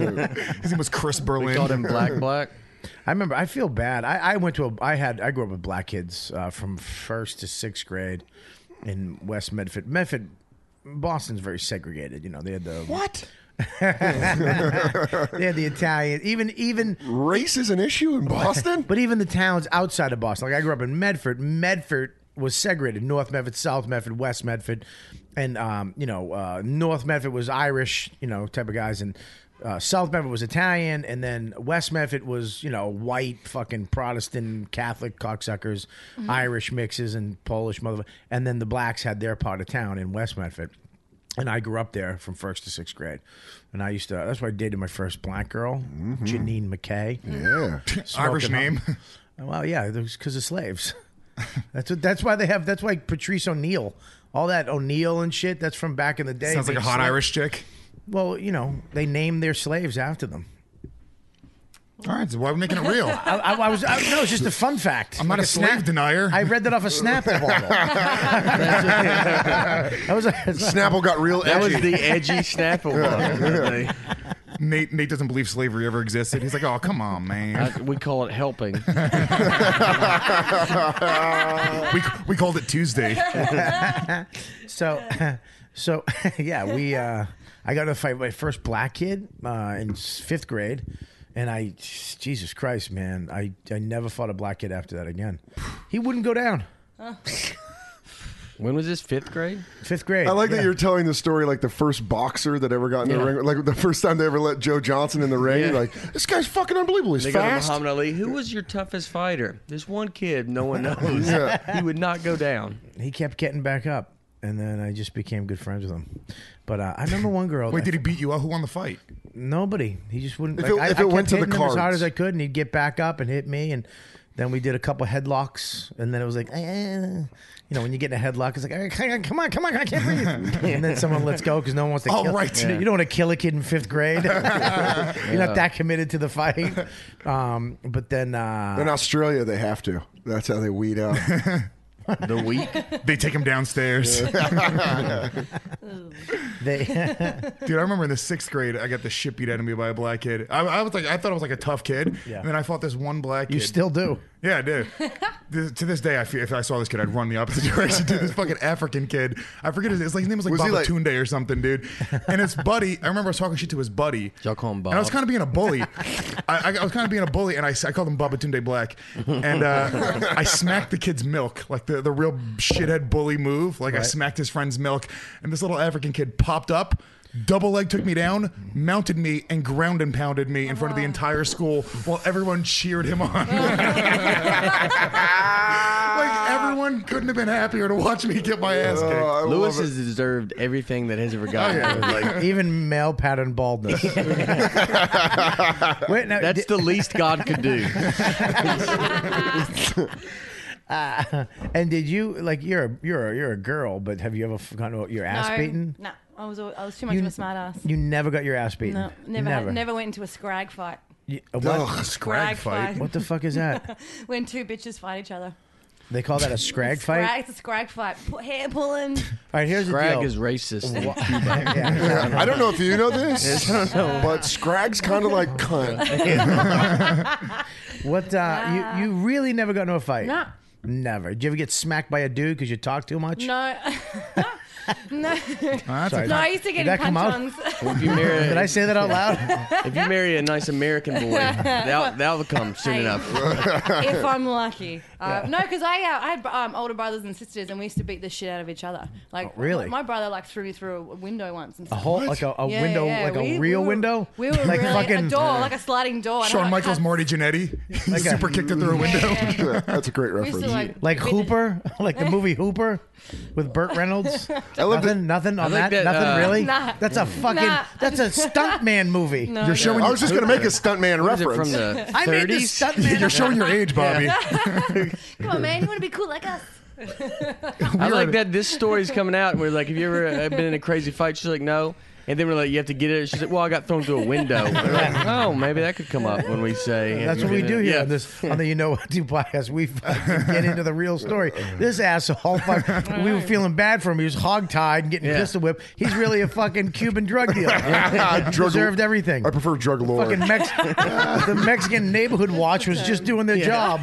[SPEAKER 8] name was Chris
[SPEAKER 6] we
[SPEAKER 8] Berlin.
[SPEAKER 6] called him Black Black.
[SPEAKER 4] I remember. I feel bad. I, I went to a. I had. I grew up with black kids uh, from first to sixth grade in West Medford. Medford, Boston's very segregated. You know, they had the
[SPEAKER 5] What?
[SPEAKER 4] they had the Italian. Even even
[SPEAKER 5] Race is an issue in Boston.
[SPEAKER 4] But even the towns outside of Boston, like I grew up in Medford, Medford was segregated: North Medford, South Medford, West Medford, and um, you know, uh, North Medford was Irish, you know, type of guys, and uh, South Medford was Italian, and then West Medford was you know white, fucking Protestant, Catholic cocksuckers, Irish mixes, and Polish mother, and then the blacks had their part of town in West Medford. And I grew up there from first to sixth grade, and I used to. That's why I dated my first black girl, Janine McKay.
[SPEAKER 5] yeah.
[SPEAKER 8] Mm-hmm. Irish
[SPEAKER 4] smoking
[SPEAKER 8] name.
[SPEAKER 4] Well, yeah, because of slaves. That's what, that's why they have. That's why Patrice O'Neill, all that O'Neill and shit. That's from back in the day.
[SPEAKER 8] Sounds like
[SPEAKER 4] They
[SPEAKER 8] a hot
[SPEAKER 4] sla-
[SPEAKER 8] Irish chick.
[SPEAKER 4] Well, you know, they named their slaves after them.
[SPEAKER 8] All right, so why are we making it real?
[SPEAKER 4] I, I, I was I, no, it's just a fun fact.
[SPEAKER 8] I'm not
[SPEAKER 4] Like
[SPEAKER 8] a slave
[SPEAKER 4] snap-
[SPEAKER 8] denier.
[SPEAKER 4] I read that off a Snapple bottle. that was a,
[SPEAKER 5] Snapple got real
[SPEAKER 6] That was
[SPEAKER 5] edgy.
[SPEAKER 6] the edgy Snapple. one.
[SPEAKER 8] Nate Nate doesn't believe slavery ever existed. He's like, oh come on, man.
[SPEAKER 6] I, we call it helping.
[SPEAKER 8] we we called it Tuesday.
[SPEAKER 4] So, so yeah, we. Uh, I got to fight my first black kid uh, in s- fifth grade, and I, Jesus Christ, man, I I never fought a black kid after that again. He wouldn't go down.
[SPEAKER 6] when was this? Fifth grade?
[SPEAKER 4] Fifth grade.
[SPEAKER 5] I like
[SPEAKER 4] yeah.
[SPEAKER 5] that you're telling the story like the first boxer that ever got in the
[SPEAKER 6] Yeah.
[SPEAKER 5] ring, like the first time they ever let Joe Johnson in the ring.
[SPEAKER 6] Yeah.
[SPEAKER 5] Like this guy's fucking unbelievable. He's
[SPEAKER 6] They go to
[SPEAKER 5] fast.
[SPEAKER 6] Muhammad Ali. Who was your toughest fighter? There's one kid no one knows. He would not go down.
[SPEAKER 4] He kept getting back up, and then I just became good friends with him. But uh, I remember one girl.
[SPEAKER 8] Wait, did he beat you? Who won the fight?
[SPEAKER 4] Nobody. He just wouldn't.
[SPEAKER 5] If
[SPEAKER 4] like,
[SPEAKER 5] it-
[SPEAKER 4] I,
[SPEAKER 5] if
[SPEAKER 4] I
[SPEAKER 5] it
[SPEAKER 4] kept
[SPEAKER 5] went to the
[SPEAKER 4] hitting him as hard
[SPEAKER 5] cards.
[SPEAKER 4] as I could, and he'd get back up and hit me, and then we did a couple headlocks, and then it was like, eh, you know, when you get in a headlock, it's like, eh, come on, come on, come on, I can't breathe. and then someone lets go because no one wants to.
[SPEAKER 8] Oh,
[SPEAKER 4] kill.
[SPEAKER 8] right.
[SPEAKER 4] You, know, you don't want to kill a kid in fifth grade. You're not that committed to the fight. Um, but then, uh,
[SPEAKER 5] In Australia, they have to. That's how they weed out.
[SPEAKER 6] The week.
[SPEAKER 8] They take him downstairs.
[SPEAKER 4] they,
[SPEAKER 8] Dude, I remember in the sixth grade, I got the shit beat out of me by a black kid. I, I was like, I thought I was like a tough kid,
[SPEAKER 4] Yeah.
[SPEAKER 8] and then I fought this one black kid.
[SPEAKER 4] you still do.
[SPEAKER 8] Yeah, I do. This- to this day, I feel, if I saw this kid, I'd run the opposite direction. Dude, this fucking African kid. I forget his, his, like, his name was like
[SPEAKER 5] Was he
[SPEAKER 8] Baba
[SPEAKER 5] like-
[SPEAKER 8] Tunde or something, dude. And his buddy, I remember I was talking shit to his buddy.
[SPEAKER 6] Y'all call him
[SPEAKER 8] And I was
[SPEAKER 6] Bob?
[SPEAKER 8] kind of being a bully. I, I, I was kind of being a bully, and I, s- I called him Baba Tunde Black. And uh, I smacked the kid's milk, like the, the real shithead bully move. Like I smacked his friend's milk, and this little African kid popped up. Double leg took me down, mounted me, and ground and pounded me in front of the entire school while everyone cheered him on. Like everyone couldn't have been happier to watch me get my ass kicked.
[SPEAKER 5] Oh, I
[SPEAKER 6] Lewis
[SPEAKER 5] love it.
[SPEAKER 6] has deserved everything that has ever gotten.
[SPEAKER 5] Oh,
[SPEAKER 6] Like,
[SPEAKER 4] Even male pattern baldness. Wait, now,
[SPEAKER 6] that's
[SPEAKER 4] did-
[SPEAKER 6] the least God could do.
[SPEAKER 4] Uh, And did you like you're a, you're a, you're a girl, but have you ever f- gotten your ass
[SPEAKER 7] no,
[SPEAKER 4] beaten?
[SPEAKER 7] No, I was al- I was too much
[SPEAKER 4] You-
[SPEAKER 7] of a smartass.
[SPEAKER 4] You never got your ass beaten.
[SPEAKER 7] No, never,
[SPEAKER 4] never.
[SPEAKER 7] never went into a scrag fight.
[SPEAKER 4] You- uh, what?
[SPEAKER 5] Ugh.
[SPEAKER 8] Scrag fight.
[SPEAKER 4] What the fuck is that?
[SPEAKER 7] when two bitches fight each other.
[SPEAKER 4] They call that a scrag fight.
[SPEAKER 7] Scrag, it's a scrag fight. Pu- hair pulling.
[SPEAKER 4] All right, here's the
[SPEAKER 6] Greg
[SPEAKER 4] deal.
[SPEAKER 6] is racist.
[SPEAKER 5] I don't know if you know this, but Scrag's kind of like cunt.
[SPEAKER 4] What uh, you you really never got into a fight?
[SPEAKER 7] No.
[SPEAKER 4] Never. Did you ever get smacked by a dude because you talk too much?
[SPEAKER 7] No. no.
[SPEAKER 8] That's
[SPEAKER 4] Sorry.
[SPEAKER 7] No, I used to get
[SPEAKER 4] Did that
[SPEAKER 7] in
[SPEAKER 4] come
[SPEAKER 7] punch
[SPEAKER 4] out?
[SPEAKER 7] ons.
[SPEAKER 6] If you marry,
[SPEAKER 4] Did I say that out loud?
[SPEAKER 6] if you marry a nice American boy, that'll, that'll come soon
[SPEAKER 7] Hey.
[SPEAKER 6] enough.
[SPEAKER 7] if I'm lucky. Uh, No, because I, uh, I had um, older brothers and sisters, and we used to beat the shit out of each other. Like,
[SPEAKER 4] Oh, really?
[SPEAKER 7] My, my brother like threw me through a window once. And
[SPEAKER 4] a
[SPEAKER 7] stuff.
[SPEAKER 4] whole like a, a
[SPEAKER 7] Yeah,
[SPEAKER 4] window,
[SPEAKER 7] yeah,
[SPEAKER 4] like
[SPEAKER 7] we-
[SPEAKER 4] a real
[SPEAKER 7] we were-
[SPEAKER 4] window.
[SPEAKER 7] We were
[SPEAKER 4] like
[SPEAKER 7] really
[SPEAKER 4] fucking
[SPEAKER 7] a door, like a sliding door. and I,
[SPEAKER 8] Shawn
[SPEAKER 7] like,
[SPEAKER 8] Michaels,
[SPEAKER 7] cut-
[SPEAKER 8] Marty Jannetty. He
[SPEAKER 4] Like a-
[SPEAKER 8] super kicked it through a window.
[SPEAKER 5] Yeah, that's a great
[SPEAKER 7] We used
[SPEAKER 5] reference.
[SPEAKER 7] to like,
[SPEAKER 4] like
[SPEAKER 7] beat the-
[SPEAKER 4] Hooper, like the movie Hooper with Burt Reynolds.
[SPEAKER 5] love
[SPEAKER 4] nothing, nothing on
[SPEAKER 6] like
[SPEAKER 4] that.
[SPEAKER 6] that,
[SPEAKER 4] nothing
[SPEAKER 6] uh,
[SPEAKER 4] really.
[SPEAKER 7] Nah.
[SPEAKER 4] That's a fucking.
[SPEAKER 7] Nah.
[SPEAKER 4] That's a stuntman movie.
[SPEAKER 7] No,
[SPEAKER 8] You're
[SPEAKER 7] no.
[SPEAKER 8] showing
[SPEAKER 5] I was just gonna make a stuntman
[SPEAKER 6] Is it from
[SPEAKER 5] reference.
[SPEAKER 6] the
[SPEAKER 4] I made this
[SPEAKER 6] 30s?
[SPEAKER 4] stuntman.
[SPEAKER 8] you're showing your age, Bobby.
[SPEAKER 7] Come on, man. You want to be cool like us?
[SPEAKER 6] I like that this story's coming out, and we're like, "Have you ever uh, been in a crazy fight?" She's like, "No," and then we're like, "You have to get it." She's like, "Well, I got thrown through a window." We're like, oh, maybe that could come up when we say.
[SPEAKER 4] That's what we do here on this on the You Know What Do podcast. We fucking get into the real story. This asshole, fuck, we were feeling bad for him. He was hogtied and getting
[SPEAKER 6] Yeah.
[SPEAKER 4] pistol whipped. He's really a fucking Cuban drug dealer.
[SPEAKER 5] Drug-
[SPEAKER 4] Deserved everything.
[SPEAKER 5] I prefer drug lord.
[SPEAKER 4] Fucking Mex- the Mexican neighborhood watch was just doing their job.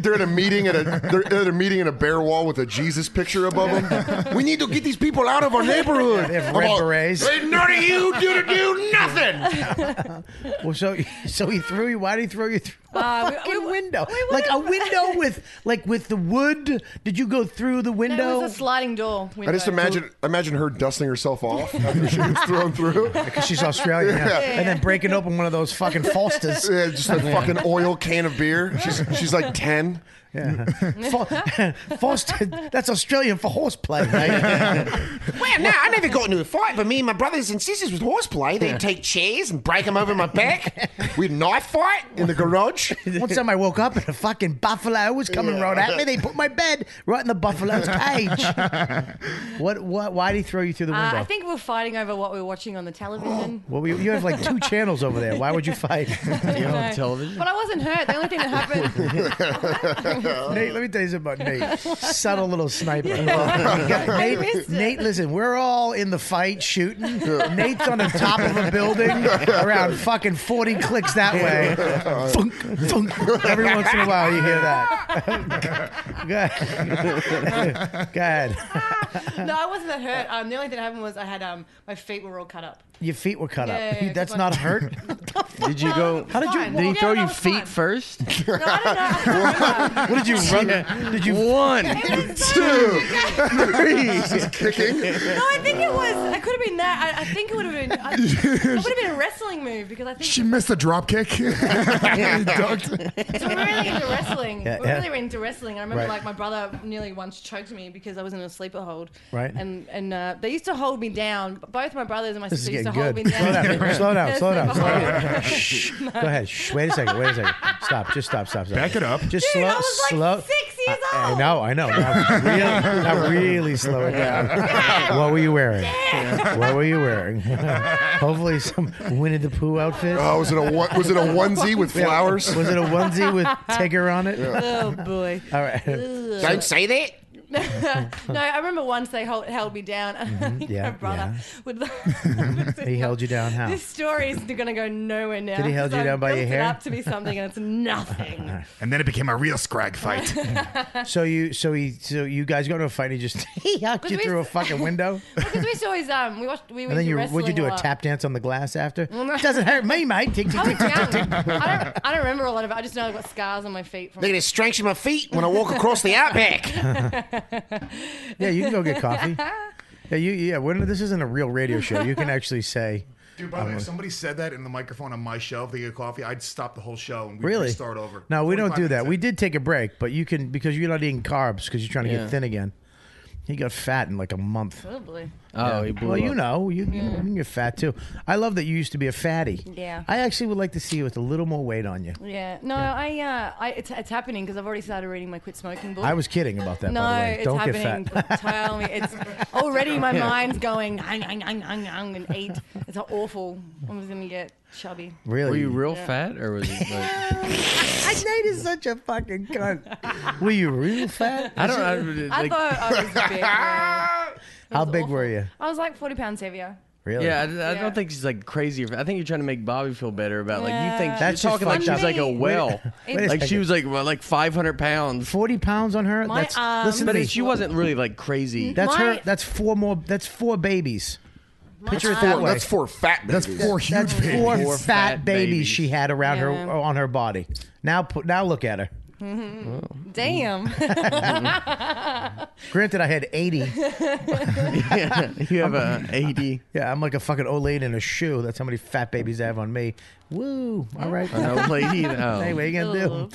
[SPEAKER 5] they're at a meeting at a they're at a meeting in a bare wall with a Jesus picture above them. we need to get these people out of our neighborhood.
[SPEAKER 4] They have red
[SPEAKER 5] About-
[SPEAKER 4] berets.
[SPEAKER 5] Hey, none of you do to do nothing.
[SPEAKER 4] Well, so so he threw you. Why did he throw you through a
[SPEAKER 7] Uh, we-
[SPEAKER 4] fucking
[SPEAKER 7] we-
[SPEAKER 4] window?
[SPEAKER 7] we
[SPEAKER 4] like a
[SPEAKER 7] would've-
[SPEAKER 4] window with like with the wood. Did you go through the
[SPEAKER 7] No,
[SPEAKER 4] window?
[SPEAKER 7] it was a sliding door. Window.
[SPEAKER 5] I just imagine imagine her dusting herself off after she gets thrown through.
[SPEAKER 4] Because she's Australian, yeah. and then breaking open one of those fucking Falsters.
[SPEAKER 5] Yeah, just a fucking oil can of beer. She's she's like ten.
[SPEAKER 4] Fa- Foster, that's Australian for horseplay, mate.
[SPEAKER 2] Well, no, I never got into a fight, but me and my brothers and sisters with horseplay, they'd take chairs and break them over my back.
[SPEAKER 5] We knife fight in the garage. couch.
[SPEAKER 4] One time I woke up and a fucking buffalo was coming right at me. They put my bed right in the buffalo's cage. what? What? Why did he throw you through the
[SPEAKER 7] Uh,
[SPEAKER 4] window?
[SPEAKER 7] I think we we're fighting over what we we're watching on the television.
[SPEAKER 4] Well, we, you have like two channels over there. Why would you fight?
[SPEAKER 7] You
[SPEAKER 6] on television?
[SPEAKER 7] But I wasn't hurt. The only thing that happened.
[SPEAKER 4] Nate, let me tell you something about Nate. Subtle little sniper. Yeah, Nate,
[SPEAKER 7] missed it.
[SPEAKER 4] Nate, listen, we're all in the fight shooting. Nate's on the top of a building around fucking 40 clicks that way. Thunk, thunk. Every once in a while you hear that. Go ahead. Go ahead.
[SPEAKER 7] no, I wasn't that hurt. Um, the only thing that happened was I had um, my feet were all cut up.
[SPEAKER 4] Your feet were cut
[SPEAKER 7] Yeah,
[SPEAKER 4] up.
[SPEAKER 7] yeah, yeah,
[SPEAKER 4] That's
[SPEAKER 7] good
[SPEAKER 4] not
[SPEAKER 7] one.
[SPEAKER 4] hurt.
[SPEAKER 6] Did you go?
[SPEAKER 4] How did you-
[SPEAKER 7] Fine.
[SPEAKER 6] Did he
[SPEAKER 7] Yeah,
[SPEAKER 6] throw
[SPEAKER 7] no,
[SPEAKER 6] you
[SPEAKER 7] it was
[SPEAKER 6] feet
[SPEAKER 7] fine.
[SPEAKER 6] first?
[SPEAKER 7] No, I don't know. I can't remember.
[SPEAKER 4] What did you run? Did you?
[SPEAKER 6] One.
[SPEAKER 7] It was
[SPEAKER 5] Two.
[SPEAKER 7] that.
[SPEAKER 5] He's kicking.
[SPEAKER 7] No, I think it was. It could have been that. I, I think it would have been. I, it would have been a wrestling move because I think
[SPEAKER 8] She missed the drop kick. Ducked.
[SPEAKER 7] So we're really into wrestling.
[SPEAKER 4] Yeah,
[SPEAKER 7] we're
[SPEAKER 4] yeah.
[SPEAKER 7] really into wrestling. I remember
[SPEAKER 4] Right.
[SPEAKER 7] like my brother nearly once choked me because I was in a sleeper hold.
[SPEAKER 4] Right.
[SPEAKER 7] And and uh, they used to hold me down. Both my brothers and my
[SPEAKER 4] This is
[SPEAKER 7] sister used to
[SPEAKER 4] getting
[SPEAKER 7] hold me
[SPEAKER 4] good. Slow
[SPEAKER 7] down.
[SPEAKER 4] down. Slow down.
[SPEAKER 7] Yeah,
[SPEAKER 4] Slow down.
[SPEAKER 7] sleeper
[SPEAKER 4] Slow
[SPEAKER 7] hold.
[SPEAKER 4] down. Shh. Go ahead. Shh. Wait a second. Wait a second. Stop. Just stop. Stop. stop.
[SPEAKER 8] Back it up.
[SPEAKER 4] Just slow.
[SPEAKER 7] Dude, I was like
[SPEAKER 4] slow.
[SPEAKER 7] six years
[SPEAKER 4] I, I
[SPEAKER 7] old.
[SPEAKER 4] know. I know. Now really, now really slow it down. What were you wearing? What were you wearing? Hopefully, some Winnie the Pooh outfit.
[SPEAKER 5] Oh, was it a one- was it a onesie with flowers?
[SPEAKER 4] Was it a onesie with Tigger on it?
[SPEAKER 7] Oh boy.
[SPEAKER 4] All right.
[SPEAKER 2] Don't say that.
[SPEAKER 7] no, I remember once they hold, held me down.
[SPEAKER 4] Mm-hmm. yeah,
[SPEAKER 7] my brother
[SPEAKER 4] yeah.
[SPEAKER 7] would. would
[SPEAKER 4] He held you down. How?
[SPEAKER 7] This story is going to go nowhere now.
[SPEAKER 4] Did he hold
[SPEAKER 7] 'cause
[SPEAKER 4] you down
[SPEAKER 7] I've
[SPEAKER 4] by your
[SPEAKER 7] built it
[SPEAKER 4] hair?
[SPEAKER 7] Up to be something, and it's nothing.
[SPEAKER 8] And then it became a real scrag fight.
[SPEAKER 4] So you, so he, so you guys got into a fight. and He just he knocked you
[SPEAKER 7] we-
[SPEAKER 4] through a fucking window.
[SPEAKER 7] Because we used to always um we watched we
[SPEAKER 4] And
[SPEAKER 7] went
[SPEAKER 4] then
[SPEAKER 7] to
[SPEAKER 4] you,
[SPEAKER 7] wrestling.
[SPEAKER 4] what'd you do? A
[SPEAKER 7] lot. Mm,
[SPEAKER 4] tap dance on the glass after? Doesn't hurt me, mate. Tick, tick,
[SPEAKER 7] I
[SPEAKER 4] tick,
[SPEAKER 7] was
[SPEAKER 4] tick.
[SPEAKER 7] young. I don't, I don't remember a lot of it. I just know I've got scars on my feet. From
[SPEAKER 2] Look at the strength of my feet when I walk across the outback.
[SPEAKER 4] Yeah, you can go get coffee. Yeah, you, yeah. When, this isn't a real radio show. You can actually say,
[SPEAKER 8] Dude, by the way, if somebody said that in the microphone on my show, if they get coffee, I'd stop the whole show and we'd
[SPEAKER 4] really
[SPEAKER 8] start over.
[SPEAKER 4] No, we don't
[SPEAKER 8] 45
[SPEAKER 4] do that.
[SPEAKER 8] minutes
[SPEAKER 4] We
[SPEAKER 8] in.
[SPEAKER 4] did take a break, but you can because you're not eating carbs because you're trying to
[SPEAKER 6] Yeah.
[SPEAKER 4] get thin again. He got fat in like a month.
[SPEAKER 7] Probably.
[SPEAKER 6] Oh, he blew
[SPEAKER 4] Well, you
[SPEAKER 6] up.
[SPEAKER 4] know, you, you're fat too. I love that you used to be a fatty.
[SPEAKER 7] Yeah.
[SPEAKER 4] I actually would like to see you with a little more weight on you.
[SPEAKER 7] Yeah. No, I, uh, I it's, it's happening because I've already started reading my quit smoking book.
[SPEAKER 4] I was kidding about that.
[SPEAKER 7] No,
[SPEAKER 4] by the way.
[SPEAKER 7] it's
[SPEAKER 4] don't get
[SPEAKER 7] happening.
[SPEAKER 4] fat.
[SPEAKER 7] Tell me, it's already my mind's going nang, nang, nang, nang, nang, and eight. It's awful. I'm just gonna get chubby.
[SPEAKER 4] Really?
[SPEAKER 6] Were you real fat or was it like?
[SPEAKER 4] Nate is such a fucking cunt. Were you real fat?
[SPEAKER 6] I don't know.
[SPEAKER 7] I
[SPEAKER 6] like-
[SPEAKER 7] thought I was big. yeah.
[SPEAKER 4] How
[SPEAKER 7] was
[SPEAKER 4] big were
[SPEAKER 7] awful.
[SPEAKER 4] you?
[SPEAKER 7] I was like 40 pounds heavier.
[SPEAKER 4] Really?
[SPEAKER 6] yeah, I, I
[SPEAKER 7] Yeah.
[SPEAKER 6] don't think she's like crazy. or- I think you're trying to make Bobby feel better about like you think
[SPEAKER 7] Yeah.
[SPEAKER 4] That's
[SPEAKER 6] that's
[SPEAKER 4] just
[SPEAKER 6] talking like
[SPEAKER 4] fucked
[SPEAKER 6] she's
[SPEAKER 7] up.
[SPEAKER 6] like a
[SPEAKER 7] Wait-
[SPEAKER 6] whale.
[SPEAKER 7] wait a
[SPEAKER 6] like she
[SPEAKER 4] second.
[SPEAKER 6] was like well, like 500 pounds.
[SPEAKER 4] Forty pounds on her.
[SPEAKER 7] My um,
[SPEAKER 4] that's
[SPEAKER 7] arms-
[SPEAKER 4] listen to
[SPEAKER 6] But
[SPEAKER 4] me.
[SPEAKER 6] it- she wasn't really like crazy.
[SPEAKER 4] that's her.
[SPEAKER 7] my-
[SPEAKER 4] That's four more. That's four babies. Picture it
[SPEAKER 7] arms-
[SPEAKER 4] that way.
[SPEAKER 5] That's four fat babies.
[SPEAKER 8] That's four huge
[SPEAKER 4] That's
[SPEAKER 8] babies.
[SPEAKER 4] four,
[SPEAKER 6] Four
[SPEAKER 4] fat,
[SPEAKER 6] fat
[SPEAKER 4] babies,
[SPEAKER 6] babies.
[SPEAKER 4] she had around her
[SPEAKER 7] Yeah.
[SPEAKER 4] on her body. Now, put, now look at her.
[SPEAKER 7] Mm. Damn.
[SPEAKER 4] Granted, I had eighty.
[SPEAKER 6] you have a AD.
[SPEAKER 4] Yeah, I'm like a fucking old lady in a shoe. That's how many fat babies I have on me. Woo! All right.
[SPEAKER 6] No play heat.
[SPEAKER 4] Hey,
[SPEAKER 6] Oh.
[SPEAKER 4] what you gonna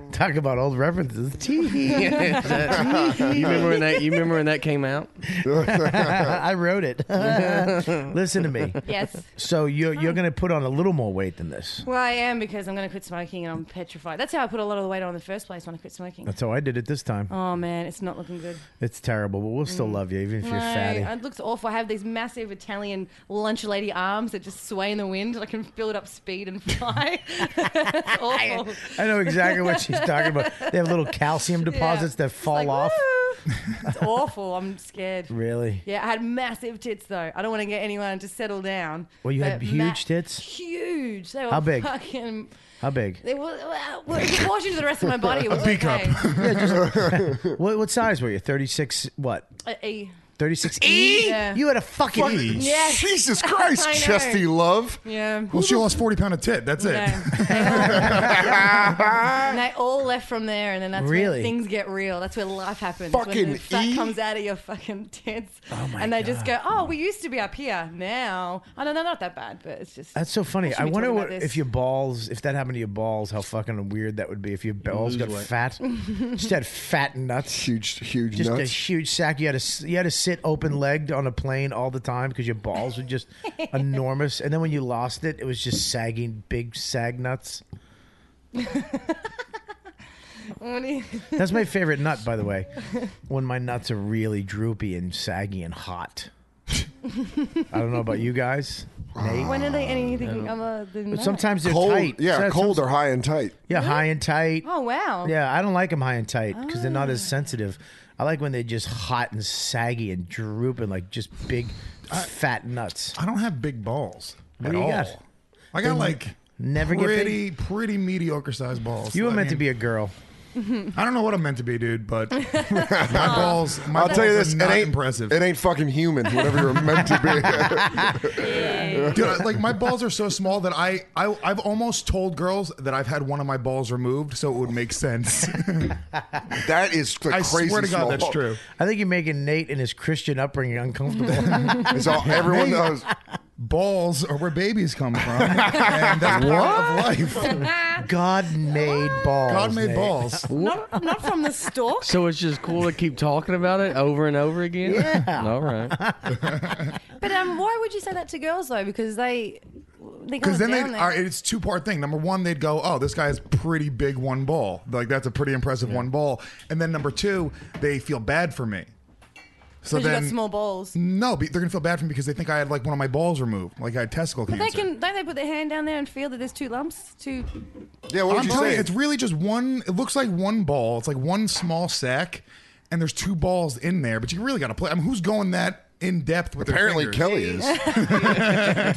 [SPEAKER 4] do? Talk about old references. Tee-hee.
[SPEAKER 6] you remember when that? You remember when that came out?
[SPEAKER 4] I wrote it. Listen to me.
[SPEAKER 7] yes.
[SPEAKER 4] So you're you're gonna put on a little more weight than this.
[SPEAKER 7] Well, I am because I'm going to quit smoking and I'm petrified. That's how I put a lot of the weight on in the first place when I quit smoking.
[SPEAKER 4] That's how I did it this time.
[SPEAKER 7] Oh man, it's not looking good.
[SPEAKER 4] It's terrible, but we'll
[SPEAKER 7] Mm.
[SPEAKER 4] still love you even if you're fatty.
[SPEAKER 7] No, it looks awful. I have these massive Italian lunch lady arms that just sway in the wind. I can build up speed and fly. it's awful.
[SPEAKER 4] I know exactly what she's talking about. They have little calcium deposits
[SPEAKER 7] Yeah.
[SPEAKER 4] that
[SPEAKER 7] It's
[SPEAKER 4] fall
[SPEAKER 7] like,
[SPEAKER 4] off.
[SPEAKER 7] "Woo." It's awful. I'm scared.
[SPEAKER 4] Really?
[SPEAKER 7] Yeah, I had massive tits though. I don't want to get anyone to settle down.
[SPEAKER 4] Well, you had
[SPEAKER 7] but
[SPEAKER 4] huge tits?
[SPEAKER 7] Huge. They were
[SPEAKER 4] How big?
[SPEAKER 7] Fucking.
[SPEAKER 4] How big?
[SPEAKER 7] They were, were proportion to the rest of my body. It was
[SPEAKER 8] B cup.
[SPEAKER 7] okay.
[SPEAKER 4] What, what size were you? 36, what?
[SPEAKER 7] A- a-
[SPEAKER 4] 36
[SPEAKER 7] E?
[SPEAKER 4] E?
[SPEAKER 7] Yeah.
[SPEAKER 4] You had a fucking E.
[SPEAKER 7] Yeah.
[SPEAKER 5] Jesus
[SPEAKER 7] I know.
[SPEAKER 5] Christ, chesty love.
[SPEAKER 7] Yeah.
[SPEAKER 8] Well, she lost 40 pounds of tit. That's it.
[SPEAKER 7] No. They all- and they all left from there, and then that's
[SPEAKER 4] Really?
[SPEAKER 7] where things get real. That's where life happens. when
[SPEAKER 5] Fucking
[SPEAKER 7] the fat
[SPEAKER 5] E.
[SPEAKER 7] comes out of your fucking tits, and they just go, "Oh, we used to be up here. Now, I don't know, not that bad, but it's just
[SPEAKER 4] That's so funny.
[SPEAKER 7] should
[SPEAKER 4] I
[SPEAKER 7] be
[SPEAKER 4] wonder
[SPEAKER 7] talking
[SPEAKER 4] what,
[SPEAKER 7] about this.
[SPEAKER 4] if your balls, if that happened to your balls, how fucking weird that would be if your balls
[SPEAKER 6] lose
[SPEAKER 4] got
[SPEAKER 6] weight.
[SPEAKER 4] fat. Just had fat nuts.
[SPEAKER 5] Huge, huge
[SPEAKER 4] Just a
[SPEAKER 5] nuts.
[SPEAKER 4] huge sack. You had to s- you had to sit open legged on a plane all the time because your balls were just enormous. And then when you lost it, it was just sagging, big sag nuts.
[SPEAKER 7] What do you-
[SPEAKER 4] That's my favorite nut, by the way. When my nuts are really droopy and saggy and hot. I don't know about you guys. Nate.
[SPEAKER 7] when are they anything other than
[SPEAKER 4] But
[SPEAKER 7] that?
[SPEAKER 4] sometimes they're
[SPEAKER 5] Cold,
[SPEAKER 4] tight.
[SPEAKER 5] yeah,
[SPEAKER 4] Sometimes-
[SPEAKER 5] cold or high and tight.
[SPEAKER 4] Yeah, high and tight.
[SPEAKER 7] Oh wow.
[SPEAKER 4] Yeah, I don't like them high and tight because they're not as sensitive. I like when they're just hot and saggy and drooping like just big, fat nuts.
[SPEAKER 8] I don't have big balls.
[SPEAKER 4] What
[SPEAKER 8] at
[SPEAKER 4] do you
[SPEAKER 8] all.
[SPEAKER 4] got?
[SPEAKER 8] I got like
[SPEAKER 4] never get big?
[SPEAKER 8] pretty, pretty mediocre sized balls.
[SPEAKER 4] You were
[SPEAKER 8] I
[SPEAKER 4] meant to
[SPEAKER 8] mean,
[SPEAKER 4] be a girl.
[SPEAKER 8] I don't know what I'm meant to be, dude, but my balls. My
[SPEAKER 5] I'll
[SPEAKER 8] balls
[SPEAKER 5] tell you
[SPEAKER 8] are
[SPEAKER 5] this, it
[SPEAKER 8] not
[SPEAKER 5] ain't
[SPEAKER 8] impressive.
[SPEAKER 5] It ain't fucking human. Whatever you're meant to be.
[SPEAKER 8] Dude, I- like my balls are so small that I, I I've almost told girls that I've had one of my balls removed, so it would make sense.
[SPEAKER 5] that is like
[SPEAKER 8] I
[SPEAKER 5] crazy.
[SPEAKER 8] swear to God,
[SPEAKER 5] small.
[SPEAKER 8] that's true.
[SPEAKER 4] I think you're making Nate and his Christian upbringing uncomfortable.
[SPEAKER 5] It's all everyone
[SPEAKER 8] Hey.
[SPEAKER 5] knows.
[SPEAKER 8] Balls are where babies come from, and that's part of life.
[SPEAKER 4] God made balls.
[SPEAKER 8] God made
[SPEAKER 4] Nate.
[SPEAKER 8] balls.
[SPEAKER 7] Not, not from the stalk.
[SPEAKER 6] So it's just cool to keep talking about it over and over again. Yeah. All right.
[SPEAKER 7] But um, why would you say that to girls though? Because they they
[SPEAKER 8] Because
[SPEAKER 7] because
[SPEAKER 8] then they
[SPEAKER 7] down there.
[SPEAKER 8] are, it's two part thing. Number one, they'd go, "Oh, this guy has pretty big one ball. Like that's a pretty impressive one ball." And then number two, they feel bad for me. So
[SPEAKER 7] 'Cause you
[SPEAKER 8] then,
[SPEAKER 7] got small balls.
[SPEAKER 8] no, be- they're gonna feel bad for me because they think I had like one of my balls removed, like I had testicle
[SPEAKER 7] But they
[SPEAKER 8] cancer.
[SPEAKER 7] can don't they put their hand down there and feel that there's two lumps? Two.
[SPEAKER 5] Yeah, what would
[SPEAKER 8] I'm
[SPEAKER 5] you
[SPEAKER 8] telling
[SPEAKER 5] say?
[SPEAKER 8] you, it's really just one. It looks like one ball. It's like one small sack, and there's two balls in there. But you really got to play. I mean, who's going that in depth with
[SPEAKER 5] Apparently,
[SPEAKER 8] their fingers?
[SPEAKER 5] Kelly is.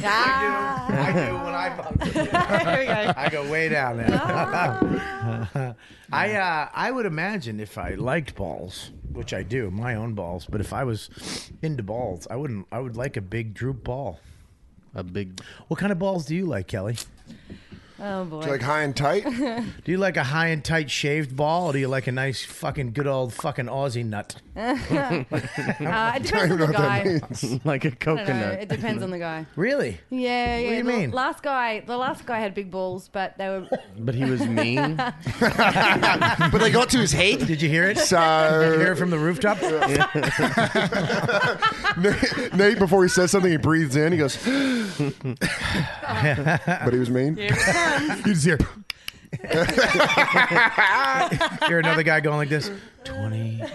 [SPEAKER 7] Ah,
[SPEAKER 4] I do when I
[SPEAKER 7] there we go. Oh.
[SPEAKER 4] I go way down there. I uh, I would imagine if I liked balls, which I do, my own balls. But if I was into balls, I wouldn't. I would like a big droop ball.
[SPEAKER 6] A big.
[SPEAKER 4] What kind of balls do you like, Kelly?
[SPEAKER 7] Oh boy.
[SPEAKER 5] like high and tight.
[SPEAKER 4] Do you like a high and tight shaved ball, or do you like a nice fucking good old fucking Aussie nut?
[SPEAKER 7] Uh, it depends on the guy.
[SPEAKER 6] Like a
[SPEAKER 7] I don't know.
[SPEAKER 6] coconut.
[SPEAKER 7] It depends on the guy.
[SPEAKER 4] Really?
[SPEAKER 7] Yeah, yeah.
[SPEAKER 4] do you
[SPEAKER 7] the
[SPEAKER 4] mean?
[SPEAKER 7] Last guy, the last guy had big balls, but they were.
[SPEAKER 6] But he was mean.
[SPEAKER 5] But they got to his hate.
[SPEAKER 4] Did you hear it? Did you
[SPEAKER 5] So
[SPEAKER 4] hear it from the rooftop?
[SPEAKER 5] Nate, before he says something, he breathes in. He goes, but he was mean.
[SPEAKER 8] You just hear,
[SPEAKER 4] hear another guy going like this. Twenty.
[SPEAKER 5] At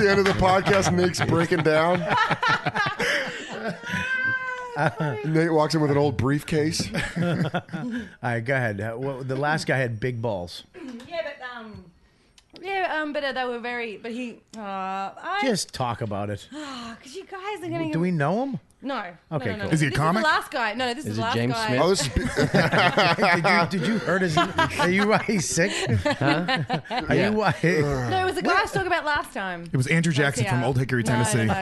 [SPEAKER 5] the end of the podcast, Nate's breaking down. Nate walks in with an old briefcase.
[SPEAKER 4] All right, go ahead. Uh, what- the last guy had big balls.
[SPEAKER 7] Yeah, but um. Yeah, um, but uh, they were very. But he, uh, I,
[SPEAKER 4] Just talk about it.
[SPEAKER 7] because you guys are gonna.
[SPEAKER 4] Do we know him?
[SPEAKER 7] No.
[SPEAKER 4] Okay,
[SPEAKER 7] no, no, no.
[SPEAKER 4] cool.
[SPEAKER 8] Is he a
[SPEAKER 7] this
[SPEAKER 8] comic?
[SPEAKER 7] Is the last guy. No, no, Uh, this is,
[SPEAKER 6] Is
[SPEAKER 7] the
[SPEAKER 6] it
[SPEAKER 7] last
[SPEAKER 6] James
[SPEAKER 7] guy.
[SPEAKER 6] Smith?
[SPEAKER 5] Oh, this is,
[SPEAKER 4] did you did you hurt his? Are you why he's sick? Are you why?
[SPEAKER 7] No, it was the guy I was talking about last time.
[SPEAKER 8] it was Andrew Jackson from
[SPEAKER 7] Yeah.
[SPEAKER 8] Old Hickory,
[SPEAKER 7] uh, No, no,
[SPEAKER 8] Tennessee.
[SPEAKER 7] no.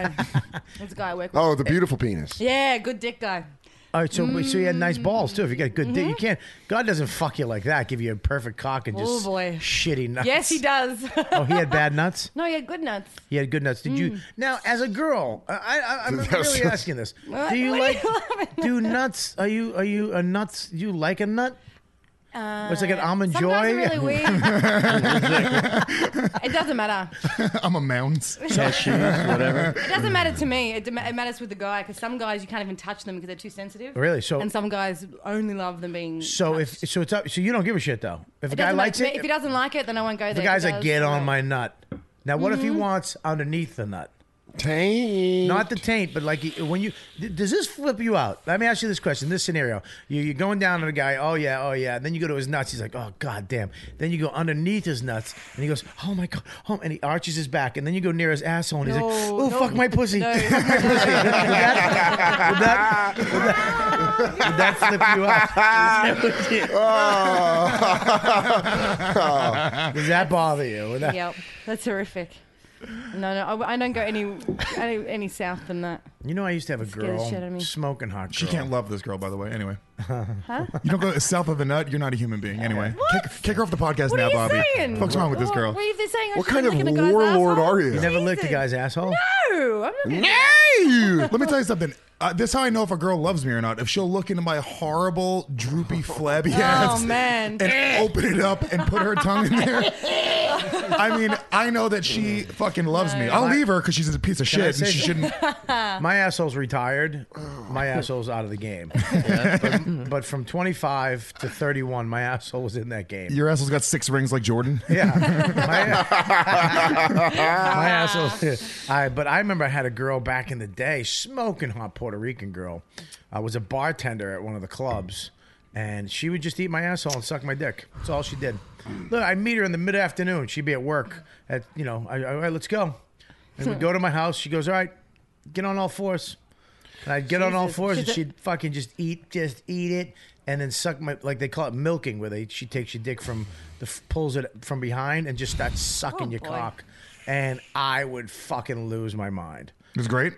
[SPEAKER 7] It was a guy I work with.
[SPEAKER 5] oh, the beautiful penis.
[SPEAKER 7] Yeah, good dick guy.
[SPEAKER 4] All right, so so you had
[SPEAKER 7] Mm-hmm.
[SPEAKER 4] nice balls too. If you got good dick, you can't. God doesn't fuck you like that. Give you a perfect cock and just
[SPEAKER 7] Oh, boy.
[SPEAKER 4] shitty nuts.
[SPEAKER 7] Yes, he does.
[SPEAKER 4] Oh, he had bad nuts.
[SPEAKER 7] no, yeah, good nuts.
[SPEAKER 4] He had good nuts. Did
[SPEAKER 7] Mm.
[SPEAKER 4] you now, as a girl, uh, I, I, I'm really
[SPEAKER 5] That's-
[SPEAKER 4] asking this. Do you
[SPEAKER 7] What
[SPEAKER 4] like?
[SPEAKER 7] are you laughing at?
[SPEAKER 4] Do nuts? Are you are you a nuts? Do you like a nut?
[SPEAKER 7] Uh,
[SPEAKER 4] Was it like an almond
[SPEAKER 7] sometimes
[SPEAKER 4] joy?
[SPEAKER 7] they're really weird. it doesn't matter.
[SPEAKER 8] I'm a mounds.
[SPEAKER 6] Cashews, whatever.
[SPEAKER 7] It doesn't matter to me. It, dem- it matters with the guy because some guys you can't even touch them because they're too sensitive.
[SPEAKER 4] Really? So-
[SPEAKER 7] and some guys only love them being.
[SPEAKER 4] So if so, it's up. So you don't give a shit though. If a
[SPEAKER 7] It
[SPEAKER 4] guy
[SPEAKER 7] doesn't
[SPEAKER 4] likes
[SPEAKER 7] matter to
[SPEAKER 4] it,
[SPEAKER 7] me. if he doesn't like it, then I won't go there.
[SPEAKER 4] the
[SPEAKER 7] If
[SPEAKER 4] guy's
[SPEAKER 7] he
[SPEAKER 4] like,
[SPEAKER 7] does,
[SPEAKER 4] get on
[SPEAKER 7] no. Mm-hmm.
[SPEAKER 4] my nut. Now, what if he wants underneath the nut?
[SPEAKER 5] Taint.
[SPEAKER 4] Not the taint, but like when you th- does this flip you out? Let me ask you this question: This scenario, you, you're going down on a guy, oh yeah, oh yeah, and then you go to his nuts. He's like, oh god damn. Then you go underneath his nuts, and he goes, oh my god, oh, and he arches his back, and then you go near his asshole, and he's like,
[SPEAKER 7] No,
[SPEAKER 4] oh
[SPEAKER 7] no.
[SPEAKER 4] fuck my pussy.
[SPEAKER 7] No.
[SPEAKER 4] Would that- would that- would that- would that flip you out? Oh. Does that bother you? Would that-
[SPEAKER 7] Yep, that's horrific. No, no, I, I don't go any, any any south than that.
[SPEAKER 4] You know, I used to have a
[SPEAKER 7] Scared the shit out of
[SPEAKER 4] girl
[SPEAKER 7] me.
[SPEAKER 4] smoking hot. Girl.
[SPEAKER 8] She can't love this girl, by the way. Anyway, you don't go south of a nut. You're not a human being. Anyway, Kick, kick her off the podcast
[SPEAKER 7] What
[SPEAKER 8] now,
[SPEAKER 7] are you
[SPEAKER 8] Bobby.
[SPEAKER 7] saying?
[SPEAKER 8] What's wrong with this
[SPEAKER 7] What-
[SPEAKER 8] girl?
[SPEAKER 7] What are you saying? I
[SPEAKER 5] What
[SPEAKER 7] should
[SPEAKER 5] kind
[SPEAKER 7] be
[SPEAKER 5] of
[SPEAKER 7] licking a guy's
[SPEAKER 5] warlord
[SPEAKER 7] asshole?
[SPEAKER 5] are you?
[SPEAKER 4] Never licked a
[SPEAKER 7] Jesus.
[SPEAKER 4] guy's asshole.
[SPEAKER 7] No, No, I'm not gonna.
[SPEAKER 8] Let me tell you something. Uh, this is how I know if a girl loves me or not. If she'll look into my horrible, droopy, flabby
[SPEAKER 4] Oh,
[SPEAKER 8] ass
[SPEAKER 7] man.
[SPEAKER 8] and open it up and put her tongue in there. I mean, I know that she fucking loves me. I'll leave her because she's a piece of
[SPEAKER 4] I
[SPEAKER 8] shit and
[SPEAKER 4] say
[SPEAKER 8] she shouldn't.
[SPEAKER 4] My asshole's retired. My asshole's out of the game. but, but from 25 to 31, my asshole was in that game.
[SPEAKER 8] Your asshole's got six rings like Jordan.
[SPEAKER 4] Yeah. my, my asshole. I, but I remember I had a girl back in the day, smoking hot Puerto Rican girl. I was a bartender at one of the clubs, and she would just eat my asshole and suck my dick. That's all she did. Look, I'd meet her in the mid afternoon. She'd be at work. At you know, I, all right, let's go. And we'd go to my house. She goes, all right, get on all fours. And I'd get on all
[SPEAKER 7] Jesus.
[SPEAKER 4] fours, and
[SPEAKER 7] She's a-
[SPEAKER 4] she'd fucking just eat, just eat it, and then suck my like they call it milking, where they she takes your dick from the f- pulls it from behind and just starts sucking
[SPEAKER 7] Oh,
[SPEAKER 4] your
[SPEAKER 7] boy.
[SPEAKER 4] cock, and I would fucking lose my mind.
[SPEAKER 8] It was great.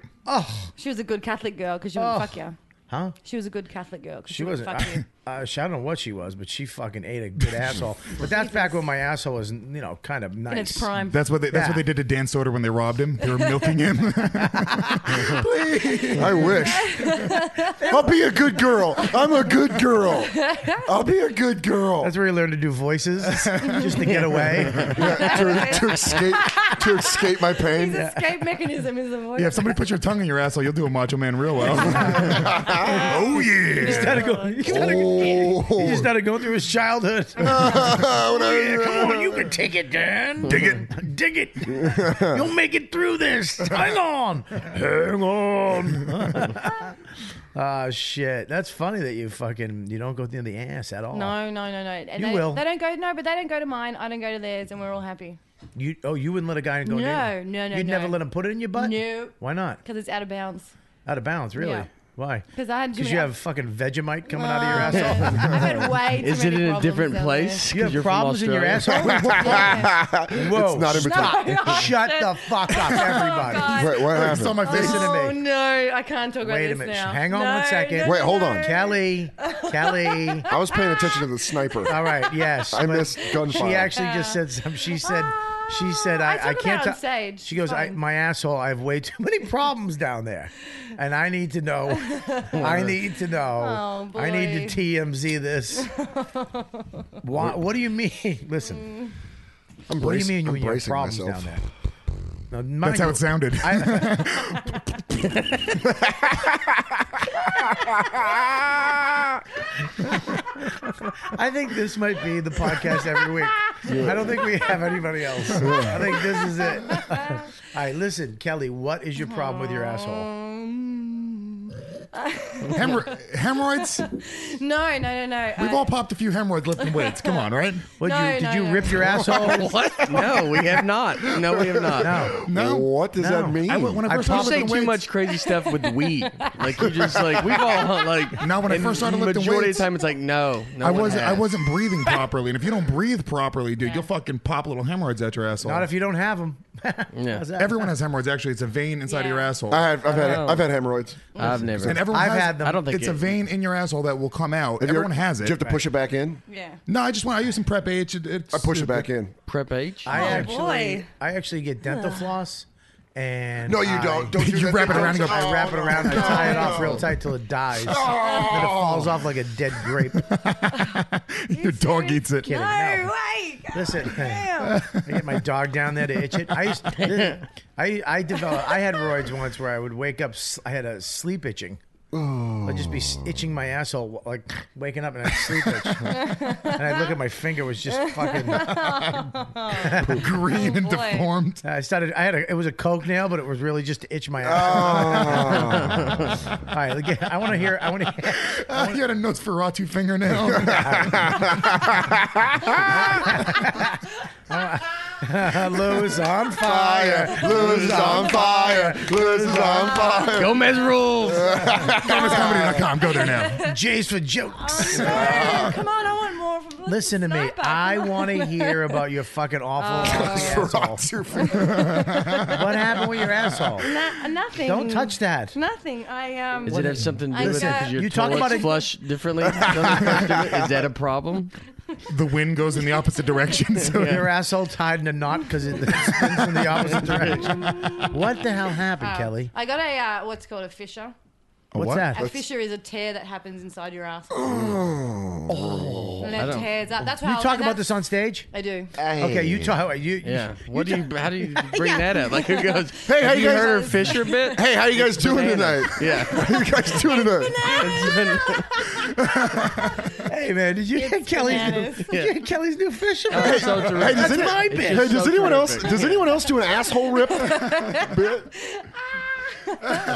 [SPEAKER 7] She was a good Catholic girl because she wouldn't fuck you.
[SPEAKER 4] Huh?
[SPEAKER 7] She was a good Catholic girl because she,
[SPEAKER 4] She
[SPEAKER 7] wouldn't
[SPEAKER 4] wasn't.
[SPEAKER 7] fuck you.
[SPEAKER 4] I, I, I don't know what she was, but she fucking ate a good asshole. But that's back when my asshole was, you know, kind of nice.
[SPEAKER 7] In its prime.
[SPEAKER 8] That's what they, that's what
[SPEAKER 4] Yeah.
[SPEAKER 8] they did to Dan Soder when they robbed him. They were milking him.
[SPEAKER 5] I wish. I'll be a good girl. I'm a good girl. I'll be a good girl.
[SPEAKER 4] That's where you learn to do voices, just to get away.
[SPEAKER 5] Yeah, to, to escape to escape my pain.
[SPEAKER 7] His escape mechanism is the voice.
[SPEAKER 8] yeah, if somebody puts your tongue in your asshole, you'll do a Macho Man real well. oh yeah.
[SPEAKER 4] Gotta go- you gotta go- he
[SPEAKER 5] Oh.
[SPEAKER 4] just started going through his childhood.
[SPEAKER 5] Come
[SPEAKER 4] you can take it, Dan. Oh. Dig it. Dig it. You'll make it through this. Hang on. Hang on. Ah, shit. That's funny that you fucking, you don't go through the ass at all.
[SPEAKER 7] No, no, no, no. And
[SPEAKER 4] You
[SPEAKER 7] they,
[SPEAKER 4] will.
[SPEAKER 7] They don't go. No, but they don't go to mine. I don't go to theirs, and we're all happy
[SPEAKER 4] You, oh, you wouldn't let a guy go
[SPEAKER 7] No,
[SPEAKER 4] near?
[SPEAKER 7] no, no,
[SPEAKER 4] You'd
[SPEAKER 7] no.
[SPEAKER 4] never let him put it in your butt?
[SPEAKER 7] No.
[SPEAKER 4] Why not?
[SPEAKER 7] because it's out of bounds.
[SPEAKER 4] Out of bounds, really?
[SPEAKER 7] Yeah.
[SPEAKER 4] Why?
[SPEAKER 7] 'Cause I had too
[SPEAKER 4] Because
[SPEAKER 7] many-
[SPEAKER 4] you have fucking Vegemite coming out of your
[SPEAKER 7] Oh,
[SPEAKER 4] asshole.
[SPEAKER 7] man. I've had way too
[SPEAKER 6] Is it in
[SPEAKER 7] many
[SPEAKER 6] a
[SPEAKER 7] problems
[SPEAKER 6] different
[SPEAKER 7] out there.
[SPEAKER 6] place?
[SPEAKER 4] You
[SPEAKER 6] 'Cause
[SPEAKER 4] have
[SPEAKER 6] you're from
[SPEAKER 4] problems in your
[SPEAKER 6] Australia?
[SPEAKER 4] asshole? Whoa.
[SPEAKER 7] Yeah.
[SPEAKER 5] not in between.
[SPEAKER 4] Shut the fuck up, everybody.
[SPEAKER 7] Oh, God.
[SPEAKER 5] Wait, what
[SPEAKER 8] I saw
[SPEAKER 5] happened?
[SPEAKER 8] my face.
[SPEAKER 4] Listen to
[SPEAKER 7] Oh
[SPEAKER 4] me.
[SPEAKER 7] no, I can't talk about
[SPEAKER 4] Wait a
[SPEAKER 7] this
[SPEAKER 4] minute.
[SPEAKER 7] now.
[SPEAKER 4] Hang on
[SPEAKER 7] No,
[SPEAKER 4] one second.
[SPEAKER 7] no,
[SPEAKER 5] Wait, hold
[SPEAKER 7] no.
[SPEAKER 5] on.
[SPEAKER 4] Kelly, Kelly.
[SPEAKER 5] I was paying attention to the sniper.
[SPEAKER 4] All right, yes.
[SPEAKER 5] I
[SPEAKER 4] but
[SPEAKER 5] missed gunfire.
[SPEAKER 4] She actually just said some. She said, she said,
[SPEAKER 7] Ah, I
[SPEAKER 4] I, I, can't.
[SPEAKER 7] talk about it on
[SPEAKER 4] ta-
[SPEAKER 7] stage.
[SPEAKER 4] She goes, I,
[SPEAKER 7] Fine.
[SPEAKER 4] my asshole. I have way too many problems down there, and I need to know. I need to know.
[SPEAKER 7] Oh,
[SPEAKER 4] I need
[SPEAKER 7] boy.
[SPEAKER 4] to TMZ this. Why, what do you mean? Listen,
[SPEAKER 8] Mm.
[SPEAKER 5] I'm
[SPEAKER 4] what do you
[SPEAKER 5] bracing-
[SPEAKER 4] mean
[SPEAKER 5] I'm
[SPEAKER 4] when you have
[SPEAKER 5] bracing
[SPEAKER 4] problems
[SPEAKER 5] myself.
[SPEAKER 4] down there? Now, mind
[SPEAKER 8] That's how
[SPEAKER 4] you-
[SPEAKER 8] it sounded.
[SPEAKER 4] I think this might be the podcast every week. I don't think we have anybody else. I think this is it. All right, listen, Kelly, what is your problem with your asshole?
[SPEAKER 8] Hemorr- hemorrhoids.
[SPEAKER 7] No, no, no, no.
[SPEAKER 8] We've
[SPEAKER 7] Uh,
[SPEAKER 8] all popped a few hemorrhoids lifting weights. Come on, right?
[SPEAKER 4] What,
[SPEAKER 7] No,
[SPEAKER 4] you, did
[SPEAKER 7] no,
[SPEAKER 4] you
[SPEAKER 7] no.
[SPEAKER 4] rip your asshole?
[SPEAKER 6] What? No, we have not. No, we have not.
[SPEAKER 4] No.
[SPEAKER 8] No.
[SPEAKER 5] What does
[SPEAKER 4] No.
[SPEAKER 5] that mean?
[SPEAKER 8] I, when I
[SPEAKER 4] I
[SPEAKER 6] You
[SPEAKER 8] first started
[SPEAKER 4] probably
[SPEAKER 6] say
[SPEAKER 8] lifting
[SPEAKER 6] too
[SPEAKER 8] weights,
[SPEAKER 6] much crazy stuff with we. Like you just like we've all like.
[SPEAKER 8] Now, when I
[SPEAKER 6] and
[SPEAKER 8] first started lifting
[SPEAKER 6] majority
[SPEAKER 8] weights-
[SPEAKER 6] of the time it's like no. no
[SPEAKER 8] I
[SPEAKER 6] one
[SPEAKER 8] wasn't. I
[SPEAKER 6] has.
[SPEAKER 8] wasn't breathing properly, and if you don't breathe properly, dude, you'll fucking pop little hemorrhoids out your asshole.
[SPEAKER 4] Not if you don't have them. How's that?
[SPEAKER 8] Everyone has hemorrhoids. Actually, it's a vein inside of
[SPEAKER 7] Yeah.
[SPEAKER 8] your asshole.
[SPEAKER 5] I have, I've had I've had hemorrhoids.
[SPEAKER 6] Oh. I've never.
[SPEAKER 8] and everyone
[SPEAKER 4] I've
[SPEAKER 8] has,
[SPEAKER 4] had them. I
[SPEAKER 6] don't think
[SPEAKER 8] it's
[SPEAKER 6] it-
[SPEAKER 8] a vein in your asshole that will come out.
[SPEAKER 5] Have you
[SPEAKER 8] everyone
[SPEAKER 5] ever-
[SPEAKER 8] has
[SPEAKER 5] Do
[SPEAKER 8] it.
[SPEAKER 5] you have to push it back in?
[SPEAKER 7] yeah.
[SPEAKER 8] No, I just want. I use some prep H. It, it's, Oh,
[SPEAKER 5] I push it back in.
[SPEAKER 6] prep H.
[SPEAKER 4] I actually,
[SPEAKER 7] boy.
[SPEAKER 4] I actually get dental floss, and
[SPEAKER 5] No, you
[SPEAKER 4] I-
[SPEAKER 5] don't. Don't do
[SPEAKER 8] You
[SPEAKER 5] that.
[SPEAKER 8] wrap it around and go-
[SPEAKER 4] I wrap it around, I tie it off real tight till it dies, and then it falls off like a dead grape.
[SPEAKER 8] Your dog eats it.
[SPEAKER 4] Kidding,
[SPEAKER 7] No,
[SPEAKER 4] no.
[SPEAKER 7] wait.
[SPEAKER 4] Listen,
[SPEAKER 7] Damn.
[SPEAKER 4] I get my dog down there to itch it. I used, I I developed. I had roids once where I would wake up. s- I had a sleep itching.
[SPEAKER 8] Oh.
[SPEAKER 4] I'd just be s- itching my asshole, like waking up and I'd sleep itch, and I'd look at my finger was just fucking.
[SPEAKER 8] Green and
[SPEAKER 7] boy.
[SPEAKER 8] deformed. Oh.
[SPEAKER 4] I started. I had a. It was a coke nail, but it was really just to itch my asshole. All right, again, I want to hear. I want to. hear
[SPEAKER 8] Uh, you had a Nosferatu fingernail.
[SPEAKER 4] Lose on fire.
[SPEAKER 5] Fire, lose on fire, lose on fire.
[SPEAKER 6] Gomez rules.
[SPEAKER 8] ChrisComedy.com. Go there now.
[SPEAKER 4] J's for jokes.
[SPEAKER 7] Oh, No, come on, I want more from Blitz
[SPEAKER 4] Listen to me.
[SPEAKER 7] Sniper.
[SPEAKER 4] I want to hear about your fucking
[SPEAKER 7] Oh,
[SPEAKER 4] awful ugly asshole.
[SPEAKER 5] Two fingers.
[SPEAKER 4] What happened with your asshole?
[SPEAKER 7] Uh, Na- nothing.
[SPEAKER 4] Don't touch that.
[SPEAKER 7] Nothing. I um.
[SPEAKER 6] Does it have something to
[SPEAKER 7] I
[SPEAKER 6] do with it?
[SPEAKER 7] got-
[SPEAKER 6] Because your
[SPEAKER 4] You talk
[SPEAKER 6] toilets
[SPEAKER 4] about it-
[SPEAKER 6] flush differently. than the rest of it? Is that a problem?
[SPEAKER 8] the wind goes in the opposite direction. So
[SPEAKER 4] Your asshole tied in a knot because it spins in the opposite direction. What the hell happened, Kelly?
[SPEAKER 7] Oh. I got a uh, what's called a fissure.
[SPEAKER 4] What's
[SPEAKER 8] what?
[SPEAKER 4] that?
[SPEAKER 7] A fissure is a tear that happens inside your ass. Oh,
[SPEAKER 5] Oh.
[SPEAKER 7] and it tears up. That's why I
[SPEAKER 4] You
[SPEAKER 7] was-
[SPEAKER 4] talk
[SPEAKER 7] and
[SPEAKER 4] about this
[SPEAKER 7] that's-
[SPEAKER 4] on stage?
[SPEAKER 7] I do.
[SPEAKER 4] Okay, you talk. You, you-
[SPEAKER 6] Yeah. What do you? How do you bring that up? Like who goes? Hey,
[SPEAKER 5] how
[SPEAKER 6] have
[SPEAKER 5] you
[SPEAKER 6] you
[SPEAKER 5] guys-
[SPEAKER 6] heard her Fisher bit?
[SPEAKER 5] Hey, how you guys doing
[SPEAKER 6] Banana.
[SPEAKER 5] tonight?
[SPEAKER 6] Yeah.
[SPEAKER 5] How you guys doing tonight?
[SPEAKER 4] Hey man, did you get Kelly's new,
[SPEAKER 7] bananas.
[SPEAKER 4] did you get Kelly's new fish?
[SPEAKER 6] Oh, it's so
[SPEAKER 5] Hey,
[SPEAKER 6] terrific.
[SPEAKER 5] does, any-
[SPEAKER 4] my bit.
[SPEAKER 5] hey,
[SPEAKER 6] It's
[SPEAKER 5] does
[SPEAKER 6] so
[SPEAKER 5] anyone else
[SPEAKER 6] terrific.
[SPEAKER 5] does anyone else do an asshole rip bit?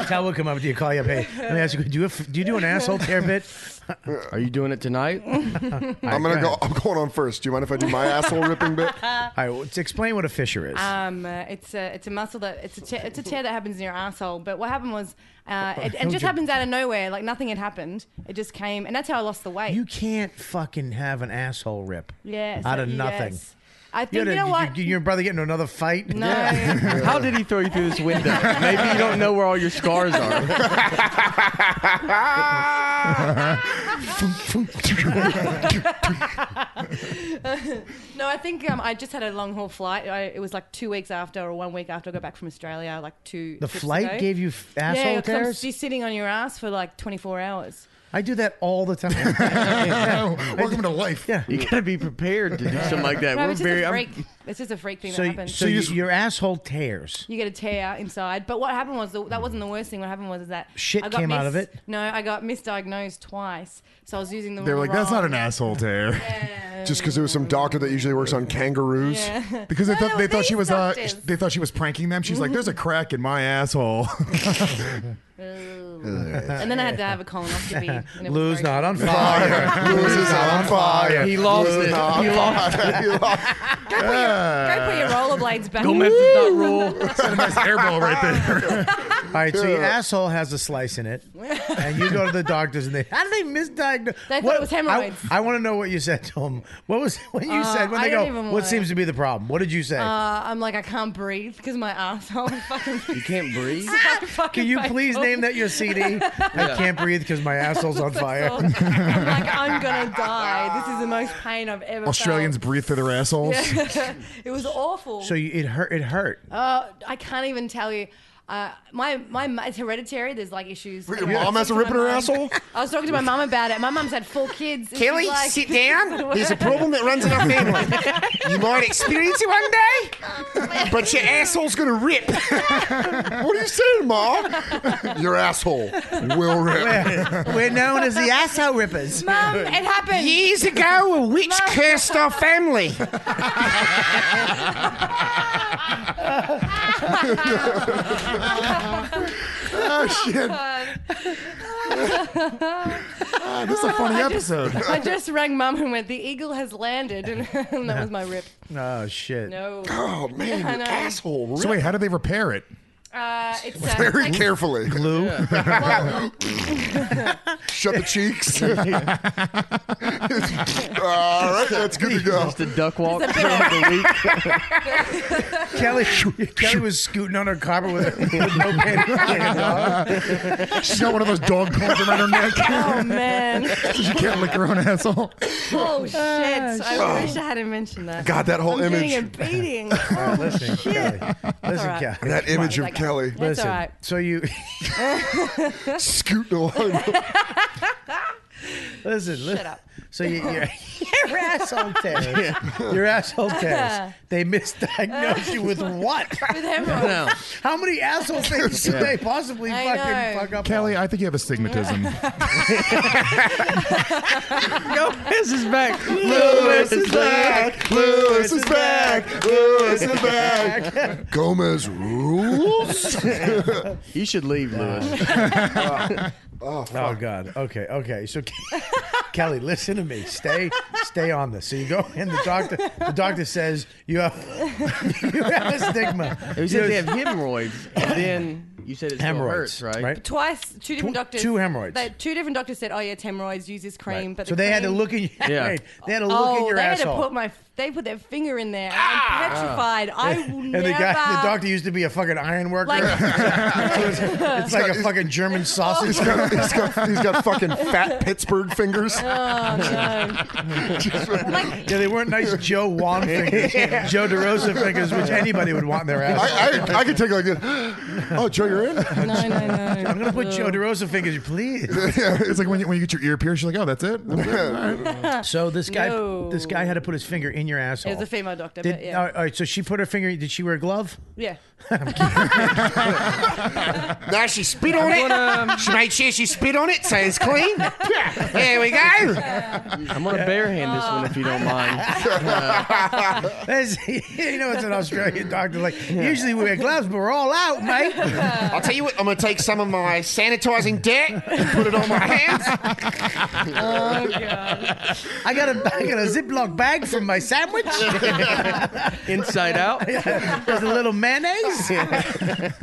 [SPEAKER 4] Cal will come up to you, call you up. Hey, let me ask you, do you do you do an asshole tear bit?
[SPEAKER 6] Are you doing it tonight?
[SPEAKER 5] I'm gonna go. I'm going on first. Do you mind if I do my asshole ripping bit?
[SPEAKER 4] All right, well, let's explain what a fisher is.
[SPEAKER 7] Um, uh, it's a it's a muscle that it's a tear, it's a tear that happens in your asshole. But what happened was, uh, it, it
[SPEAKER 4] Don't
[SPEAKER 7] just
[SPEAKER 4] you-
[SPEAKER 7] happens out of nowhere. Like nothing had happened. It just came, and that's how I lost the weight.
[SPEAKER 4] you can't fucking have an asshole rip.
[SPEAKER 7] yeah,
[SPEAKER 4] out
[SPEAKER 7] so-
[SPEAKER 4] of nothing.
[SPEAKER 7] yes. I
[SPEAKER 4] You,
[SPEAKER 7] think you know what.
[SPEAKER 4] your brother get into another fight?
[SPEAKER 7] no,
[SPEAKER 6] How did he throw you through this window? Maybe you don't know where all your scars are.
[SPEAKER 7] no, I think um, I just had a long haul flight. I, it was like two weeks after or one week after I got back from Australia. Like two.
[SPEAKER 4] The
[SPEAKER 7] trips
[SPEAKER 4] flight
[SPEAKER 7] ago.
[SPEAKER 4] gave you f-
[SPEAKER 7] yeah,
[SPEAKER 4] asshole
[SPEAKER 7] like some-
[SPEAKER 4] tears?
[SPEAKER 7] you're sitting on your ass for like 24 hours.
[SPEAKER 4] I do that all the time.
[SPEAKER 8] Welcome to life.
[SPEAKER 4] yeah.
[SPEAKER 6] You gotta be prepared to do something like that.
[SPEAKER 7] No,
[SPEAKER 6] We're
[SPEAKER 7] it's just
[SPEAKER 6] very.
[SPEAKER 7] a
[SPEAKER 6] I'm-
[SPEAKER 7] freak. It's just a freak thing
[SPEAKER 4] So,
[SPEAKER 7] that
[SPEAKER 4] so,
[SPEAKER 7] happens.
[SPEAKER 4] you- your asshole tears.
[SPEAKER 7] You get a tear inside. But what happened was that wasn't the worst thing. What happened was is that
[SPEAKER 4] Shit
[SPEAKER 7] I got
[SPEAKER 4] came out of it?
[SPEAKER 7] No, I got misdiagnosed twice. So I was using the.
[SPEAKER 8] They're like, that's not an
[SPEAKER 7] wrong-
[SPEAKER 8] asshole tear.
[SPEAKER 5] Just because there was some doctor that usually works on kangaroos.
[SPEAKER 8] Because they
[SPEAKER 7] No,
[SPEAKER 8] thought
[SPEAKER 7] no,
[SPEAKER 8] they thought she
[SPEAKER 7] these
[SPEAKER 8] was uh,
[SPEAKER 7] doctors.
[SPEAKER 8] they thought she was pranking them. She's like, "There's a crack in my asshole."
[SPEAKER 7] And then I had to have a colonoscopy. and it was
[SPEAKER 4] Lou's
[SPEAKER 7] very-
[SPEAKER 4] not on fire.
[SPEAKER 5] Louis is on fire.
[SPEAKER 6] He lost
[SPEAKER 5] Louis
[SPEAKER 6] it.
[SPEAKER 5] is on
[SPEAKER 6] He lost
[SPEAKER 5] fire. He lost-
[SPEAKER 7] Go put your, go put your rollerblades back.
[SPEAKER 6] Gomez does not rule.
[SPEAKER 8] nice airball right there.
[SPEAKER 4] all right, so your asshole has a slice in it, and you go to the doctors, and they how do they misdiagnose?
[SPEAKER 7] They thought it was hemorrhoids. Uh,
[SPEAKER 4] I, want to know what you said to them. What was when you said when
[SPEAKER 7] I
[SPEAKER 4] they
[SPEAKER 7] don't
[SPEAKER 4] go?
[SPEAKER 7] even
[SPEAKER 4] What
[SPEAKER 7] wanna-
[SPEAKER 4] seems to be the problem? What did you say?
[SPEAKER 7] Uh, I'm like, I can't breathe because my asshole fucking.
[SPEAKER 6] You can't breathe.
[SPEAKER 4] Can you please name that your CD? I can't breathe because my asshole's on
[SPEAKER 7] I'm
[SPEAKER 4] fire.
[SPEAKER 7] like, I'm gonna die. This is the most pain I've ever.
[SPEAKER 8] Australians
[SPEAKER 7] Felt.
[SPEAKER 8] breathe through their assholes.
[SPEAKER 7] It was awful.
[SPEAKER 4] So you, it hurt. It hurt.
[SPEAKER 7] Uh, I can't even tell you. Uh, my my mu- it's hereditary. There's like issues.
[SPEAKER 5] Wait, your
[SPEAKER 7] I was
[SPEAKER 5] mom has
[SPEAKER 7] talking
[SPEAKER 5] a
[SPEAKER 7] to my
[SPEAKER 5] rip in her
[SPEAKER 7] mum.
[SPEAKER 5] asshole?
[SPEAKER 7] I was talking to my mom about it. My mom's had four kids. and
[SPEAKER 2] Kelly,
[SPEAKER 7] she's like-
[SPEAKER 2] sit down. There's a
[SPEAKER 7] What?
[SPEAKER 2] problem that runs in our family. You might experience it one day, but your asshole's gonna rip.
[SPEAKER 5] what are you saying, Ma? Your asshole will rip.
[SPEAKER 4] We're known as the asshole rippers.
[SPEAKER 7] Mum, it happened.
[SPEAKER 2] Years ago, a witch cursed our family.
[SPEAKER 5] Oh shit!
[SPEAKER 8] Ah, this is a funny episode.
[SPEAKER 7] I just rang mum and went, "The eagle has landed," and, and that was my rip.
[SPEAKER 4] Oh shit.
[SPEAKER 7] No,
[SPEAKER 5] Oh man, your
[SPEAKER 7] know.
[SPEAKER 5] asshole rip.
[SPEAKER 8] So wait, how do they repair it?
[SPEAKER 7] uh, it's uh, Oh,
[SPEAKER 5] very
[SPEAKER 7] like-
[SPEAKER 5] carefully.
[SPEAKER 4] Lou,
[SPEAKER 7] well,
[SPEAKER 5] Shut the cheeks. All right, that's good to go.
[SPEAKER 6] Just a duck walk.
[SPEAKER 7] It's a bit of-
[SPEAKER 6] throughout the week.
[SPEAKER 4] Kelly, Kelly was scooting on her carpet with, her, with no panties.
[SPEAKER 8] She's got one of those dog collars around her neck.
[SPEAKER 7] oh man,
[SPEAKER 8] she can't lick her own asshole.
[SPEAKER 7] oh shit! I wish I hadn't mentioned that.
[SPEAKER 5] God, that whole
[SPEAKER 7] I'm
[SPEAKER 5] image.
[SPEAKER 7] getting a beating. Oh
[SPEAKER 4] Listen,
[SPEAKER 7] shit!
[SPEAKER 4] Kelly. Listen,
[SPEAKER 7] right.
[SPEAKER 4] Kelly.
[SPEAKER 5] That image of Kelly
[SPEAKER 7] That's all
[SPEAKER 4] Listen,
[SPEAKER 7] right.
[SPEAKER 4] So you
[SPEAKER 5] scooting along.
[SPEAKER 4] listen. Shut
[SPEAKER 7] up.
[SPEAKER 4] So you, your, your asshole tears. Your asshole tears. They misdiagnosed you with what?
[SPEAKER 7] With hemorrhoids.
[SPEAKER 6] No.
[SPEAKER 4] How many asshole things could they possibly
[SPEAKER 7] I
[SPEAKER 4] fucking
[SPEAKER 7] know.
[SPEAKER 4] fuck up?
[SPEAKER 8] Kelly, I think you have astigmatism.
[SPEAKER 6] Gomez is back.
[SPEAKER 5] Lewis is back. Lewis is back. Lewis is back. Gomez rules.
[SPEAKER 6] You should leave, Lewis.
[SPEAKER 4] Oh God. Okay. Okay. So, Kelly, listen to me. Stay, stay on this. So you go in. The doctor, the doctor says you have, you have a stigma.
[SPEAKER 6] He
[SPEAKER 4] You
[SPEAKER 6] said they have hemorrhoids, and then You said it still
[SPEAKER 4] hemorrhoids,
[SPEAKER 6] hurts, right?
[SPEAKER 4] Right.
[SPEAKER 7] Twice, two different
[SPEAKER 4] Two-
[SPEAKER 7] doctors.
[SPEAKER 4] two hemorrhoids.
[SPEAKER 7] They, two different doctors said, "Oh yeah, it's hemorrhoids. Use this cream." But
[SPEAKER 4] So
[SPEAKER 7] the
[SPEAKER 4] they had to
[SPEAKER 7] cream-
[SPEAKER 4] look in.
[SPEAKER 6] Yeah.
[SPEAKER 4] right. They had to look
[SPEAKER 7] Oh,
[SPEAKER 4] in your
[SPEAKER 7] they
[SPEAKER 4] asshole. Ah.
[SPEAKER 7] had to put my. They put their finger in there. I'm petrified. I will
[SPEAKER 4] and
[SPEAKER 7] never.
[SPEAKER 4] the guy, the doctor, used to be a fucking iron worker. it's like a fucking
[SPEAKER 7] Oh.
[SPEAKER 4] German sausage.
[SPEAKER 5] He's got, he's got, he's got fucking fat Pittsburgh fingers.
[SPEAKER 7] Oh, like,
[SPEAKER 4] Yeah, they weren't nice Joe Wan fingers, Joe DeRosa fingers, which anybody would want in their asshole.
[SPEAKER 5] I, I, I could take like, a, oh, Joe, you're in.
[SPEAKER 7] no, no, no.
[SPEAKER 4] I'm gonna put Joe DeRosa fingers, please.
[SPEAKER 8] It's like when you, when you get your ear pierced, you're like, oh, that's it. That's it.
[SPEAKER 4] So this guy,
[SPEAKER 7] No.
[SPEAKER 4] this guy had to put his finger in your asshole.
[SPEAKER 7] It was a female doctor,
[SPEAKER 4] "Oh, Did,
[SPEAKER 7] but yeah.
[SPEAKER 4] all, right, all right, so she put her finger. Did she wear a glove?
[SPEAKER 7] yeah.
[SPEAKER 2] Now she spit on it.
[SPEAKER 4] um,
[SPEAKER 2] She made sure she spit on it so it's clean. Here we go.
[SPEAKER 6] I'm gonna barehand this one if you don't mind.
[SPEAKER 4] That's- you know, it's an Australian doctor. Like usually we wear gloves, but we're all out, mate.
[SPEAKER 2] I'll tell you what. I'm gonna take some of my sanitizing debt and put it on my hands.
[SPEAKER 7] Oh god.
[SPEAKER 4] I got a, I got a Ziploc bag from my sandwich.
[SPEAKER 6] Inside out.
[SPEAKER 4] There's a little mayonnaise.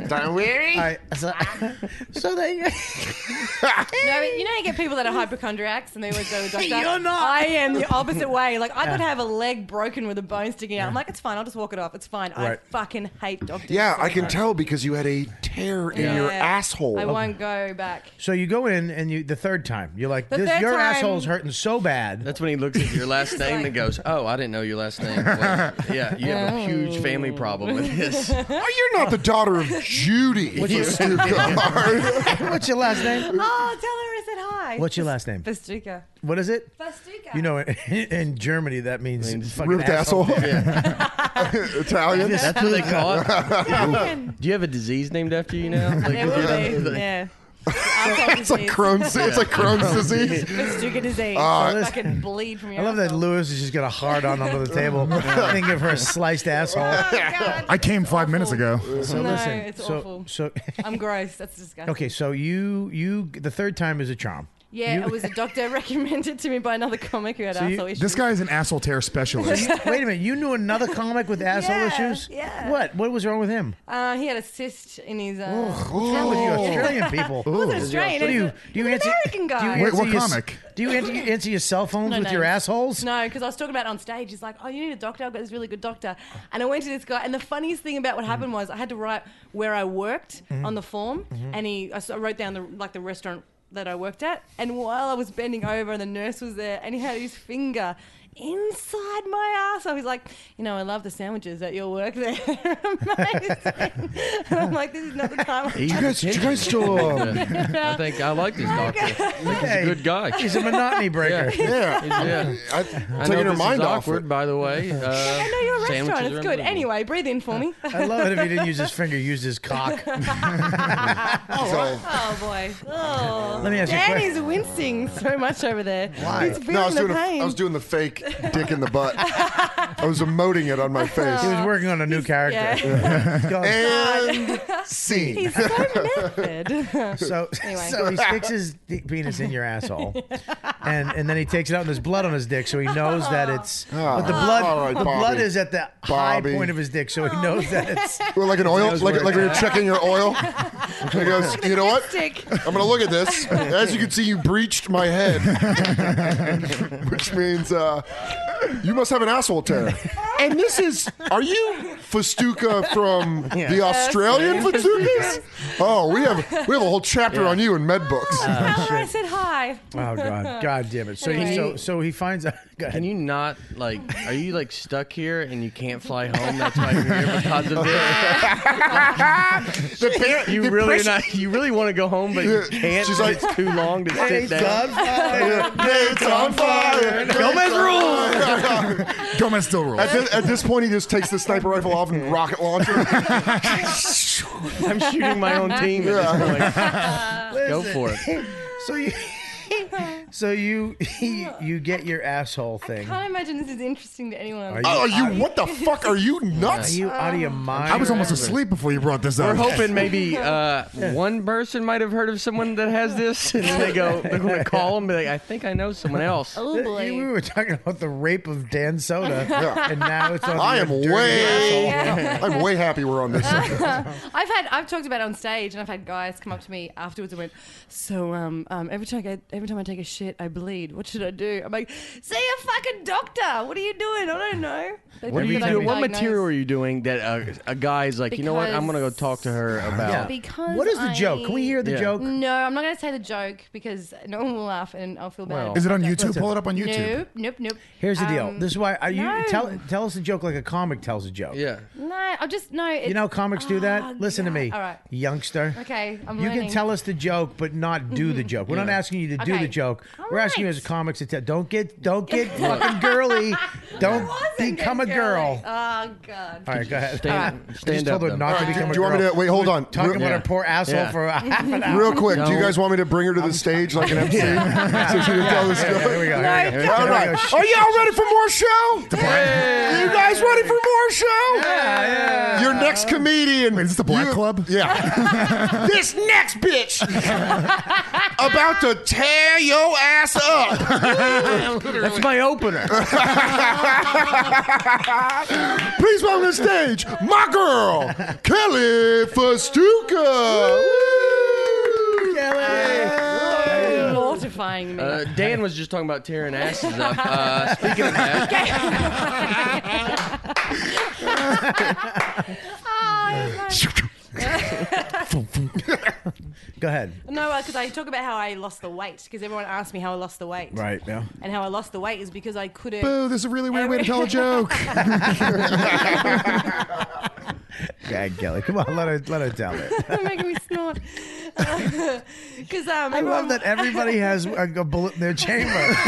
[SPEAKER 2] Don't worry.
[SPEAKER 4] All right, so, "Ah." so they.
[SPEAKER 7] No, but you know you get people that are hypochondriacs and they always go to the doctor.
[SPEAKER 4] You're not.
[SPEAKER 7] I am the opposite way. Like I could have a leg broken with a bone sticking out. I'm like, it's fine. I'll just walk it off. It's fine.
[SPEAKER 4] Right.
[SPEAKER 7] I fucking hate doctors.
[SPEAKER 5] Yeah, I
[SPEAKER 7] so
[SPEAKER 5] can
[SPEAKER 7] much.
[SPEAKER 5] tell because you had a tear in
[SPEAKER 7] Yeah.
[SPEAKER 5] your asshole.
[SPEAKER 7] I won't go back.
[SPEAKER 4] So you go in and you the third time you're like,
[SPEAKER 7] The
[SPEAKER 4] this,
[SPEAKER 7] third
[SPEAKER 4] your
[SPEAKER 7] time-
[SPEAKER 4] asshole's hurting so bad.
[SPEAKER 6] That's when he looks at your last name and goes, "Oh, I didn't know your last name." Well, yeah, you have a huge family problem with this.
[SPEAKER 5] Oh, you're not the daughter of Judy.
[SPEAKER 4] What's your last name?
[SPEAKER 7] Oh, tell her I said hi.
[SPEAKER 4] What's your last name?
[SPEAKER 7] Festuca.
[SPEAKER 4] What is it?
[SPEAKER 7] Festuca.
[SPEAKER 4] You know, in, in Germany that means, fucking
[SPEAKER 5] Roofed asshole.
[SPEAKER 6] Yeah,
[SPEAKER 5] Italian.
[SPEAKER 6] that's what they call it. Do you have a disease named after you now? Like,
[SPEAKER 7] There will be. Yeah.
[SPEAKER 5] It's like Crohn's. It's like Crohn's disease.
[SPEAKER 7] Festuca disease.
[SPEAKER 5] Uh,
[SPEAKER 7] fucking bleed from your.
[SPEAKER 4] I love that
[SPEAKER 7] asshole.
[SPEAKER 4] Lewis has just got a hard on under the table. I think of her sliced asshole.
[SPEAKER 7] Oh, God.
[SPEAKER 8] I came five minutes ago.
[SPEAKER 7] no,
[SPEAKER 4] Listen,
[SPEAKER 7] it's
[SPEAKER 4] so,
[SPEAKER 7] awful.
[SPEAKER 4] So
[SPEAKER 7] I'm gross. That's disgusting.
[SPEAKER 4] okay, so you you the third time is a charm.
[SPEAKER 7] Yeah,
[SPEAKER 4] You-
[SPEAKER 7] it was a doctor recommended to me by another comic who had
[SPEAKER 4] you-
[SPEAKER 7] asshole issues.
[SPEAKER 8] This guy is an asshole tear specialist.
[SPEAKER 4] Wait a minute, you knew another comic with asshole
[SPEAKER 7] Yeah,
[SPEAKER 4] issues?
[SPEAKER 7] yeah.
[SPEAKER 4] What? What was wrong with him?
[SPEAKER 7] uh, he had a cyst in his. Uh,
[SPEAKER 4] What's wrong with you Australian people?
[SPEAKER 7] It was Australian.
[SPEAKER 4] What do you do? You
[SPEAKER 7] He's
[SPEAKER 4] answer,
[SPEAKER 7] an American
[SPEAKER 4] do you
[SPEAKER 7] guy.
[SPEAKER 8] Wait, what
[SPEAKER 4] answer your-
[SPEAKER 8] comic?
[SPEAKER 4] Do you answer, you answer your cell phones with your
[SPEAKER 7] names.
[SPEAKER 4] assholes?
[SPEAKER 7] No, because I was talking about it on stage. He's like, "Oh, you need a doctor. I've got this really good doctor." And I went to this guy, and the funniest thing about what happened was I had to write where I worked
[SPEAKER 4] Mm-hmm.
[SPEAKER 7] on the form, and he I s- I wrote down the like the restaurant that I worked at, and while I was bending over, and the nurse was there, and he had his finger. Inside my ass, I was like, you know, I love the sandwiches at your work. There, amazing. and I'm like, this is not the time.
[SPEAKER 6] He's
[SPEAKER 5] You guys, you guys still. Um,
[SPEAKER 6] I think I like
[SPEAKER 5] Oh
[SPEAKER 6] this doctor. He's a
[SPEAKER 4] Hey,
[SPEAKER 6] good guy.
[SPEAKER 4] He's a monotony breaker.
[SPEAKER 6] Yeah.
[SPEAKER 5] yeah.
[SPEAKER 6] Yeah. I
[SPEAKER 5] I, I'm
[SPEAKER 6] know
[SPEAKER 5] taking your
[SPEAKER 6] this
[SPEAKER 5] mind
[SPEAKER 6] is
[SPEAKER 5] off.
[SPEAKER 6] awkward,
[SPEAKER 5] it.
[SPEAKER 6] by the way. Uh,
[SPEAKER 7] I know you're a restaurant. It's good. Anyway, breathe in for me.
[SPEAKER 4] I love it if he didn't use his finger, he used his cock.
[SPEAKER 5] So,
[SPEAKER 7] Oh boy! Oh,
[SPEAKER 4] Let me ask you a
[SPEAKER 7] Danny's wincing so much over there. Why? He's feeling
[SPEAKER 5] no, I was,
[SPEAKER 7] the
[SPEAKER 5] doing a,
[SPEAKER 7] pain.
[SPEAKER 5] I was doing the fake dick in the butt. I was emoting it on my face.
[SPEAKER 4] He was working on a new character.
[SPEAKER 7] yeah,
[SPEAKER 4] Go-
[SPEAKER 5] and scene.
[SPEAKER 7] he's so method.
[SPEAKER 4] So, so he sticks his d- penis in your asshole, and and then he takes it out, and there's blood on his dick, so he knows that it's.
[SPEAKER 2] Oh,
[SPEAKER 4] but the blood,
[SPEAKER 5] Ah, all right,
[SPEAKER 4] the blood
[SPEAKER 5] Bobby.
[SPEAKER 4] is at the
[SPEAKER 5] Bobby.
[SPEAKER 4] high point of his dick, so he knows that it's.
[SPEAKER 5] Well, like an oil,
[SPEAKER 6] knows
[SPEAKER 5] like
[SPEAKER 6] where
[SPEAKER 5] like
[SPEAKER 6] it's
[SPEAKER 5] when you're checking your oil. And he goes, you know what?
[SPEAKER 7] Stick.
[SPEAKER 5] I'm gonna look at this. As you can see, you breached my head, which means uh, you must have an asshole tear. And this is, are you Festuca from the Australian Festucas? Oh, we have we have a whole chapter on you in med books.
[SPEAKER 7] Tell her I said hi.
[SPEAKER 4] Oh God, God damn it! So he, so so he finds out. Go ahead.
[SPEAKER 6] Can you not like? Are you like stuck here and you can't fly home? That's why you're here because of this.
[SPEAKER 5] the par-
[SPEAKER 6] You
[SPEAKER 5] the
[SPEAKER 6] really
[SPEAKER 5] press-
[SPEAKER 6] not. You really want to go home, but you can't.
[SPEAKER 5] She's
[SPEAKER 6] She's
[SPEAKER 5] like-
[SPEAKER 6] like, it's too long to sit
[SPEAKER 4] It's
[SPEAKER 6] down.
[SPEAKER 4] on fire.
[SPEAKER 5] It's on fire.
[SPEAKER 4] Gomez rules.
[SPEAKER 8] Gomez still rules.
[SPEAKER 5] At this, at this point, he just takes the sniper rifle off and rocket launcher.
[SPEAKER 6] I'm shooting my own team at this point. Go for it.
[SPEAKER 4] So you, So you you get your asshole thing.
[SPEAKER 7] Can't imagine this is interesting to anyone.
[SPEAKER 4] Are you-
[SPEAKER 5] Oh, you what the fuck? Are you
[SPEAKER 4] Are
[SPEAKER 5] nuts?
[SPEAKER 4] you out of your mind?
[SPEAKER 8] I was almost asleep before you brought this up.
[SPEAKER 6] Um, We're hoping maybe uh, one person might have heard of someone that has this, and they go, they're going to call them, be like, I think I know someone else.
[SPEAKER 7] oh
[SPEAKER 4] You-
[SPEAKER 7] boy.
[SPEAKER 4] We were talking about the rape of Dan Soda,
[SPEAKER 5] Yeah.
[SPEAKER 4] and now it's on.
[SPEAKER 5] I
[SPEAKER 4] your
[SPEAKER 5] am
[SPEAKER 4] dirty
[SPEAKER 5] way,
[SPEAKER 4] asshole.
[SPEAKER 5] I'm way happy we're on this.
[SPEAKER 7] I've had I've talked about it on stage, and I've had guys come up to me afterwards and went, "So um, um every time I every time I take a shit, I bleed. What should I do?" I'm like, "See a fucking doctor. What are you doing? I don't know." They
[SPEAKER 6] What, are
[SPEAKER 7] think
[SPEAKER 6] you
[SPEAKER 7] that
[SPEAKER 6] doing?
[SPEAKER 7] I'm
[SPEAKER 6] what
[SPEAKER 7] diagnosed.
[SPEAKER 6] material are you doing that uh, a guy's like, you know what? I'm going to go talk to her about.
[SPEAKER 7] Because
[SPEAKER 4] What is the
[SPEAKER 7] I-
[SPEAKER 4] joke? Can we hear the
[SPEAKER 6] Yeah.
[SPEAKER 4] joke?
[SPEAKER 7] No, I'm not going to say the joke because no one will laugh, and I'll feel bad.
[SPEAKER 6] Well.
[SPEAKER 8] Is it on YouTube? Pull it up on YouTube.
[SPEAKER 7] Nope, nope, nope.
[SPEAKER 4] Here's the deal.
[SPEAKER 7] Um,
[SPEAKER 4] This is why are you
[SPEAKER 7] no.
[SPEAKER 4] tell tell us a joke like a comic tells a joke.
[SPEAKER 6] Yeah.
[SPEAKER 7] No, I'll just no. It,
[SPEAKER 4] You know how comics do that?
[SPEAKER 7] Oh,
[SPEAKER 4] Listen
[SPEAKER 7] God.
[SPEAKER 4] to me.
[SPEAKER 7] All right.
[SPEAKER 4] Youngster.
[SPEAKER 7] Okay, I'm
[SPEAKER 4] You
[SPEAKER 7] learning. Mm-hmm.
[SPEAKER 4] can tell us the joke, but not do the joke. We're not asking you to do
[SPEAKER 7] Okay.
[SPEAKER 4] the joke.
[SPEAKER 7] All
[SPEAKER 4] We're asking you
[SPEAKER 7] right.
[SPEAKER 4] as comics to tell. Don't get, don't get fucking girly. Don't
[SPEAKER 7] Wasn't
[SPEAKER 4] become a
[SPEAKER 7] it
[SPEAKER 4] girl.
[SPEAKER 7] girly? Oh God.
[SPEAKER 4] All right, go ahead.
[SPEAKER 6] Stand,
[SPEAKER 4] I
[SPEAKER 6] stand
[SPEAKER 4] just
[SPEAKER 6] up.
[SPEAKER 4] told her
[SPEAKER 6] though.
[SPEAKER 4] not to
[SPEAKER 5] All right,
[SPEAKER 4] become a
[SPEAKER 5] do you
[SPEAKER 4] girl.
[SPEAKER 5] want me to- wait, hold
[SPEAKER 4] We're
[SPEAKER 5] on.
[SPEAKER 4] Talking
[SPEAKER 5] Real-
[SPEAKER 4] about
[SPEAKER 6] Yeah.
[SPEAKER 4] her poor asshole
[SPEAKER 6] Yeah.
[SPEAKER 4] for half an hour.
[SPEAKER 5] Real quick, do you
[SPEAKER 6] No.
[SPEAKER 5] guys want me to bring her to the stage like an MC so she can tell the
[SPEAKER 4] Yeah,
[SPEAKER 5] story?
[SPEAKER 4] Here we go. Here we go.
[SPEAKER 5] All
[SPEAKER 4] Here we go.
[SPEAKER 5] right. Are y'all ready for more show? You guys ready for more show? Your next comedian.
[SPEAKER 8] Wait, is this the Black
[SPEAKER 5] You-
[SPEAKER 8] Club?
[SPEAKER 5] Yeah. this next bitch about to tear your ass up.
[SPEAKER 6] That's my opener.
[SPEAKER 5] Please welcome to the stage my girl, Kelly Festuca. Woo!
[SPEAKER 7] You're Mortifying me.
[SPEAKER 6] Uh, Dan was just talking about tearing asses up. Uh, speaking of that,
[SPEAKER 4] Go ahead.
[SPEAKER 7] no, because I talk about how I lost the weight because everyone asked me how I lost the weight.
[SPEAKER 4] Right. Yeah.
[SPEAKER 7] And how I lost the weight is because I couldn't.
[SPEAKER 8] Oh, this is a really weird way to tell a joke.
[SPEAKER 4] Yeah, Kelly. Come on. Let her. Let her tell it.
[SPEAKER 7] You're making me snort. Because um,
[SPEAKER 4] I love
[SPEAKER 7] everyone-
[SPEAKER 4] that everybody has a, a bullet in their chamber. Look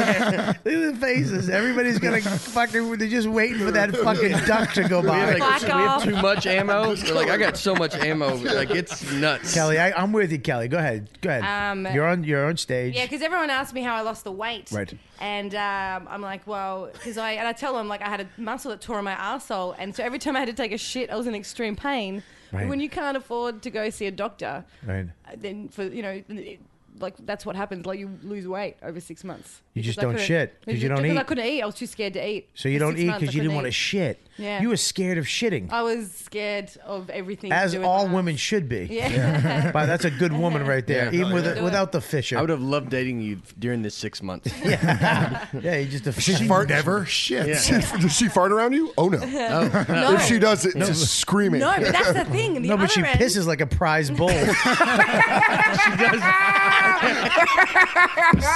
[SPEAKER 4] at the faces. Everybody's gonna fucking. They're just waiting for that fucking duck to go by.
[SPEAKER 6] like,
[SPEAKER 7] Fuck
[SPEAKER 6] we have
[SPEAKER 7] off.
[SPEAKER 6] too much ammo. They're like, I got so much ammo. Like, it's nuts.
[SPEAKER 4] Kelly, I, I'm with you, Kelly. Go ahead. Go ahead.
[SPEAKER 7] Um,
[SPEAKER 4] you're on. You're on stage.
[SPEAKER 7] Yeah, because everyone asked me how I lost the weight.
[SPEAKER 4] Right.
[SPEAKER 7] And um, I'm like, well, because I and I tell them like I had a muscle that tore in my arsehole, and so every time I had to take a shit, I was in extreme pain.
[SPEAKER 4] Right.
[SPEAKER 7] But when you can't afford to go see a doctor,
[SPEAKER 4] Right.
[SPEAKER 7] uh, then for you know. It, like that's what happens. Like you lose weight over six months.
[SPEAKER 4] You
[SPEAKER 7] Because
[SPEAKER 4] just
[SPEAKER 7] I
[SPEAKER 4] don't
[SPEAKER 7] couldn't-
[SPEAKER 4] shit, 'cause you don't
[SPEAKER 7] I
[SPEAKER 4] eat.
[SPEAKER 7] couldn't eat. I was too scared to eat.
[SPEAKER 4] So you
[SPEAKER 7] For
[SPEAKER 4] don't
[SPEAKER 7] six
[SPEAKER 4] eat
[SPEAKER 7] months, I
[SPEAKER 4] because you didn't
[SPEAKER 7] couldn't
[SPEAKER 4] want to
[SPEAKER 7] eat.
[SPEAKER 4] shit.
[SPEAKER 7] Yeah.
[SPEAKER 4] You were scared of shitting,
[SPEAKER 7] I was scared of everything. to
[SPEAKER 4] as
[SPEAKER 7] do with
[SPEAKER 4] all
[SPEAKER 7] my
[SPEAKER 4] women
[SPEAKER 7] ass.
[SPEAKER 4] should be.
[SPEAKER 7] Yeah.
[SPEAKER 4] Wow, that's a good woman right there.
[SPEAKER 6] Yeah.
[SPEAKER 4] Even with,
[SPEAKER 7] Do it.
[SPEAKER 4] without the
[SPEAKER 6] I
[SPEAKER 4] fisher.
[SPEAKER 6] would have loved dating you during this six months.
[SPEAKER 4] Yeah, you just a
[SPEAKER 8] She
[SPEAKER 4] fart.
[SPEAKER 8] never shits.
[SPEAKER 5] Does she fart around you? Oh, no.
[SPEAKER 7] No.
[SPEAKER 5] If she does, it's just screaming.
[SPEAKER 7] no, but that's the thing. The
[SPEAKER 4] No,
[SPEAKER 7] other
[SPEAKER 4] but she
[SPEAKER 7] end,
[SPEAKER 4] pisses like a prize bull.
[SPEAKER 6] She does.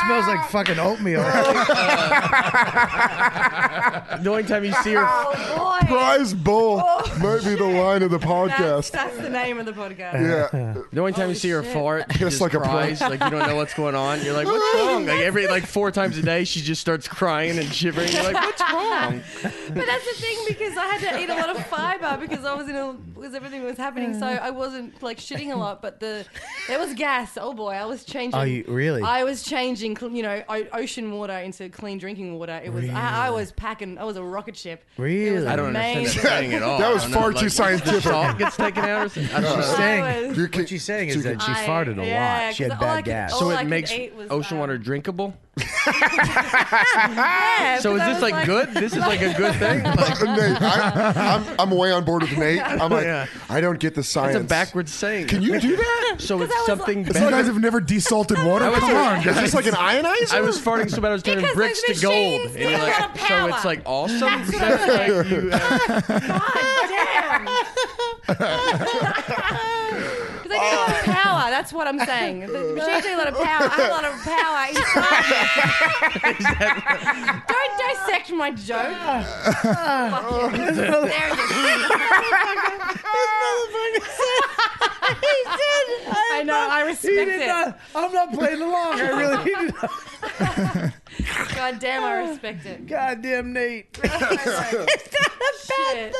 [SPEAKER 4] smells like fucking oatmeal.
[SPEAKER 6] The only time you see her,
[SPEAKER 7] Oh boy.
[SPEAKER 5] Prize bull
[SPEAKER 6] Oh.
[SPEAKER 5] might be the line of the
[SPEAKER 7] That's,
[SPEAKER 5] podcast.
[SPEAKER 7] that's the name of the podcast.
[SPEAKER 5] Yeah.
[SPEAKER 6] the only time you see her fart, she
[SPEAKER 5] It's
[SPEAKER 6] just
[SPEAKER 5] like a
[SPEAKER 6] cries.
[SPEAKER 5] pro-
[SPEAKER 6] like you don't know what's going on. You're like, what's wrong? Like every like four times a day, she just starts crying and shivering. You're like, what's wrong?
[SPEAKER 7] But that's the thing because I had to eat a lot of fiber because I was in a because everything was happening, so I wasn't like shitting a lot. But the there was gas. Oh boy, I was changing.
[SPEAKER 4] Oh, you- really?
[SPEAKER 7] I was changing, cl- you know, o- ocean water into clean drinking water. It was I, I was packing. I was a rocket ship. It was
[SPEAKER 4] Really?
[SPEAKER 6] I don't understand
[SPEAKER 7] amazing.
[SPEAKER 6] that thing at all.
[SPEAKER 5] That was
[SPEAKER 6] I don't know,
[SPEAKER 5] far too
[SPEAKER 6] like,
[SPEAKER 5] scientific.
[SPEAKER 6] The salt gets taken out. Or something. I don't know.
[SPEAKER 4] saying-
[SPEAKER 7] was-
[SPEAKER 5] You can-
[SPEAKER 4] What she's saying
[SPEAKER 5] she
[SPEAKER 4] is that she
[SPEAKER 7] I-
[SPEAKER 4] farted a
[SPEAKER 7] yeah,
[SPEAKER 4] lot. She had
[SPEAKER 7] 'cause all I
[SPEAKER 4] bad
[SPEAKER 7] could-
[SPEAKER 4] gas.
[SPEAKER 7] all
[SPEAKER 6] So
[SPEAKER 7] I
[SPEAKER 6] it
[SPEAKER 7] could
[SPEAKER 6] makes
[SPEAKER 7] eat was,
[SPEAKER 6] ocean
[SPEAKER 7] um,
[SPEAKER 6] water drinkable.
[SPEAKER 7] Yeah,
[SPEAKER 6] So is
[SPEAKER 7] because I
[SPEAKER 6] this
[SPEAKER 7] was
[SPEAKER 6] like, good? This is like a good thing. Like,
[SPEAKER 5] Nate, I, I'm, I'm way on board with Nate. I'm like,
[SPEAKER 6] Yeah.
[SPEAKER 5] I don't get the science.
[SPEAKER 6] that's a backwards saying.
[SPEAKER 5] Can you do that?
[SPEAKER 6] So it's
[SPEAKER 7] I was
[SPEAKER 6] something
[SPEAKER 8] So you
[SPEAKER 6] better.
[SPEAKER 8] guys have never desalted water?
[SPEAKER 6] was
[SPEAKER 8] Come on.
[SPEAKER 5] Is this like an ionizer?
[SPEAKER 6] I was farting so bad I was turning
[SPEAKER 7] Because
[SPEAKER 6] bricks to
[SPEAKER 7] those
[SPEAKER 6] gold.
[SPEAKER 7] machines
[SPEAKER 6] you're
[SPEAKER 7] need a
[SPEAKER 6] like-
[SPEAKER 7] lot of
[SPEAKER 6] so
[SPEAKER 7] power.
[SPEAKER 6] it's like awesome.
[SPEAKER 7] That's what I
[SPEAKER 6] That's
[SPEAKER 7] was
[SPEAKER 6] like you, uh,
[SPEAKER 7] God damn. Because I need a lot of
[SPEAKER 4] Oh.
[SPEAKER 7] power. That's what I'm saying. The machines need a lot of power. I have a lot of power inside me. Don't dissect my joke. Fuck you. There it is. I know. I
[SPEAKER 4] He
[SPEAKER 7] respect
[SPEAKER 4] did
[SPEAKER 7] it.
[SPEAKER 4] not, I'm not playing along. I really did not.
[SPEAKER 7] God damn, I respect it.
[SPEAKER 4] Goddamn Nate.
[SPEAKER 7] Shit.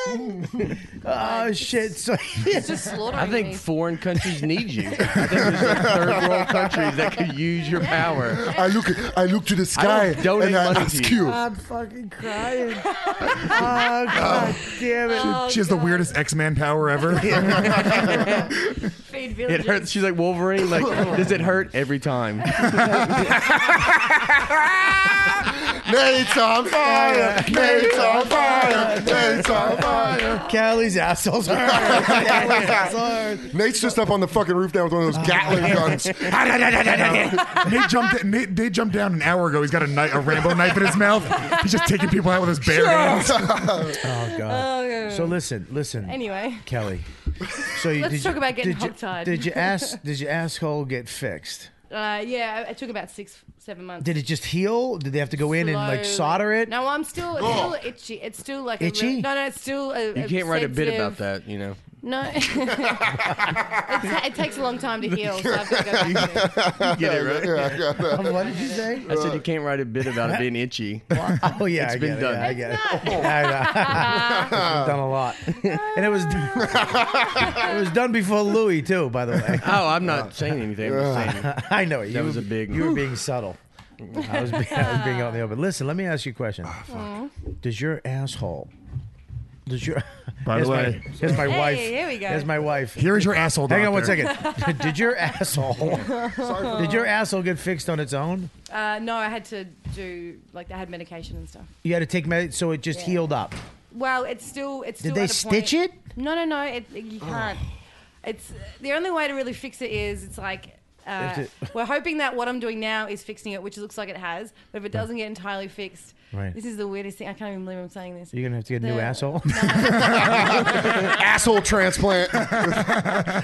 [SPEAKER 4] Oh shit. So
[SPEAKER 7] It's just slaughtering
[SPEAKER 6] I think
[SPEAKER 7] me.
[SPEAKER 6] foreign countries need you. I think there's like third world countries that could use your power.
[SPEAKER 5] I look, I look to the sky
[SPEAKER 6] donate
[SPEAKER 5] and I
[SPEAKER 8] uh,
[SPEAKER 6] money to
[SPEAKER 5] ask
[SPEAKER 6] you.
[SPEAKER 5] you.
[SPEAKER 4] I'm fucking crying. Oh god damn it.
[SPEAKER 7] Oh,
[SPEAKER 8] she has the weirdest X-Man power ever.
[SPEAKER 7] Feed
[SPEAKER 6] It
[SPEAKER 7] villages.
[SPEAKER 6] hurts. She's like Wolverine. Like, does it hurt every time?
[SPEAKER 5] Nate's on fire. Nate's on fire. Nate's on fire.
[SPEAKER 4] Callie's assholes hurt. Callie's assholes hurt.
[SPEAKER 5] Nate's just up on the fucking roof now with one of those Gatling
[SPEAKER 6] Oh,
[SPEAKER 5] guns.
[SPEAKER 8] Nate jumped. Nate, Nate jumped down an hour ago. He's got a knife, a Rambo knife in his mouth. He's just taking people out with his bare hands.
[SPEAKER 4] Oh god. So listen, listen.
[SPEAKER 7] Anyway.
[SPEAKER 4] Kelly. So you,
[SPEAKER 7] Let's
[SPEAKER 4] did
[SPEAKER 7] talk
[SPEAKER 4] you,
[SPEAKER 7] about getting
[SPEAKER 4] did you,
[SPEAKER 7] hogtied.
[SPEAKER 4] Did your ass did your asshole get fixed?
[SPEAKER 7] Uh, yeah, it took about six, seven months.
[SPEAKER 4] Did it just heal? Did they have to go in and like
[SPEAKER 7] Slowly.
[SPEAKER 4] solder it? Oh.
[SPEAKER 7] No, I'm still, it's still itchy. It's still like a
[SPEAKER 4] Itchy?
[SPEAKER 7] really- no, no, it's still. A,
[SPEAKER 6] You can't write a bit about that. You know.
[SPEAKER 7] No, it, ta- it takes a long time to heal. So I have to go back to it.
[SPEAKER 6] Get it right.
[SPEAKER 4] Um, What did you say?
[SPEAKER 6] I said you can't write a bit about it being itchy.
[SPEAKER 4] Oh yeah, I
[SPEAKER 6] been
[SPEAKER 4] get
[SPEAKER 6] done.
[SPEAKER 4] It, yeah, I get it. I know. It's been done a lot, and it was it was done before Louis too. By the way,
[SPEAKER 6] Oh, I'm not saying anything. I'm just saying
[SPEAKER 4] I know you.
[SPEAKER 6] that was a big.
[SPEAKER 4] you were being subtle. I was, being, I was being out in the open. Listen, let me ask you a question.
[SPEAKER 6] Ah,
[SPEAKER 7] Mm.
[SPEAKER 4] Does your asshole? Does your?
[SPEAKER 8] By the
[SPEAKER 4] here's my,
[SPEAKER 8] way.
[SPEAKER 4] here's my
[SPEAKER 7] Hey,
[SPEAKER 4] wife.
[SPEAKER 7] here we go.
[SPEAKER 4] Here's my wife.
[SPEAKER 8] Here is your asshole.
[SPEAKER 4] Hang on one
[SPEAKER 8] doctor.
[SPEAKER 4] second. did your asshole? did your asshole get fixed on its own?
[SPEAKER 7] Uh, no, I had to do like I had medication and stuff.
[SPEAKER 4] You had to take med, so it just healed up.
[SPEAKER 7] Well, it's still it's
[SPEAKER 4] Did
[SPEAKER 7] still
[SPEAKER 4] they
[SPEAKER 7] at a
[SPEAKER 4] stitch
[SPEAKER 7] point-
[SPEAKER 4] it? Oh.
[SPEAKER 7] No, no, no. It, you can't. It's the only way to really fix it is it's like. Uh,
[SPEAKER 4] If it-
[SPEAKER 7] we're hoping that what I'm doing now is fixing it, which looks like it has. But if it doesn't get entirely fixed,
[SPEAKER 4] Right.
[SPEAKER 7] this is the weirdest thing. I can't even believe I'm saying this.
[SPEAKER 4] You're gonna have to get a new
[SPEAKER 7] The-
[SPEAKER 4] asshole.
[SPEAKER 5] Asshole transplant.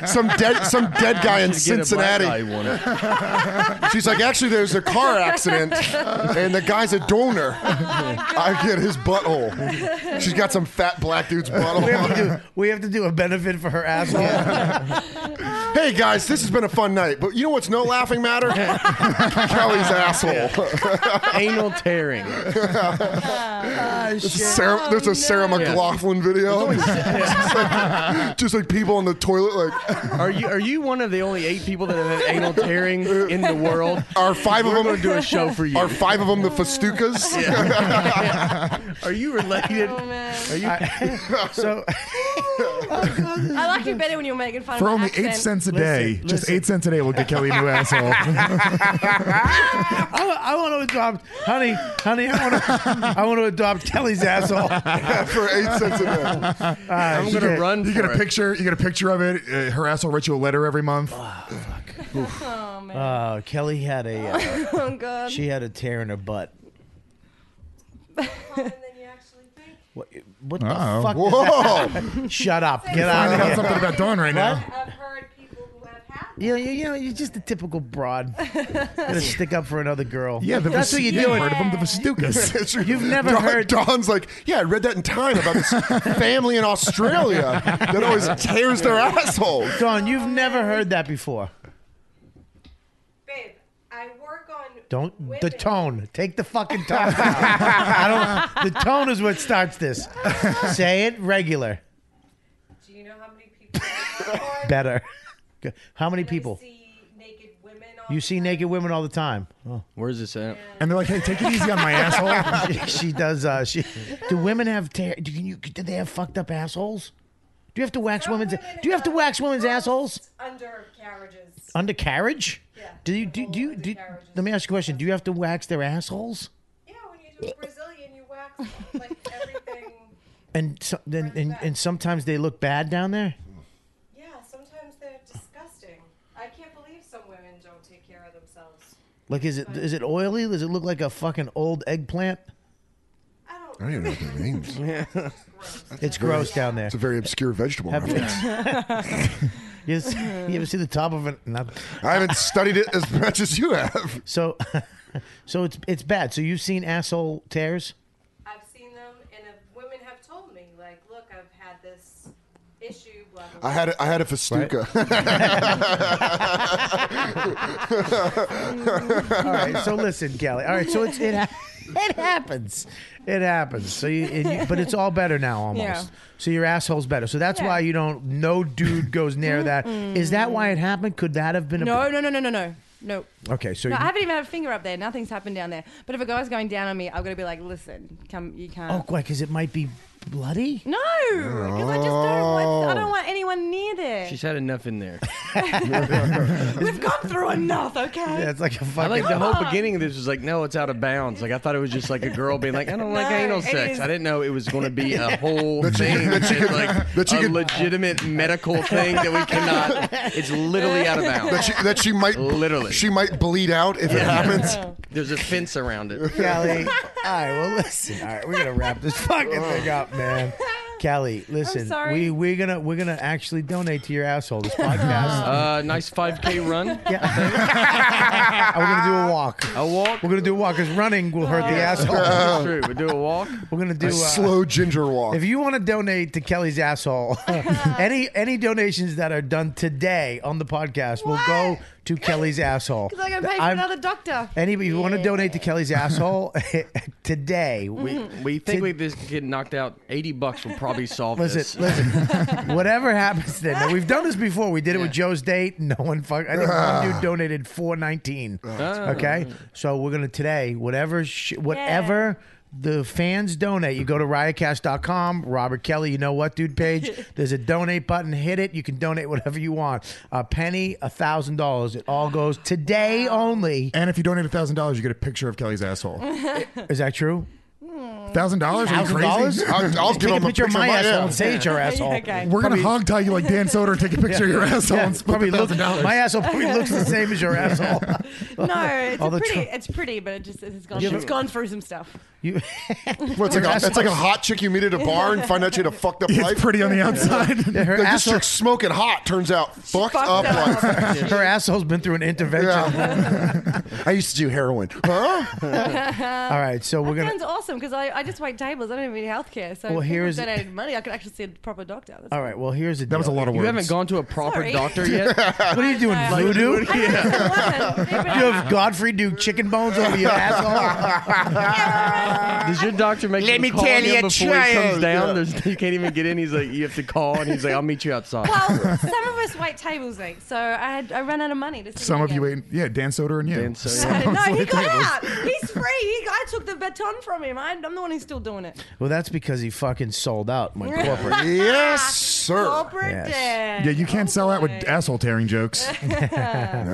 [SPEAKER 5] some dead, some dead guy in
[SPEAKER 6] Should get a black guy
[SPEAKER 5] Cincinnati.
[SPEAKER 6] one.
[SPEAKER 5] She's like, actually, there's a car accident, and the guy's a donor. I get his butthole. She's got some fat black dude's
[SPEAKER 4] we, have to
[SPEAKER 5] butthole.
[SPEAKER 4] do, we have to do a benefit for her asshole.
[SPEAKER 5] hey guys, this has been a fun night, but you know what's no laughing matter? Kelly's asshole.
[SPEAKER 6] Anal tearing.
[SPEAKER 4] Ah, shit.
[SPEAKER 5] Sarah, there's a Sarah
[SPEAKER 7] no.
[SPEAKER 5] McLaughlin video. just, like, just like people in the toilet, like,
[SPEAKER 6] Are you are you one of the only eight people that have had anal tearing in the world?
[SPEAKER 5] are five of
[SPEAKER 6] We're going to do
[SPEAKER 5] them
[SPEAKER 6] a show for you.
[SPEAKER 5] are five of them the Fastukas?
[SPEAKER 6] Are you related?
[SPEAKER 7] Oh, man.
[SPEAKER 6] Are you?
[SPEAKER 4] so
[SPEAKER 7] I like you better when you're making fun
[SPEAKER 8] For
[SPEAKER 7] of my
[SPEAKER 8] only eight
[SPEAKER 7] accent.
[SPEAKER 8] cents a
[SPEAKER 4] Listen,
[SPEAKER 8] day, just
[SPEAKER 4] listen.
[SPEAKER 8] eight cents a day will get Kelly a new asshole.
[SPEAKER 4] I, wa- I want to adopt, honey, honey. I want to, I want to adopt Kelly's asshole.
[SPEAKER 5] for eight cents a day.
[SPEAKER 6] I'm going to run.
[SPEAKER 8] Uh, you
[SPEAKER 6] for
[SPEAKER 8] get a
[SPEAKER 6] it.
[SPEAKER 8] picture. You get a picture of it. Uh, her asshole writes you a letter every month.
[SPEAKER 7] Oh man.
[SPEAKER 4] Uh, Kelly had a, uh,
[SPEAKER 7] oh god.
[SPEAKER 4] she had a tear in her butt. What, what the
[SPEAKER 8] Uh-oh.
[SPEAKER 4] fuck? does
[SPEAKER 5] Whoa!
[SPEAKER 4] that- Shut up! Get
[SPEAKER 8] Find
[SPEAKER 4] out of
[SPEAKER 8] out
[SPEAKER 4] here!
[SPEAKER 8] something about Dawn right now.
[SPEAKER 7] I've heard people who have had.
[SPEAKER 4] You know, you, you know, you're just a typical broad. Gonna stick up for another girl.
[SPEAKER 8] Yeah, the
[SPEAKER 4] that's
[SPEAKER 8] Vas-
[SPEAKER 4] what you're
[SPEAKER 8] yeah,
[SPEAKER 4] doing.
[SPEAKER 8] Heard of them, the Vastukas.
[SPEAKER 5] It's true.
[SPEAKER 4] You've never
[SPEAKER 5] Dawn,
[SPEAKER 4] heard-
[SPEAKER 5] Dawn's like, yeah, I read that in Time about this family in Australia that always tears their asshole.
[SPEAKER 4] Dawn, you've never heard that before.
[SPEAKER 11] Babe, I work on.
[SPEAKER 4] Don't the
[SPEAKER 11] women.
[SPEAKER 4] tone. Take the fucking tone. out. I don't. The tone is what starts this. Say it regular.
[SPEAKER 11] Do you know how many people I work on?
[SPEAKER 4] Better. How many
[SPEAKER 11] I
[SPEAKER 4] people?
[SPEAKER 11] see naked women all
[SPEAKER 4] You
[SPEAKER 11] the
[SPEAKER 4] see
[SPEAKER 11] time.
[SPEAKER 4] naked women all the time. Oh.
[SPEAKER 6] Where's this at?
[SPEAKER 8] And they're like, hey, take it easy on my asshole.
[SPEAKER 4] She, she does. Uh, she. Do women have? Ter- do you? Do they have fucked up assholes? Do you have to wax
[SPEAKER 11] Some
[SPEAKER 4] women's?
[SPEAKER 11] women
[SPEAKER 4] Do you have to
[SPEAKER 11] have
[SPEAKER 4] wax women's assholes?
[SPEAKER 11] Undercarriages.
[SPEAKER 4] Undercarriage?
[SPEAKER 11] Yeah.
[SPEAKER 4] Do you do do, you, do
[SPEAKER 11] Undercarriages.
[SPEAKER 4] Let me ask you a question. Do you have to wax their assholes?
[SPEAKER 11] Yeah, when you do a Brazilian, you wax like everything.
[SPEAKER 4] And so, then and, and sometimes they look bad down there.
[SPEAKER 11] Yeah, sometimes they're disgusting. I can't believe some women don't take care of themselves.
[SPEAKER 4] Like is it is it oily? Does it look like a fucking old eggplant?
[SPEAKER 11] I don't.
[SPEAKER 5] I don't even know what that means.
[SPEAKER 4] It's gross down there.
[SPEAKER 5] It's a very obscure vegetable.
[SPEAKER 4] Have you,
[SPEAKER 5] reference.
[SPEAKER 4] you, s- you ever see the top of an? Not,
[SPEAKER 5] I haven't studied it as much as you have.
[SPEAKER 4] so, so it's it's bad. So you've seen asshole tears.
[SPEAKER 11] I've seen them, and uh, women have told me, like, look, I've had this issue, blah, blah,
[SPEAKER 5] I had it. I had a festuca.
[SPEAKER 4] All right, so listen, Kelly. All right, so it's, it ha- it happens, it happens. So you, and you- but it's all better now almost.
[SPEAKER 7] Yeah.
[SPEAKER 4] So your asshole's better. So that's why you don't. No dude goes near that. Is that why it happened? Could that have been?
[SPEAKER 7] No,
[SPEAKER 4] A,
[SPEAKER 7] no, no, no, no, no. No.
[SPEAKER 4] Okay, so
[SPEAKER 7] No, I
[SPEAKER 4] you,
[SPEAKER 7] haven't even had a finger up there. Nothing's happened down there. But if a guy's going down on me, I'm gonna be like, listen, come, you can't.
[SPEAKER 4] oh, because it might be bloody.
[SPEAKER 7] No, because I just don't want. I don't want anyone near there.
[SPEAKER 6] Oh. She's had enough in there.
[SPEAKER 7] We've gone through enough, okay?
[SPEAKER 4] Yeah, it's like a
[SPEAKER 6] I
[SPEAKER 4] fucking.
[SPEAKER 6] like the whole beginning of this was like, no, it's out of bounds. Like I thought it was just like a girl being like, I don't like
[SPEAKER 7] No,
[SPEAKER 6] anal
[SPEAKER 7] it
[SPEAKER 6] sex.
[SPEAKER 7] is-
[SPEAKER 6] I didn't know it was going to be a whole thing.
[SPEAKER 5] that you
[SPEAKER 6] It's
[SPEAKER 5] could-
[SPEAKER 6] like
[SPEAKER 5] that you
[SPEAKER 6] a
[SPEAKER 5] could-
[SPEAKER 6] legitimate medical thing that we cannot. It's literally out of
[SPEAKER 5] that
[SPEAKER 6] bounds.
[SPEAKER 5] she that she might
[SPEAKER 6] Literally.
[SPEAKER 5] she might bleed out if it happens.
[SPEAKER 6] There's a fence around it.
[SPEAKER 4] Callie. All right, well, listen. All right, we're gonna wrap this fucking thing up, man. Callie, listen.
[SPEAKER 7] sorry.
[SPEAKER 4] We we're gonna we're gonna actually donate to your asshole this podcast.
[SPEAKER 6] Uh, nice 5K run.
[SPEAKER 4] And we're gonna do a walk.
[SPEAKER 6] A walk.
[SPEAKER 4] We're gonna do a walk because running will hurt the asshole.
[SPEAKER 6] That's true. We do a walk.
[SPEAKER 4] We're gonna do. Uh,
[SPEAKER 5] Slow ginger walk.
[SPEAKER 4] if you want to donate to Kelly's asshole, any any donations that are done today on the podcast will go to Kelly's asshole.
[SPEAKER 7] Because I gotta pay for
[SPEAKER 4] I'm-
[SPEAKER 7] another doctor.
[SPEAKER 4] Any, if you want to donate to Kelly's asshole today, we
[SPEAKER 7] Mm-hmm.
[SPEAKER 6] We think we just get knocked out. 80 bucks will probably solve this.
[SPEAKER 4] Listen, listen. Whatever happens then. Now, we've done this before. We did it with Joe's date. No one fuck. I think one
[SPEAKER 8] Ah.
[SPEAKER 4] dude donated four nineteen. Okay, so we're gonna today whatever sh- whatever. The fans donate. You go to riotcast.com, Robert Kelly, you know what, dude page. There's a donate button. Hit it. You can donate whatever you want. A penny, a thousand dollars. It all goes today only.
[SPEAKER 8] And if you donate thousand dollars, you get a picture of Kelly's asshole.
[SPEAKER 4] Is that true?
[SPEAKER 8] Thousand dollars? Are you
[SPEAKER 4] Thousand dollars?
[SPEAKER 8] crazy?
[SPEAKER 5] I'll, I'll give
[SPEAKER 4] Take a
[SPEAKER 5] him
[SPEAKER 4] picture of my
[SPEAKER 5] yeah.
[SPEAKER 4] asshole and say it's your asshole.
[SPEAKER 7] Okay.
[SPEAKER 8] We're gonna hog tie you like Dan Soder and take a picture of your asshole
[SPEAKER 4] Yeah,
[SPEAKER 8] and split
[SPEAKER 4] probably
[SPEAKER 8] the
[SPEAKER 4] look-
[SPEAKER 8] thousand dollars.
[SPEAKER 4] my asshole probably looks the same as your asshole.
[SPEAKER 7] No, it's
[SPEAKER 4] All
[SPEAKER 7] a
[SPEAKER 4] the
[SPEAKER 7] pretty.
[SPEAKER 4] tr-
[SPEAKER 7] it's pretty, but it just it's gone. It's gone through some stuff.
[SPEAKER 4] You,
[SPEAKER 5] Well, it's, like a, it's like a hot chick you meet at a bar and find out she had a fucked up life.
[SPEAKER 8] It's pretty on the outside.
[SPEAKER 4] her,
[SPEAKER 5] Like, this
[SPEAKER 4] asshole,
[SPEAKER 5] chick's smoking hot. Turns out, fucked,
[SPEAKER 7] fucked
[SPEAKER 5] up.
[SPEAKER 7] up.
[SPEAKER 5] life.
[SPEAKER 4] her asshole's been through an intervention.
[SPEAKER 5] Yeah. I used to do heroin. Huh?
[SPEAKER 4] All right, so we're gonna.
[SPEAKER 7] Sounds awesome because I, I just wait tables. I don't even need healthcare. So
[SPEAKER 4] Well,
[SPEAKER 7] if
[SPEAKER 4] here's-
[SPEAKER 7] here's donated money. I could actually see a proper doctor. That's
[SPEAKER 4] All right, well here's the.
[SPEAKER 8] That was a lot of work.
[SPEAKER 6] You haven't gone to a proper
[SPEAKER 7] Sorry.
[SPEAKER 6] doctor yet?
[SPEAKER 4] What are you doing, voodoo?
[SPEAKER 7] I know it's a woman.
[SPEAKER 4] You have Godfrey do chicken bones over your asshole.
[SPEAKER 6] Does your doctor make
[SPEAKER 2] Let
[SPEAKER 6] you
[SPEAKER 2] me
[SPEAKER 6] call
[SPEAKER 2] tell
[SPEAKER 6] him
[SPEAKER 2] you,
[SPEAKER 6] before he
[SPEAKER 2] child.
[SPEAKER 6] comes down? There's, you can't even get in. He's like, you have to call, and he's like, I'll meet you outside.
[SPEAKER 7] Well, some of us wait tables, like so. I had I ran out of money to. see
[SPEAKER 8] Some
[SPEAKER 7] him
[SPEAKER 8] of you
[SPEAKER 7] again.
[SPEAKER 8] wait. Yeah, Dan Soder and you.
[SPEAKER 6] Dan Soder.
[SPEAKER 7] I had-
[SPEAKER 8] Someone's
[SPEAKER 7] No, he
[SPEAKER 8] waiting
[SPEAKER 7] got
[SPEAKER 8] tables.
[SPEAKER 7] out. He's free. He, I took the baton from him. I, I'm the one who's still doing it.
[SPEAKER 4] well, that's because he fucking sold out. My corporate.
[SPEAKER 5] yes, sir.
[SPEAKER 7] Corporate
[SPEAKER 4] Yes.
[SPEAKER 7] Oh, debt.
[SPEAKER 8] Yeah, you can't sell out with asshole tearing jokes.
[SPEAKER 5] No,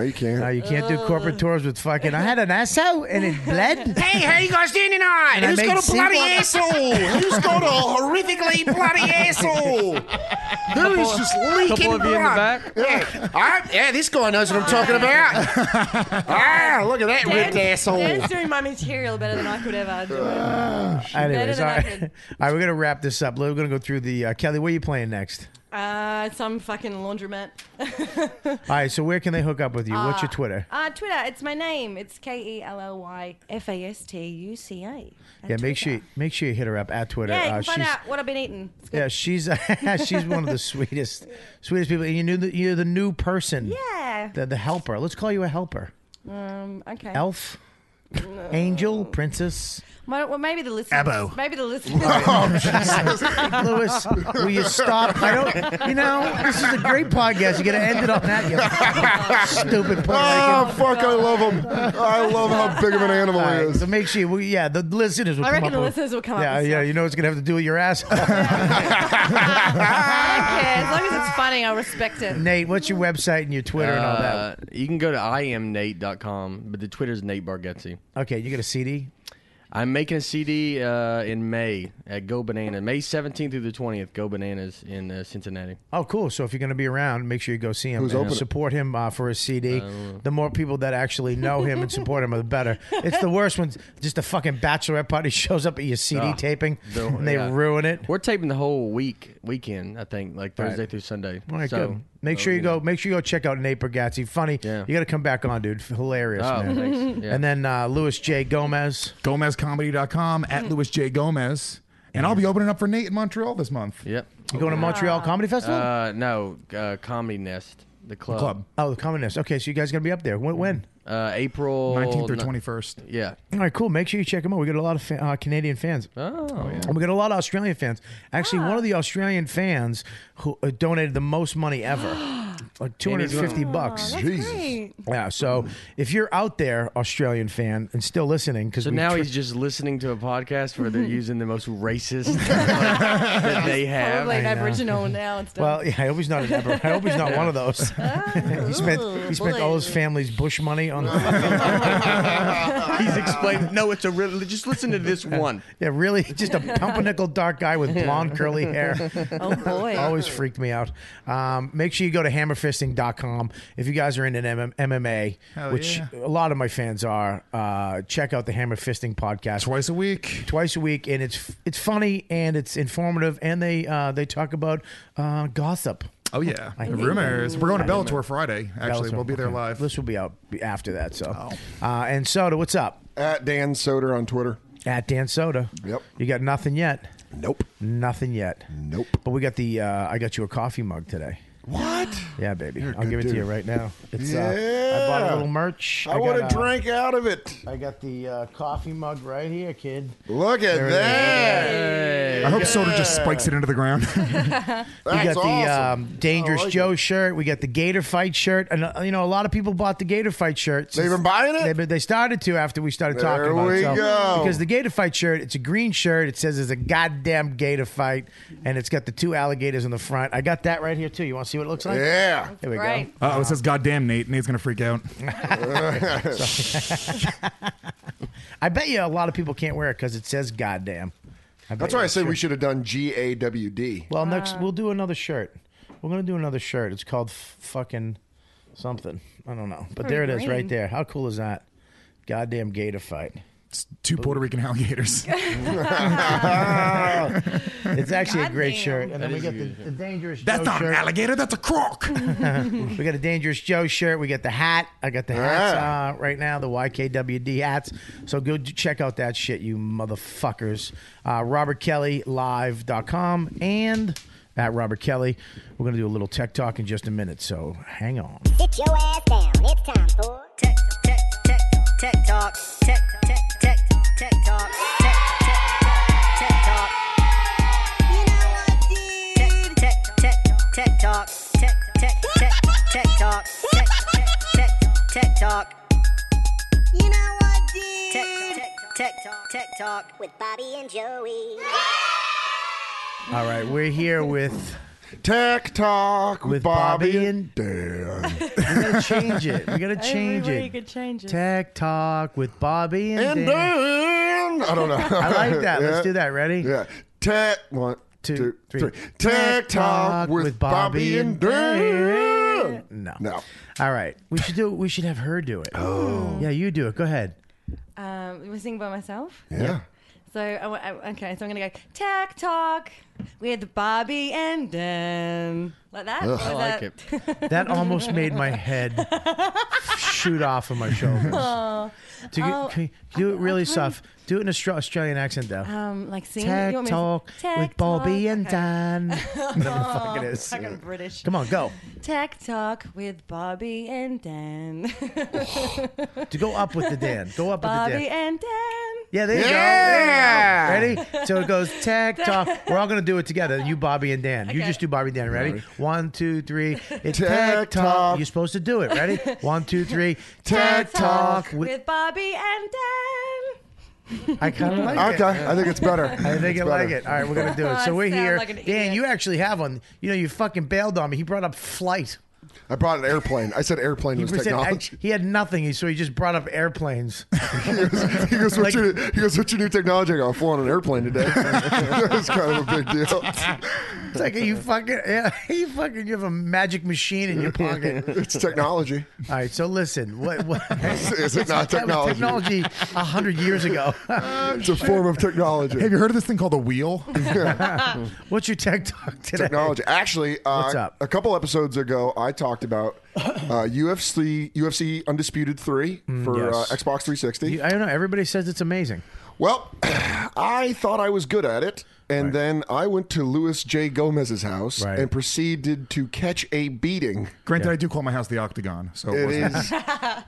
[SPEAKER 5] you can't.
[SPEAKER 4] No, you can't do corporate tours with fucking. I had an asshole and it bled.
[SPEAKER 2] Hey, how you guys doing tonight?
[SPEAKER 4] I
[SPEAKER 2] Who's
[SPEAKER 4] made
[SPEAKER 2] got a bloody
[SPEAKER 4] sequel-
[SPEAKER 2] asshole? Who's got a horrifically bloody asshole? Who is just leaking
[SPEAKER 6] couple of you in the
[SPEAKER 2] blood?
[SPEAKER 6] back?
[SPEAKER 2] Yeah. I- Ah, yeah, this guy knows what I'm talking about. ah, look at that ripped asshole.
[SPEAKER 7] Dan's doing my material better than I could ever do it.
[SPEAKER 4] Ah, Anyways, all
[SPEAKER 7] than I
[SPEAKER 4] right.
[SPEAKER 7] did.
[SPEAKER 4] all right, we're gonna wrap this up. We're gonna go through the uh, Kelly. What are you playing next?
[SPEAKER 7] Uh, some fucking laundromat.
[SPEAKER 4] All right, so where can they hook up with you? What's your Twitter?
[SPEAKER 7] Uh, Twitter, it's my name. It's K E L L Y F A S T U C A.
[SPEAKER 4] Yeah, make sure you, make sure you hit her up at Twitter.
[SPEAKER 7] Yeah, you
[SPEAKER 4] Uh,
[SPEAKER 7] can find
[SPEAKER 4] she's-
[SPEAKER 7] out what I've been eating. It's good.
[SPEAKER 4] Yeah, she's she's one of the sweetest, sweetest people. And you knew that you're the new person.
[SPEAKER 7] Yeah.
[SPEAKER 4] The, the helper. Let's call you a helper.
[SPEAKER 7] Um, okay.
[SPEAKER 4] Elf,
[SPEAKER 5] Oh.
[SPEAKER 4] angel, princess,
[SPEAKER 7] My- well, maybe the listeners.
[SPEAKER 8] Abbo.
[SPEAKER 7] Maybe the listeners.
[SPEAKER 4] Oh, Lewis. Will you stop? I don't. You know, this is a great podcast. You got to end it on that. You stupid Puerto
[SPEAKER 5] Oh,
[SPEAKER 4] Rican.
[SPEAKER 5] fuck, I love him. I love how big of an animal
[SPEAKER 4] All
[SPEAKER 5] he
[SPEAKER 4] right,
[SPEAKER 5] is.
[SPEAKER 4] so make sure you, we- yeah, the listeners will
[SPEAKER 7] I
[SPEAKER 4] come
[SPEAKER 7] reckon
[SPEAKER 4] up
[SPEAKER 7] the
[SPEAKER 4] with-
[SPEAKER 7] listeners will come up
[SPEAKER 4] yeah,
[SPEAKER 7] with
[SPEAKER 4] Yeah,
[SPEAKER 7] stuff.
[SPEAKER 4] you know it's going to have to do with your ass.
[SPEAKER 7] I don't care. As long as it's funny, I'll respect it.
[SPEAKER 4] Nate, what's your website and your Twitter and all that?
[SPEAKER 6] Uh, you can go to iamnate.com, but the Twitter's Nate Bargatze.
[SPEAKER 4] Okay, you got a CD?
[SPEAKER 6] I'm making a CD uh, in May at Go Banana, May 17th through the 20th. Go Bananas in uh, Cincinnati.
[SPEAKER 4] Oh, cool. So if you're going to be around, make sure you go see him.
[SPEAKER 5] Who's
[SPEAKER 4] and
[SPEAKER 5] opening?
[SPEAKER 4] Support him uh, for his CD. the more people that actually know him and support him, the better. It's the worst when just a fucking bachelorette party shows up at your CD
[SPEAKER 6] Ah,
[SPEAKER 4] taping
[SPEAKER 6] the-
[SPEAKER 4] and they
[SPEAKER 6] yeah.
[SPEAKER 4] ruin it.
[SPEAKER 6] We're taping the whole week weekend, I think, like Thursday through Sunday.
[SPEAKER 4] All right,
[SPEAKER 6] so, oh,
[SPEAKER 4] good. Make sure you go. Make sure you go check out Nate Bargatze. Funny.
[SPEAKER 6] Yeah.
[SPEAKER 4] You got to come back on, dude. Hilarious,
[SPEAKER 6] Oh,
[SPEAKER 4] man.
[SPEAKER 6] thanks. Yeah.
[SPEAKER 4] And then uh, Louis J. Gomez.
[SPEAKER 8] GomezComedy.com at Louis J. Gomez. And I'll be opening up for Nate in Montreal this month.
[SPEAKER 6] Yep.
[SPEAKER 4] You going to Montreal Comedy Festival?
[SPEAKER 6] Uh, no, uh, Comedy Nest, the club.
[SPEAKER 8] Club.
[SPEAKER 4] oh, the Comedy Nest. Okay, so you guys gonna be up there. When? when?
[SPEAKER 6] Uh, April
[SPEAKER 8] 19th or
[SPEAKER 6] ni-
[SPEAKER 8] 21st.
[SPEAKER 6] Yeah.
[SPEAKER 4] All right, cool. Make sure you check them out. We got a lot of fa- uh, Canadian fans.
[SPEAKER 6] Oh, yeah.
[SPEAKER 4] And we got a lot of Australian fans. Actually, one of
[SPEAKER 7] Ah.
[SPEAKER 4] the Australian fans who uh, donated the most money ever, like two hundred fifty
[SPEAKER 7] Oh,
[SPEAKER 4] bucks.
[SPEAKER 5] Jesus.
[SPEAKER 4] Yeah. So if you're out there, Australian fan, and still listening, because
[SPEAKER 6] So now he's just listening to a podcast where they're using the most racist that they have.
[SPEAKER 7] Probably an Aboriginal now and stuff.
[SPEAKER 4] Well, yeah, I hope he's not an ever. I hope he's not one of those.
[SPEAKER 7] Oh.
[SPEAKER 4] he spent he spent all his family's bush money on.
[SPEAKER 6] He's explained. No, it's a real. Just listen to this one.
[SPEAKER 4] yeah, really, just a pumpernickel dark guy with blonde curly hair.
[SPEAKER 7] oh boy.
[SPEAKER 4] Always freaked me out. Um, make sure you go to hammerfisting.com if you guys are into M- MMA,
[SPEAKER 8] Hell
[SPEAKER 4] which
[SPEAKER 8] yeah.
[SPEAKER 4] a lot of my fans are. Uh, check out the Hammer Fisting podcast
[SPEAKER 8] Twice a week.
[SPEAKER 4] twice a week, and it's it's funny and it's informative, and they uh, they talk about uh, gossip.
[SPEAKER 8] Oh, yeah.
[SPEAKER 4] I hate
[SPEAKER 8] rumors. We're going to Bellator Friday, actually.
[SPEAKER 4] Bellator,
[SPEAKER 8] We'll be there
[SPEAKER 4] okay.
[SPEAKER 8] live.
[SPEAKER 4] This will be out after that. So, uh, and Soda, what's up?
[SPEAKER 5] Oh. At Dan Soder on Twitter.
[SPEAKER 4] At Dan Soda.
[SPEAKER 5] Yep.
[SPEAKER 4] You got nothing yet.
[SPEAKER 5] Nope.
[SPEAKER 4] Nothing yet.
[SPEAKER 5] Nope.
[SPEAKER 4] But we got the uh, I got you a coffee mug today.
[SPEAKER 5] What?
[SPEAKER 4] Yeah, baby.
[SPEAKER 5] You're a
[SPEAKER 4] I'll
[SPEAKER 5] good
[SPEAKER 4] give it to
[SPEAKER 5] dude.
[SPEAKER 4] you right now. It's uh, I
[SPEAKER 5] Yeah.
[SPEAKER 4] bought a little merch.
[SPEAKER 5] I
[SPEAKER 4] got,
[SPEAKER 5] want
[SPEAKER 4] uh,
[SPEAKER 5] to drink out of it.
[SPEAKER 4] I got the uh, coffee mug right here, kid.
[SPEAKER 5] Look at
[SPEAKER 4] There it is.
[SPEAKER 5] that.
[SPEAKER 8] I hope Soder just spikes it into the ground.
[SPEAKER 5] That's
[SPEAKER 4] we got the
[SPEAKER 5] awesome.
[SPEAKER 4] um, Dangerous
[SPEAKER 5] I like
[SPEAKER 4] Joe shirt. We got the Gator Fight shirt. And, uh, you know, a lot of people bought the Gator Fight shirt.
[SPEAKER 5] They've been buying it?
[SPEAKER 4] They've been- they started to after we started talking
[SPEAKER 5] There
[SPEAKER 4] about it.
[SPEAKER 5] we
[SPEAKER 4] So-
[SPEAKER 5] go.
[SPEAKER 4] Because the Gator Fight shirt, it's a green shirt. It says it's a goddamn Gator Fight. And it's got the two alligators on the front. I got that right here, too. You want to see what it looks like?
[SPEAKER 5] Yeah.
[SPEAKER 4] There we
[SPEAKER 7] Right.
[SPEAKER 8] Uh oh, it says, God damn, Nate. Nate's going to freak out.
[SPEAKER 4] go. I bet you a lot of people can't wear it because it says goddamn. I bet
[SPEAKER 5] That's
[SPEAKER 4] you
[SPEAKER 5] why I
[SPEAKER 4] it's
[SPEAKER 5] said
[SPEAKER 4] true.
[SPEAKER 5] we should have done G A W D.
[SPEAKER 4] Well,
[SPEAKER 7] Uh,
[SPEAKER 8] Uh,
[SPEAKER 4] next we'll do another shirt. We're gonna do another shirt. It's called f- fucking something. I don't know, but there it is, right
[SPEAKER 7] green.
[SPEAKER 4] there. How cool is that? Goddamn gator fight.
[SPEAKER 8] It's two Puerto Rican alligators.
[SPEAKER 4] It's actually a great
[SPEAKER 7] Goddamn.
[SPEAKER 4] shirt. And then we got the, the dangerous
[SPEAKER 8] That's
[SPEAKER 4] Joe
[SPEAKER 8] not an
[SPEAKER 4] shirt.
[SPEAKER 8] alligator. That's a croc.
[SPEAKER 4] We got a dangerous Joe shirt. We got the hat. I got the hats uh,
[SPEAKER 5] Yeah.
[SPEAKER 4] right now. The YKWd hats. So go d- check out that shit, you motherfuckers. Uh, RobertKellyLive.com and at Robert Kelly. We're gonna do a little tech talk in just a minute. So hang on.
[SPEAKER 12] Sit your ass down. It's time for tech, tech, tech, tech talk. Tech, tech, tech, tech talk. Tech, tech, tech, tech talk. You know what, dude? Tech, tech, tech, tech talk. Tech, tech, tech, tech talk. Tech, tech, tech, tech talk. You know what, dude? Tech, tech, tech, tech talk with Bobby and Joey.
[SPEAKER 4] All right, we're here with.
[SPEAKER 5] Tech Talk with,
[SPEAKER 4] With
[SPEAKER 5] Bobby,
[SPEAKER 4] Bobby
[SPEAKER 5] and Dan.
[SPEAKER 4] We gotta change it. We gotta change
[SPEAKER 7] Everybody
[SPEAKER 4] it.
[SPEAKER 7] could change it.
[SPEAKER 4] Tech talk with Bobby and,
[SPEAKER 5] and
[SPEAKER 4] Dan.
[SPEAKER 5] Dan. I don't know.
[SPEAKER 4] I like that. Let's do that. Ready?
[SPEAKER 5] Yeah. Tech. One,
[SPEAKER 4] Two,
[SPEAKER 5] two,
[SPEAKER 4] three.
[SPEAKER 5] three. Tech
[SPEAKER 4] Tech Talk
[SPEAKER 5] Talk with,
[SPEAKER 4] with
[SPEAKER 5] Bobby,
[SPEAKER 4] Bobby
[SPEAKER 5] and
[SPEAKER 4] and
[SPEAKER 5] Dan.
[SPEAKER 4] No.
[SPEAKER 5] No.
[SPEAKER 4] All right. We should do. We should have her do it. Oh. Yeah, you do it. Go ahead.
[SPEAKER 7] Um, am I singing by myself?
[SPEAKER 5] Yeah.
[SPEAKER 7] So I, wa- I- okay, so I'm gonna go tech talk with Bobby and Dan like that. Or
[SPEAKER 6] I
[SPEAKER 7] is
[SPEAKER 6] like it.
[SPEAKER 7] that-
[SPEAKER 4] That almost made my head shoot off of my shoulders. Do, you,
[SPEAKER 7] Oh,
[SPEAKER 4] can you do it really soft. Do it in a Stra- Australian accent though.
[SPEAKER 7] Um, like singing.
[SPEAKER 4] Tech
[SPEAKER 7] You want me to-
[SPEAKER 4] talk
[SPEAKER 7] Tech
[SPEAKER 4] with Bobby
[SPEAKER 7] talk.
[SPEAKER 4] and
[SPEAKER 7] Okay. Oh.
[SPEAKER 4] Dan. Whatever the fuck it is.
[SPEAKER 7] Fucking British.
[SPEAKER 4] Come on, go.
[SPEAKER 7] Tech talk with Bobby and Dan.
[SPEAKER 4] To go up with the Dan. Go up with the Dan.
[SPEAKER 7] Bobby and Dan.
[SPEAKER 4] Yeah, there you
[SPEAKER 5] Yeah.
[SPEAKER 4] go. There you go. Ready? So it goes tag talk. We're all gonna do it together. You, Bobby, and Dan. You
[SPEAKER 7] Okay.
[SPEAKER 4] just do Bobby, and Dan. Ready? One, two, three. It's tag talk.
[SPEAKER 5] Tag talk.
[SPEAKER 4] You're supposed to do it. Ready? One, two, three.
[SPEAKER 5] Tag talk.
[SPEAKER 4] With-
[SPEAKER 7] with Bobby and Dan.
[SPEAKER 4] I kind of like it.
[SPEAKER 5] Okay. I think it's better.
[SPEAKER 4] I think I like it. All right, we're gonna do it.
[SPEAKER 7] I
[SPEAKER 4] So we're
[SPEAKER 7] sound
[SPEAKER 4] here.
[SPEAKER 7] like an
[SPEAKER 4] Dan,
[SPEAKER 7] idiot.
[SPEAKER 4] you actually have one. You know, you fucking bailed on me. He brought up flight.
[SPEAKER 5] I brought an airplane. I said airplane
[SPEAKER 4] He,
[SPEAKER 5] was
[SPEAKER 4] said-
[SPEAKER 5] technology.
[SPEAKER 4] I- he had nothing, He so he just brought up airplanes.
[SPEAKER 5] he, goes,
[SPEAKER 4] like-
[SPEAKER 5] what's your, he goes, what's your new technology? I go, I flew on an airplane today. That's kind of a big deal.
[SPEAKER 4] It's like you fucking yeah, you fucking you have a magic machine in your pocket.
[SPEAKER 5] It's technology.
[SPEAKER 4] All right, so listen, what, what
[SPEAKER 5] Is it not
[SPEAKER 4] That was
[SPEAKER 5] technology?
[SPEAKER 4] technology a hundred years ago.
[SPEAKER 5] It's a form of technology.
[SPEAKER 8] Ah, Have you heard of this thing called a wheel?
[SPEAKER 4] What's your tech talk today?
[SPEAKER 5] technology. Actually, uh,
[SPEAKER 4] What's up?
[SPEAKER 5] a couple episodes ago, I talked about uh, UFC UFC Undisputed Three for
[SPEAKER 4] Mm, yes.
[SPEAKER 5] uh, Xbox 360.
[SPEAKER 4] You- I don't know. Everybody says it's amazing.
[SPEAKER 5] Well, I thought I was good at it. And then I went to Louis J. Gomez's house
[SPEAKER 8] Right.
[SPEAKER 5] and proceeded to catch a beating.
[SPEAKER 8] Granted, I do call my house the Octagon, so it
[SPEAKER 5] It
[SPEAKER 8] wasn't-
[SPEAKER 5] is.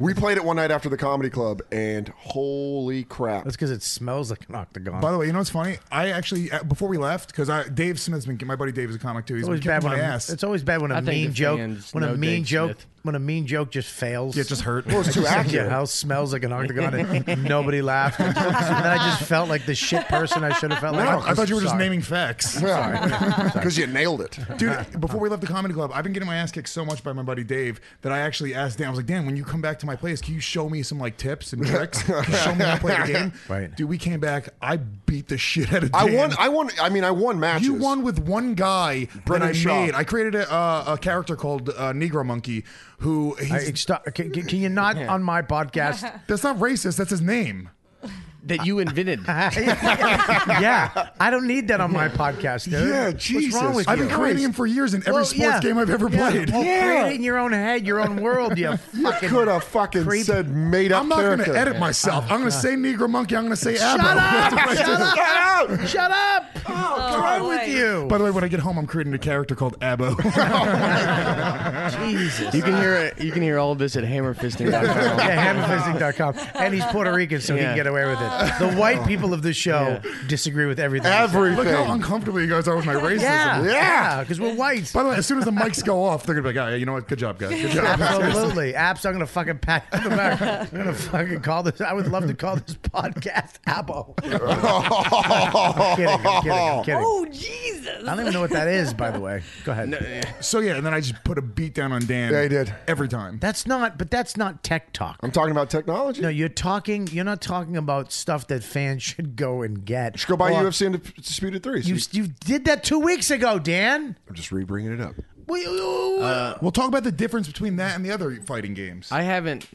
[SPEAKER 5] we played it one night after the comedy club, and holy crap! That's
[SPEAKER 4] because it smells like an octagon.
[SPEAKER 8] By the way, you know what's funny? I actually uh, before we left because Dave Smith's been my buddy Dave is a comic too. He's
[SPEAKER 4] It's
[SPEAKER 8] been
[SPEAKER 4] always bad
[SPEAKER 8] kicking
[SPEAKER 4] when
[SPEAKER 8] my
[SPEAKER 4] a,
[SPEAKER 8] ass.
[SPEAKER 4] it's always bad when a
[SPEAKER 8] I think
[SPEAKER 4] mean
[SPEAKER 8] the
[SPEAKER 4] joke
[SPEAKER 8] fans
[SPEAKER 4] when a
[SPEAKER 8] know
[SPEAKER 4] mean
[SPEAKER 8] Dave
[SPEAKER 4] joke
[SPEAKER 8] Smith.
[SPEAKER 4] when a mean joke just fails.
[SPEAKER 8] Yeah, it just hurt.
[SPEAKER 5] Well, it's too
[SPEAKER 4] Just like,
[SPEAKER 5] accurate.
[SPEAKER 4] Your house smells like an octagon, and nobody laughed. and then I just felt like the shit person I should have felt
[SPEAKER 8] No,
[SPEAKER 4] like.
[SPEAKER 8] I thought you were just naming facts.
[SPEAKER 4] Sorry.
[SPEAKER 5] Because you nailed it.
[SPEAKER 8] Dude, before we left the comedy club, I've been getting my ass kicked so much by my buddy Dave that I actually asked Dan. I was like, Dan, when you come back to my place, can you show me some like tips and tricks? Can you show me how to play the game.
[SPEAKER 5] Right.
[SPEAKER 8] Dude, we came back. I beat the shit out of.
[SPEAKER 5] I
[SPEAKER 8] Dan.
[SPEAKER 5] won. I won. I mean, I won matches.
[SPEAKER 8] You won with one guy
[SPEAKER 5] Brendan
[SPEAKER 8] that I
[SPEAKER 5] Shaw.
[SPEAKER 8] made. I created a, uh, a character called uh, Negro Monkey, who he's.
[SPEAKER 4] stop, can, can you not on my podcast?
[SPEAKER 8] That's not racist. That's his name.
[SPEAKER 6] That you invented.
[SPEAKER 4] yeah, I don't need that on my podcast, dude.
[SPEAKER 8] Yeah,
[SPEAKER 4] What's wrong
[SPEAKER 8] Jesus
[SPEAKER 4] with
[SPEAKER 8] I've
[SPEAKER 4] you?
[SPEAKER 8] been creating him for years in every
[SPEAKER 4] Well,
[SPEAKER 8] sports
[SPEAKER 4] yeah.
[SPEAKER 8] game I've ever
[SPEAKER 4] Yeah.
[SPEAKER 8] played.
[SPEAKER 4] Well, creating your own head, your own world. You
[SPEAKER 5] You
[SPEAKER 4] fucking
[SPEAKER 5] could have fucking
[SPEAKER 4] creep.
[SPEAKER 5] said made up.
[SPEAKER 8] I'm not going
[SPEAKER 5] character.
[SPEAKER 8] to edit myself. I'm going to say Negro Monkey. I'm going to say
[SPEAKER 4] Uh-huh. Shut
[SPEAKER 8] Abba.
[SPEAKER 4] up!
[SPEAKER 8] That's what I
[SPEAKER 4] Shut
[SPEAKER 8] did.
[SPEAKER 4] up!
[SPEAKER 5] Shut
[SPEAKER 4] up! Shut up! Oh, What's wrong with you?
[SPEAKER 8] By the way, when I get home, I'm creating a character called Abbo.
[SPEAKER 4] Jesus.
[SPEAKER 6] You can hear it. You can hear all of this at hammerfisting.com.
[SPEAKER 4] yeah, hammerfisting.com. And he's Puerto Rican, so he
[SPEAKER 6] Yeah.
[SPEAKER 4] can get away with it. The white people of the show disagree with everything. I say.
[SPEAKER 8] Look how uncomfortable you guys are with my racism.
[SPEAKER 4] Yeah, yeah, because we're whites.
[SPEAKER 8] By the way, as soon as the mics go off, they're gonna be like, "Oh, yeah, you know what? Good job, guys. Good job."
[SPEAKER 4] Absolutely. Apps, I'm going to fucking pat you on the back. I'm going to fucking call this. I would love to call this podcast Apple. I'm kidding. I'm kidding. I'm kidding.
[SPEAKER 7] Oh Jesus!
[SPEAKER 4] I don't even know what that is, by the way. Go ahead.
[SPEAKER 8] So yeah, and then I just put a beat down on Dan.
[SPEAKER 5] Yeah, I did.
[SPEAKER 8] every time.
[SPEAKER 4] That's not, but that's not tech talk.
[SPEAKER 5] I'm talking about technology.
[SPEAKER 4] No, you're talking. You're not talking about stuff that fans should go and get.
[SPEAKER 5] Go buy
[SPEAKER 4] Or-
[SPEAKER 5] UFC and Disputed Threes.
[SPEAKER 4] You, you did that two weeks ago, Dan.
[SPEAKER 5] I'm just re-bringing it up.
[SPEAKER 4] We- uh,
[SPEAKER 8] Uh, we'll talk about the difference between that and the other fighting games.
[SPEAKER 6] I haven't.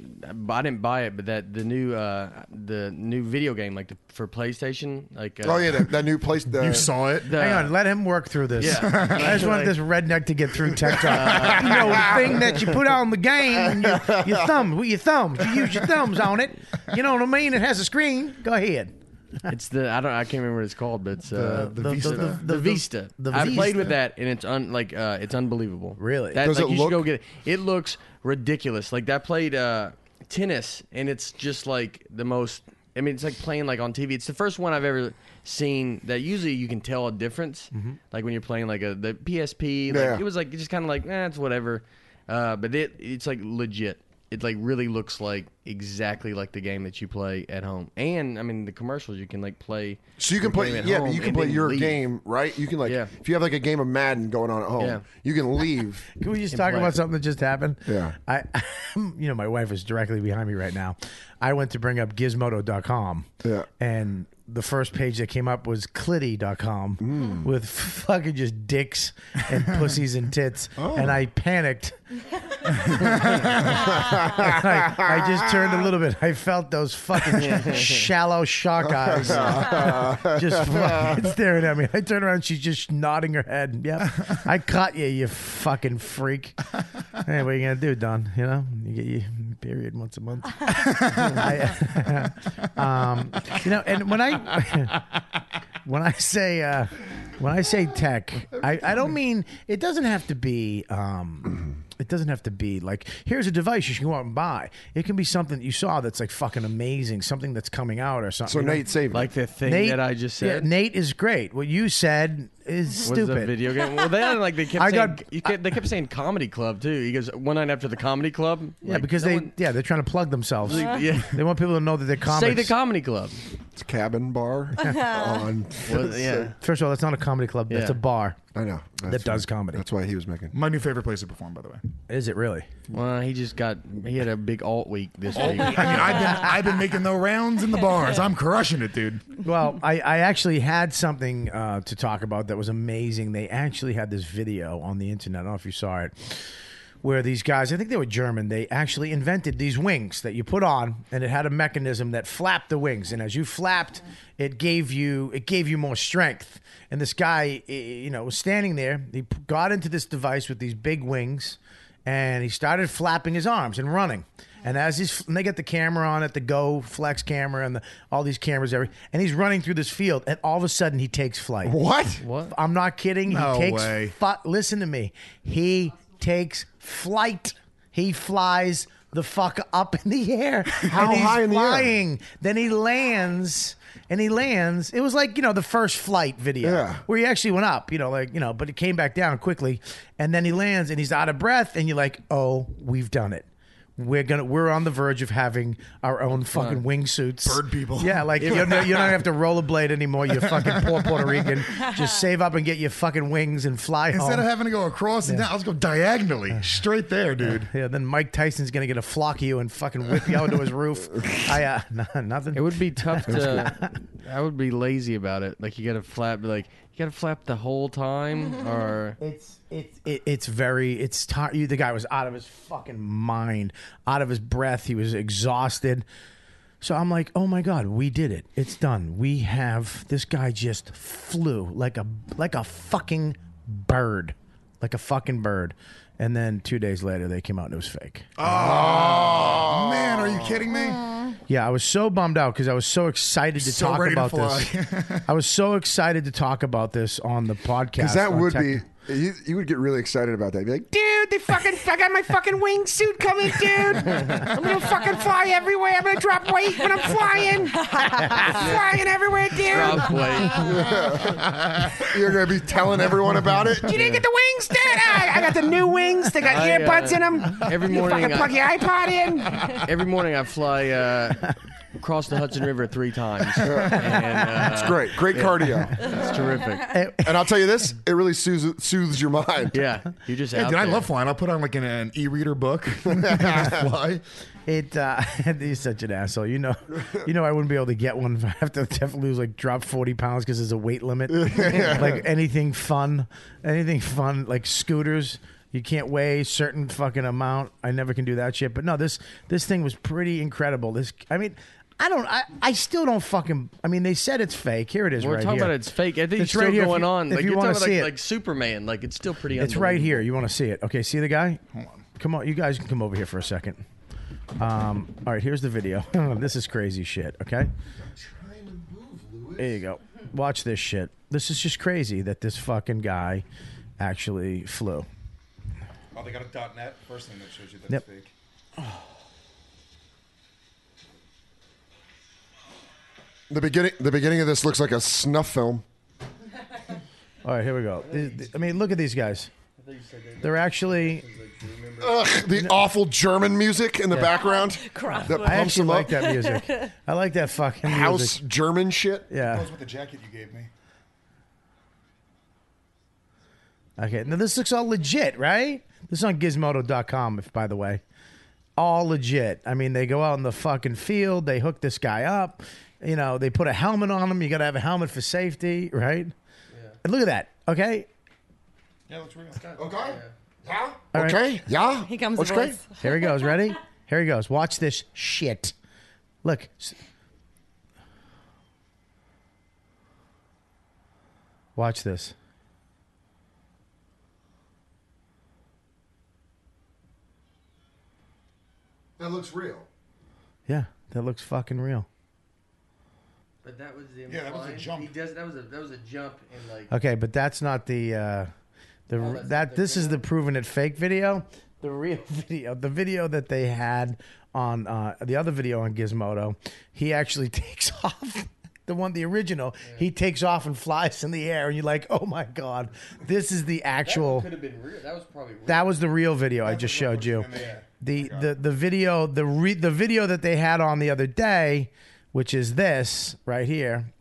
[SPEAKER 6] I didn't buy it, but that the new uh, the new video game like the, for PlayStation like. Uh,
[SPEAKER 5] Oh yeah, that, that new place. The,
[SPEAKER 8] you saw it.
[SPEAKER 6] The,
[SPEAKER 4] Hang on, let him work through this.
[SPEAKER 6] Yeah. Uh.
[SPEAKER 4] I just want this redneck to get through tech talk. you know, the thing that you put on the game, and your, your thumb, with your thumbs, you use your thumbs on it. You know what I mean? It has a screen. Go ahead.
[SPEAKER 6] It's the I don't I can't remember what it's called, but it's uh,
[SPEAKER 8] The- the Vista.
[SPEAKER 6] The,
[SPEAKER 4] the-
[SPEAKER 6] Vista.
[SPEAKER 4] the
[SPEAKER 6] I played
[SPEAKER 4] Vista.
[SPEAKER 6] with that, and it's un, like uh, it's unbelievable.
[SPEAKER 4] Really?
[SPEAKER 6] That,
[SPEAKER 5] Does
[SPEAKER 6] like,
[SPEAKER 5] it
[SPEAKER 6] you
[SPEAKER 5] look-
[SPEAKER 6] should go get it. It looks ridiculous. Like that played uh, tennis, and it's just like the most. I mean, it's like playing like on TV. It's the first one I've ever seen that usually you can tell a difference. Like when you're playing like a the PSP, like,
[SPEAKER 5] Mm-hmm. Yeah.
[SPEAKER 6] it was like just kind of like eh, it's whatever. Uh, but it it's like legit. It like really looks like exactly like the game that you play at home. And I mean the commercials you can like play.
[SPEAKER 5] So you can
[SPEAKER 6] your
[SPEAKER 5] play,
[SPEAKER 6] game at
[SPEAKER 5] yeah,
[SPEAKER 6] home
[SPEAKER 5] but you can
[SPEAKER 6] and
[SPEAKER 5] play
[SPEAKER 6] then
[SPEAKER 5] your
[SPEAKER 6] leave.
[SPEAKER 5] game, right? You can like,
[SPEAKER 6] Yeah.
[SPEAKER 5] if you have like a game of Madden going on at home,
[SPEAKER 6] Yeah.
[SPEAKER 5] you can leave.
[SPEAKER 4] Can we just talk
[SPEAKER 6] play.
[SPEAKER 4] about something that just happened?
[SPEAKER 5] Yeah.
[SPEAKER 4] I, you know, my wife is directly behind me right now. I went to bring up gizmodo.com.
[SPEAKER 5] Yeah.
[SPEAKER 4] And the first page that came up was clitty.com
[SPEAKER 5] Hmm.
[SPEAKER 4] with fucking just dicks and pussies and tits.
[SPEAKER 5] Oh.
[SPEAKER 4] And I panicked. I, I just turned a little bit. I felt those fucking shallow shock eyes just fucking staring at me. I turn around, she's just nodding her head. Yep, I caught you, you fucking freak. Hey, what are you gonna do, Don? You know, you get your period once a month. I- um, you know, and when I when I say uh, when I say tech, I, I don't mean it doesn't have to be. Um, it doesn't have to be like here's a device you should go out and buy. It can be something that you saw that's like fucking amazing, something that's coming out or something.
[SPEAKER 5] So
[SPEAKER 4] you know?
[SPEAKER 5] Nate saved
[SPEAKER 6] Like
[SPEAKER 5] like
[SPEAKER 6] the thing
[SPEAKER 4] Nate-
[SPEAKER 6] that I just
[SPEAKER 4] yeah,
[SPEAKER 6] said.
[SPEAKER 4] Nate is great. What you said is
[SPEAKER 6] was
[SPEAKER 4] stupid.
[SPEAKER 6] a video game. Well, they like they kept
[SPEAKER 4] I
[SPEAKER 6] saying,
[SPEAKER 4] got-
[SPEAKER 6] you kept, they kept saying comedy club too. He goes one night after the comedy club.
[SPEAKER 4] Yeah,
[SPEAKER 6] Like,
[SPEAKER 4] because
[SPEAKER 6] no
[SPEAKER 4] they
[SPEAKER 6] one-
[SPEAKER 4] yeah they're trying to plug themselves.
[SPEAKER 6] yeah.
[SPEAKER 4] They want people to know that they're comics.
[SPEAKER 6] say the comedy club.
[SPEAKER 5] it's cabin bar on.
[SPEAKER 6] Well, yeah.
[SPEAKER 4] First of all, that's not a comedy club. That's
[SPEAKER 6] Yeah.
[SPEAKER 4] a bar
[SPEAKER 5] I know
[SPEAKER 4] that does comedy.
[SPEAKER 5] That's why he was making.
[SPEAKER 8] My new favorite place to perform, by the way.
[SPEAKER 4] Is it really?
[SPEAKER 6] Well, he just got he had a big alt week this week.
[SPEAKER 8] I mean, I've been I've been making the rounds in the bars.
[SPEAKER 4] Oh.
[SPEAKER 8] I'm crushing it, dude.
[SPEAKER 4] Well, I, I actually had something uh, to talk about that was amazing. They actually had this video on the internet. I don't know if you saw it. Where these guys, I think they were German, they actually invented these wings that you put on, and it had a mechanism that flapped the wings, and as you flapped, it gave you it gave you more strength. And this guy, eh, you know, was standing there. He p- got into this device with these big wings, and he started flapping his arms and running. And as he's, and they get the camera on it, the Go Flex camera, and the, all these cameras, every, and he's running through this field, and all of a sudden he takes flight.
[SPEAKER 5] What?
[SPEAKER 6] What?
[SPEAKER 4] I'm not kidding.
[SPEAKER 8] No
[SPEAKER 4] he takes
[SPEAKER 8] way.
[SPEAKER 4] fu- listen to me. He takes flight. He flies the fuck up in the air.
[SPEAKER 5] How
[SPEAKER 4] and he's
[SPEAKER 5] high in the air?
[SPEAKER 4] flying. Then he lands. And he lands. It was like you know the first flight video
[SPEAKER 5] Yeah.
[SPEAKER 4] where he actually went up. You know, like you know, but it came back down quickly. And then he lands, and he's out of breath. And you're like, oh, we've done it. We're gonna. We're on the verge of having our own fucking wingsuits.
[SPEAKER 8] Bird people.
[SPEAKER 4] Yeah, like you don't, you don't have to rollerblade anymore. You fucking poor Puerto Rican. Just save up and get your fucking wings and fly
[SPEAKER 8] Instead
[SPEAKER 4] home.
[SPEAKER 8] of having to go across and down, I'll just go diagonally, straight there, dude.
[SPEAKER 4] yeah, then Mike Tyson's gonna get a flock of you and fucking whip you out to his roof. I uh, n- nothing.
[SPEAKER 6] It would be tough to. uh, I would be lazy about it. Like you got to flap, like you got to flap the whole time, or
[SPEAKER 4] It's it's it, it's very it's tar- you the guy was out of his fucking mind, out of his breath. He was exhausted. So I'm like, oh my god, we did it. It's done. We have this guy just flew like a like a fucking bird, like a fucking bird. And then two days later, they came out and it was fake.
[SPEAKER 8] Oh, man, are you kidding me?
[SPEAKER 4] Yeah, I was so bummed out because I was so excited to
[SPEAKER 8] So
[SPEAKER 4] talk
[SPEAKER 8] ready to
[SPEAKER 4] about this. I was so excited to talk about this on the podcast
[SPEAKER 5] Because that
[SPEAKER 4] on
[SPEAKER 5] would
[SPEAKER 4] Tech-
[SPEAKER 5] be, you, you would get really excited about that. You'd be like,
[SPEAKER 2] Dude, they fucking, I got my fucking wingsuit coming, dude. I'm gonna fucking fly everywhere. I'm gonna drop weight when I'm flying. flying everywhere, dude.
[SPEAKER 6] drop weight.
[SPEAKER 5] you're going to be telling everyone about it.
[SPEAKER 2] You didn't get the wings, dude. I, I got the new wings. They got
[SPEAKER 6] I, uh,
[SPEAKER 2] earbuds in 'em. in them.
[SPEAKER 6] every
[SPEAKER 2] you
[SPEAKER 6] morning
[SPEAKER 2] fucking
[SPEAKER 6] I-
[SPEAKER 2] plug your iPod in.
[SPEAKER 6] Every morning I fly uh, across the Hudson River three times. And, uh,
[SPEAKER 5] It's great. Great cardio.
[SPEAKER 6] it's terrific.
[SPEAKER 5] and I'll tell you this, it really soothes, soothes your mind.
[SPEAKER 6] Yeah, you just.
[SPEAKER 8] Yeah,
[SPEAKER 6] out
[SPEAKER 8] dude, I
[SPEAKER 6] there.
[SPEAKER 8] love flying. I'll put on like an, an e-reader book. and just fly.
[SPEAKER 4] It uh, he's such an asshole. You know, you know I wouldn't be able to get one. if I have to definitely lose like drop forty pounds because there's a weight limit. like anything fun, anything fun like scooters. You can't weigh certain fucking amount. I never can do that shit. But no, this this thing was pretty incredible. This I mean. I don't. I, I still don't fucking. I mean, they said it's fake. Here it is,
[SPEAKER 6] We're
[SPEAKER 4] right
[SPEAKER 6] talking
[SPEAKER 4] here.
[SPEAKER 6] about it's fake. I think
[SPEAKER 4] It's
[SPEAKER 6] it's, still
[SPEAKER 4] right here if
[SPEAKER 6] going
[SPEAKER 4] you-
[SPEAKER 6] on.
[SPEAKER 4] if
[SPEAKER 6] Like
[SPEAKER 4] you
[SPEAKER 6] you're
[SPEAKER 4] wanna
[SPEAKER 6] talking about
[SPEAKER 4] see
[SPEAKER 6] like,
[SPEAKER 4] it.
[SPEAKER 6] like Superman. Like it's still pretty.
[SPEAKER 4] It's right here. You want to see it? Okay, see the guy? Come on, you guys can come over here for a second. Um, all right, here's the video. this is crazy shit. Okay. There you go. Watch this shit. This is just crazy that this fucking guy actually flew.
[SPEAKER 13] Oh, they got a .net. First thing that shows you that
[SPEAKER 4] Yep.
[SPEAKER 13] it's fake.
[SPEAKER 5] The beginning, the beginning of this looks like a snuff film.
[SPEAKER 4] All right, here we go. Th- th- I mean, look at these guys. They're actually.
[SPEAKER 5] Ugh, the awful German music in the background.
[SPEAKER 7] Craft
[SPEAKER 5] That
[SPEAKER 7] work.
[SPEAKER 4] I
[SPEAKER 5] pumps
[SPEAKER 4] actually
[SPEAKER 5] them
[SPEAKER 4] like
[SPEAKER 5] up.
[SPEAKER 4] that music. I like that fucking music.
[SPEAKER 5] House German shit.
[SPEAKER 4] Yeah.
[SPEAKER 13] Goes with the jacket you gave me.
[SPEAKER 4] Okay. Now this looks all legit, right? This is on Gizmodo.com, if by the way, all legit. I mean, they go out in the fucking field. They hook this guy up. You know, they put a helmet on him. You got to have a helmet for safety, right? And look at that. Okay.
[SPEAKER 13] Yeah, it looks real.
[SPEAKER 5] Okay. Yeah.
[SPEAKER 4] right.
[SPEAKER 5] Okay. Yeah.
[SPEAKER 7] Here comes
[SPEAKER 5] Looks
[SPEAKER 7] the
[SPEAKER 5] great.
[SPEAKER 7] voice.
[SPEAKER 4] Here he goes. Ready? Here he goes. Watch this shit. Look. S- Watch this.
[SPEAKER 5] That looks real.
[SPEAKER 4] Yeah, that looks fucking real.
[SPEAKER 6] But that was the
[SPEAKER 13] Yeah, that was a implying- jump. he
[SPEAKER 6] does that was a that was a jump in like.
[SPEAKER 4] Okay, but that's not the uh, the
[SPEAKER 6] that's
[SPEAKER 4] that
[SPEAKER 6] not the
[SPEAKER 4] this is the proven it fake video. The real video, the video that they had on uh, the other video on Gizmodo, he actually takes off. The one, the original, he takes off and flies in the air, and you're like, "Oh my god, this is the actual."
[SPEAKER 6] Could have been real. That was probably real.
[SPEAKER 4] That was the real video I just showed you. The the the video the re, the video that they had on the other day, which is this right here,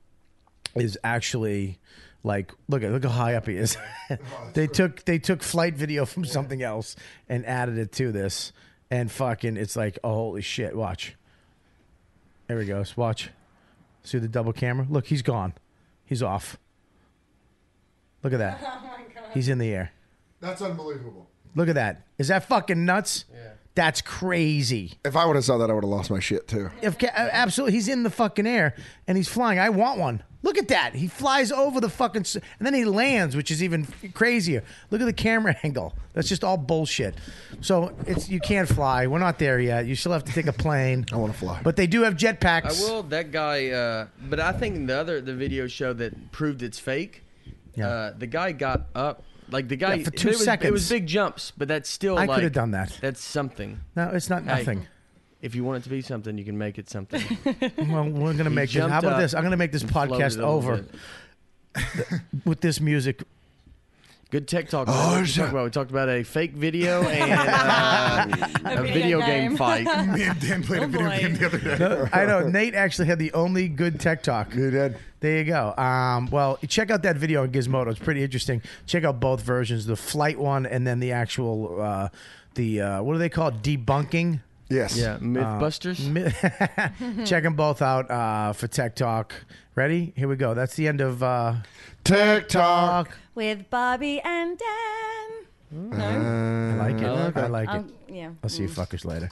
[SPEAKER 4] is actually like look at look how high up he is. they took they took flight video from something else and added it to this, and fucking it's like oh holy shit! Watch, there he goes. Watch, see the double camera. Look, he's gone. He's Oh off. Look at that. He's in the air.
[SPEAKER 5] That's unbelievable.
[SPEAKER 4] Look at that. Is that fucking nuts? That's crazy.
[SPEAKER 5] If I would have saw that, I would have lost my shit too.
[SPEAKER 4] If ca- uh, absolutely, he's in the fucking air and he's flying. I want one. Look at that. He flies over the fucking, s- and then he lands, which is even f- crazier. Look at the camera angle. That's just all bullshit. So it's you can't fly. We're not there yet. You still have to take a plane. I want to fly, but they do have jetpacks.
[SPEAKER 6] I will. That guy. Uh, but I think the other the video show that proved it's fake.
[SPEAKER 4] Yeah.
[SPEAKER 6] Uh, the guy got up. Like the guy
[SPEAKER 4] Yeah, for
[SPEAKER 6] but
[SPEAKER 4] two
[SPEAKER 6] it was, It
[SPEAKER 4] seconds.
[SPEAKER 6] was big jumps, but that's still.
[SPEAKER 4] I
[SPEAKER 6] like,
[SPEAKER 4] coulda done that.
[SPEAKER 6] That's something.
[SPEAKER 4] No, it's not
[SPEAKER 6] Hey,
[SPEAKER 4] nothing.
[SPEAKER 6] if you want it to be something, you can make it something.
[SPEAKER 4] Well, we're
[SPEAKER 6] He
[SPEAKER 4] gonna make this. How
[SPEAKER 6] jumped
[SPEAKER 4] about
[SPEAKER 6] up
[SPEAKER 4] this? I'm gonna make this
[SPEAKER 6] and floated
[SPEAKER 4] podcast
[SPEAKER 6] a little
[SPEAKER 4] over with this music.
[SPEAKER 6] Good tech talk. Oh, we, talked about, we talked about a fake video and uh, a, video game, fight.
[SPEAKER 8] Me and Dan played a video game the other day.
[SPEAKER 4] No, I know Nate actually had the only good tech talk. He did. There you go. Um, well, check out that video on Gizmodo. It's pretty interesting. Check out both versions: the flight one and then the actual uh, the uh, what do they call it? debunking? Uh,
[SPEAKER 5] Yes.
[SPEAKER 6] Yeah,
[SPEAKER 4] Um,
[SPEAKER 6] Mythbusters?
[SPEAKER 4] mi- check them both out uh, for tech talk. Ready? Here we go. That's the end of uh,
[SPEAKER 5] tech talk.
[SPEAKER 7] With Bobby and Dan. No.
[SPEAKER 4] I like it.
[SPEAKER 6] Oh,
[SPEAKER 7] Okay.
[SPEAKER 4] I like it.
[SPEAKER 7] Um, yeah.
[SPEAKER 4] I'll see you fuckers later.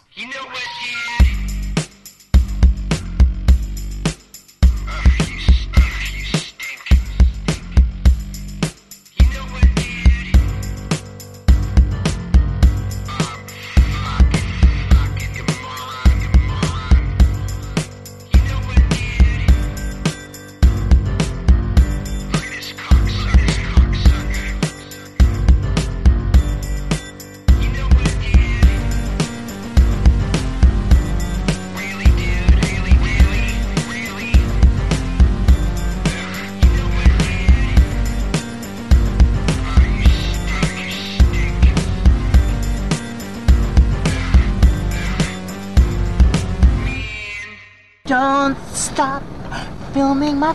[SPEAKER 3] Don't stop filming my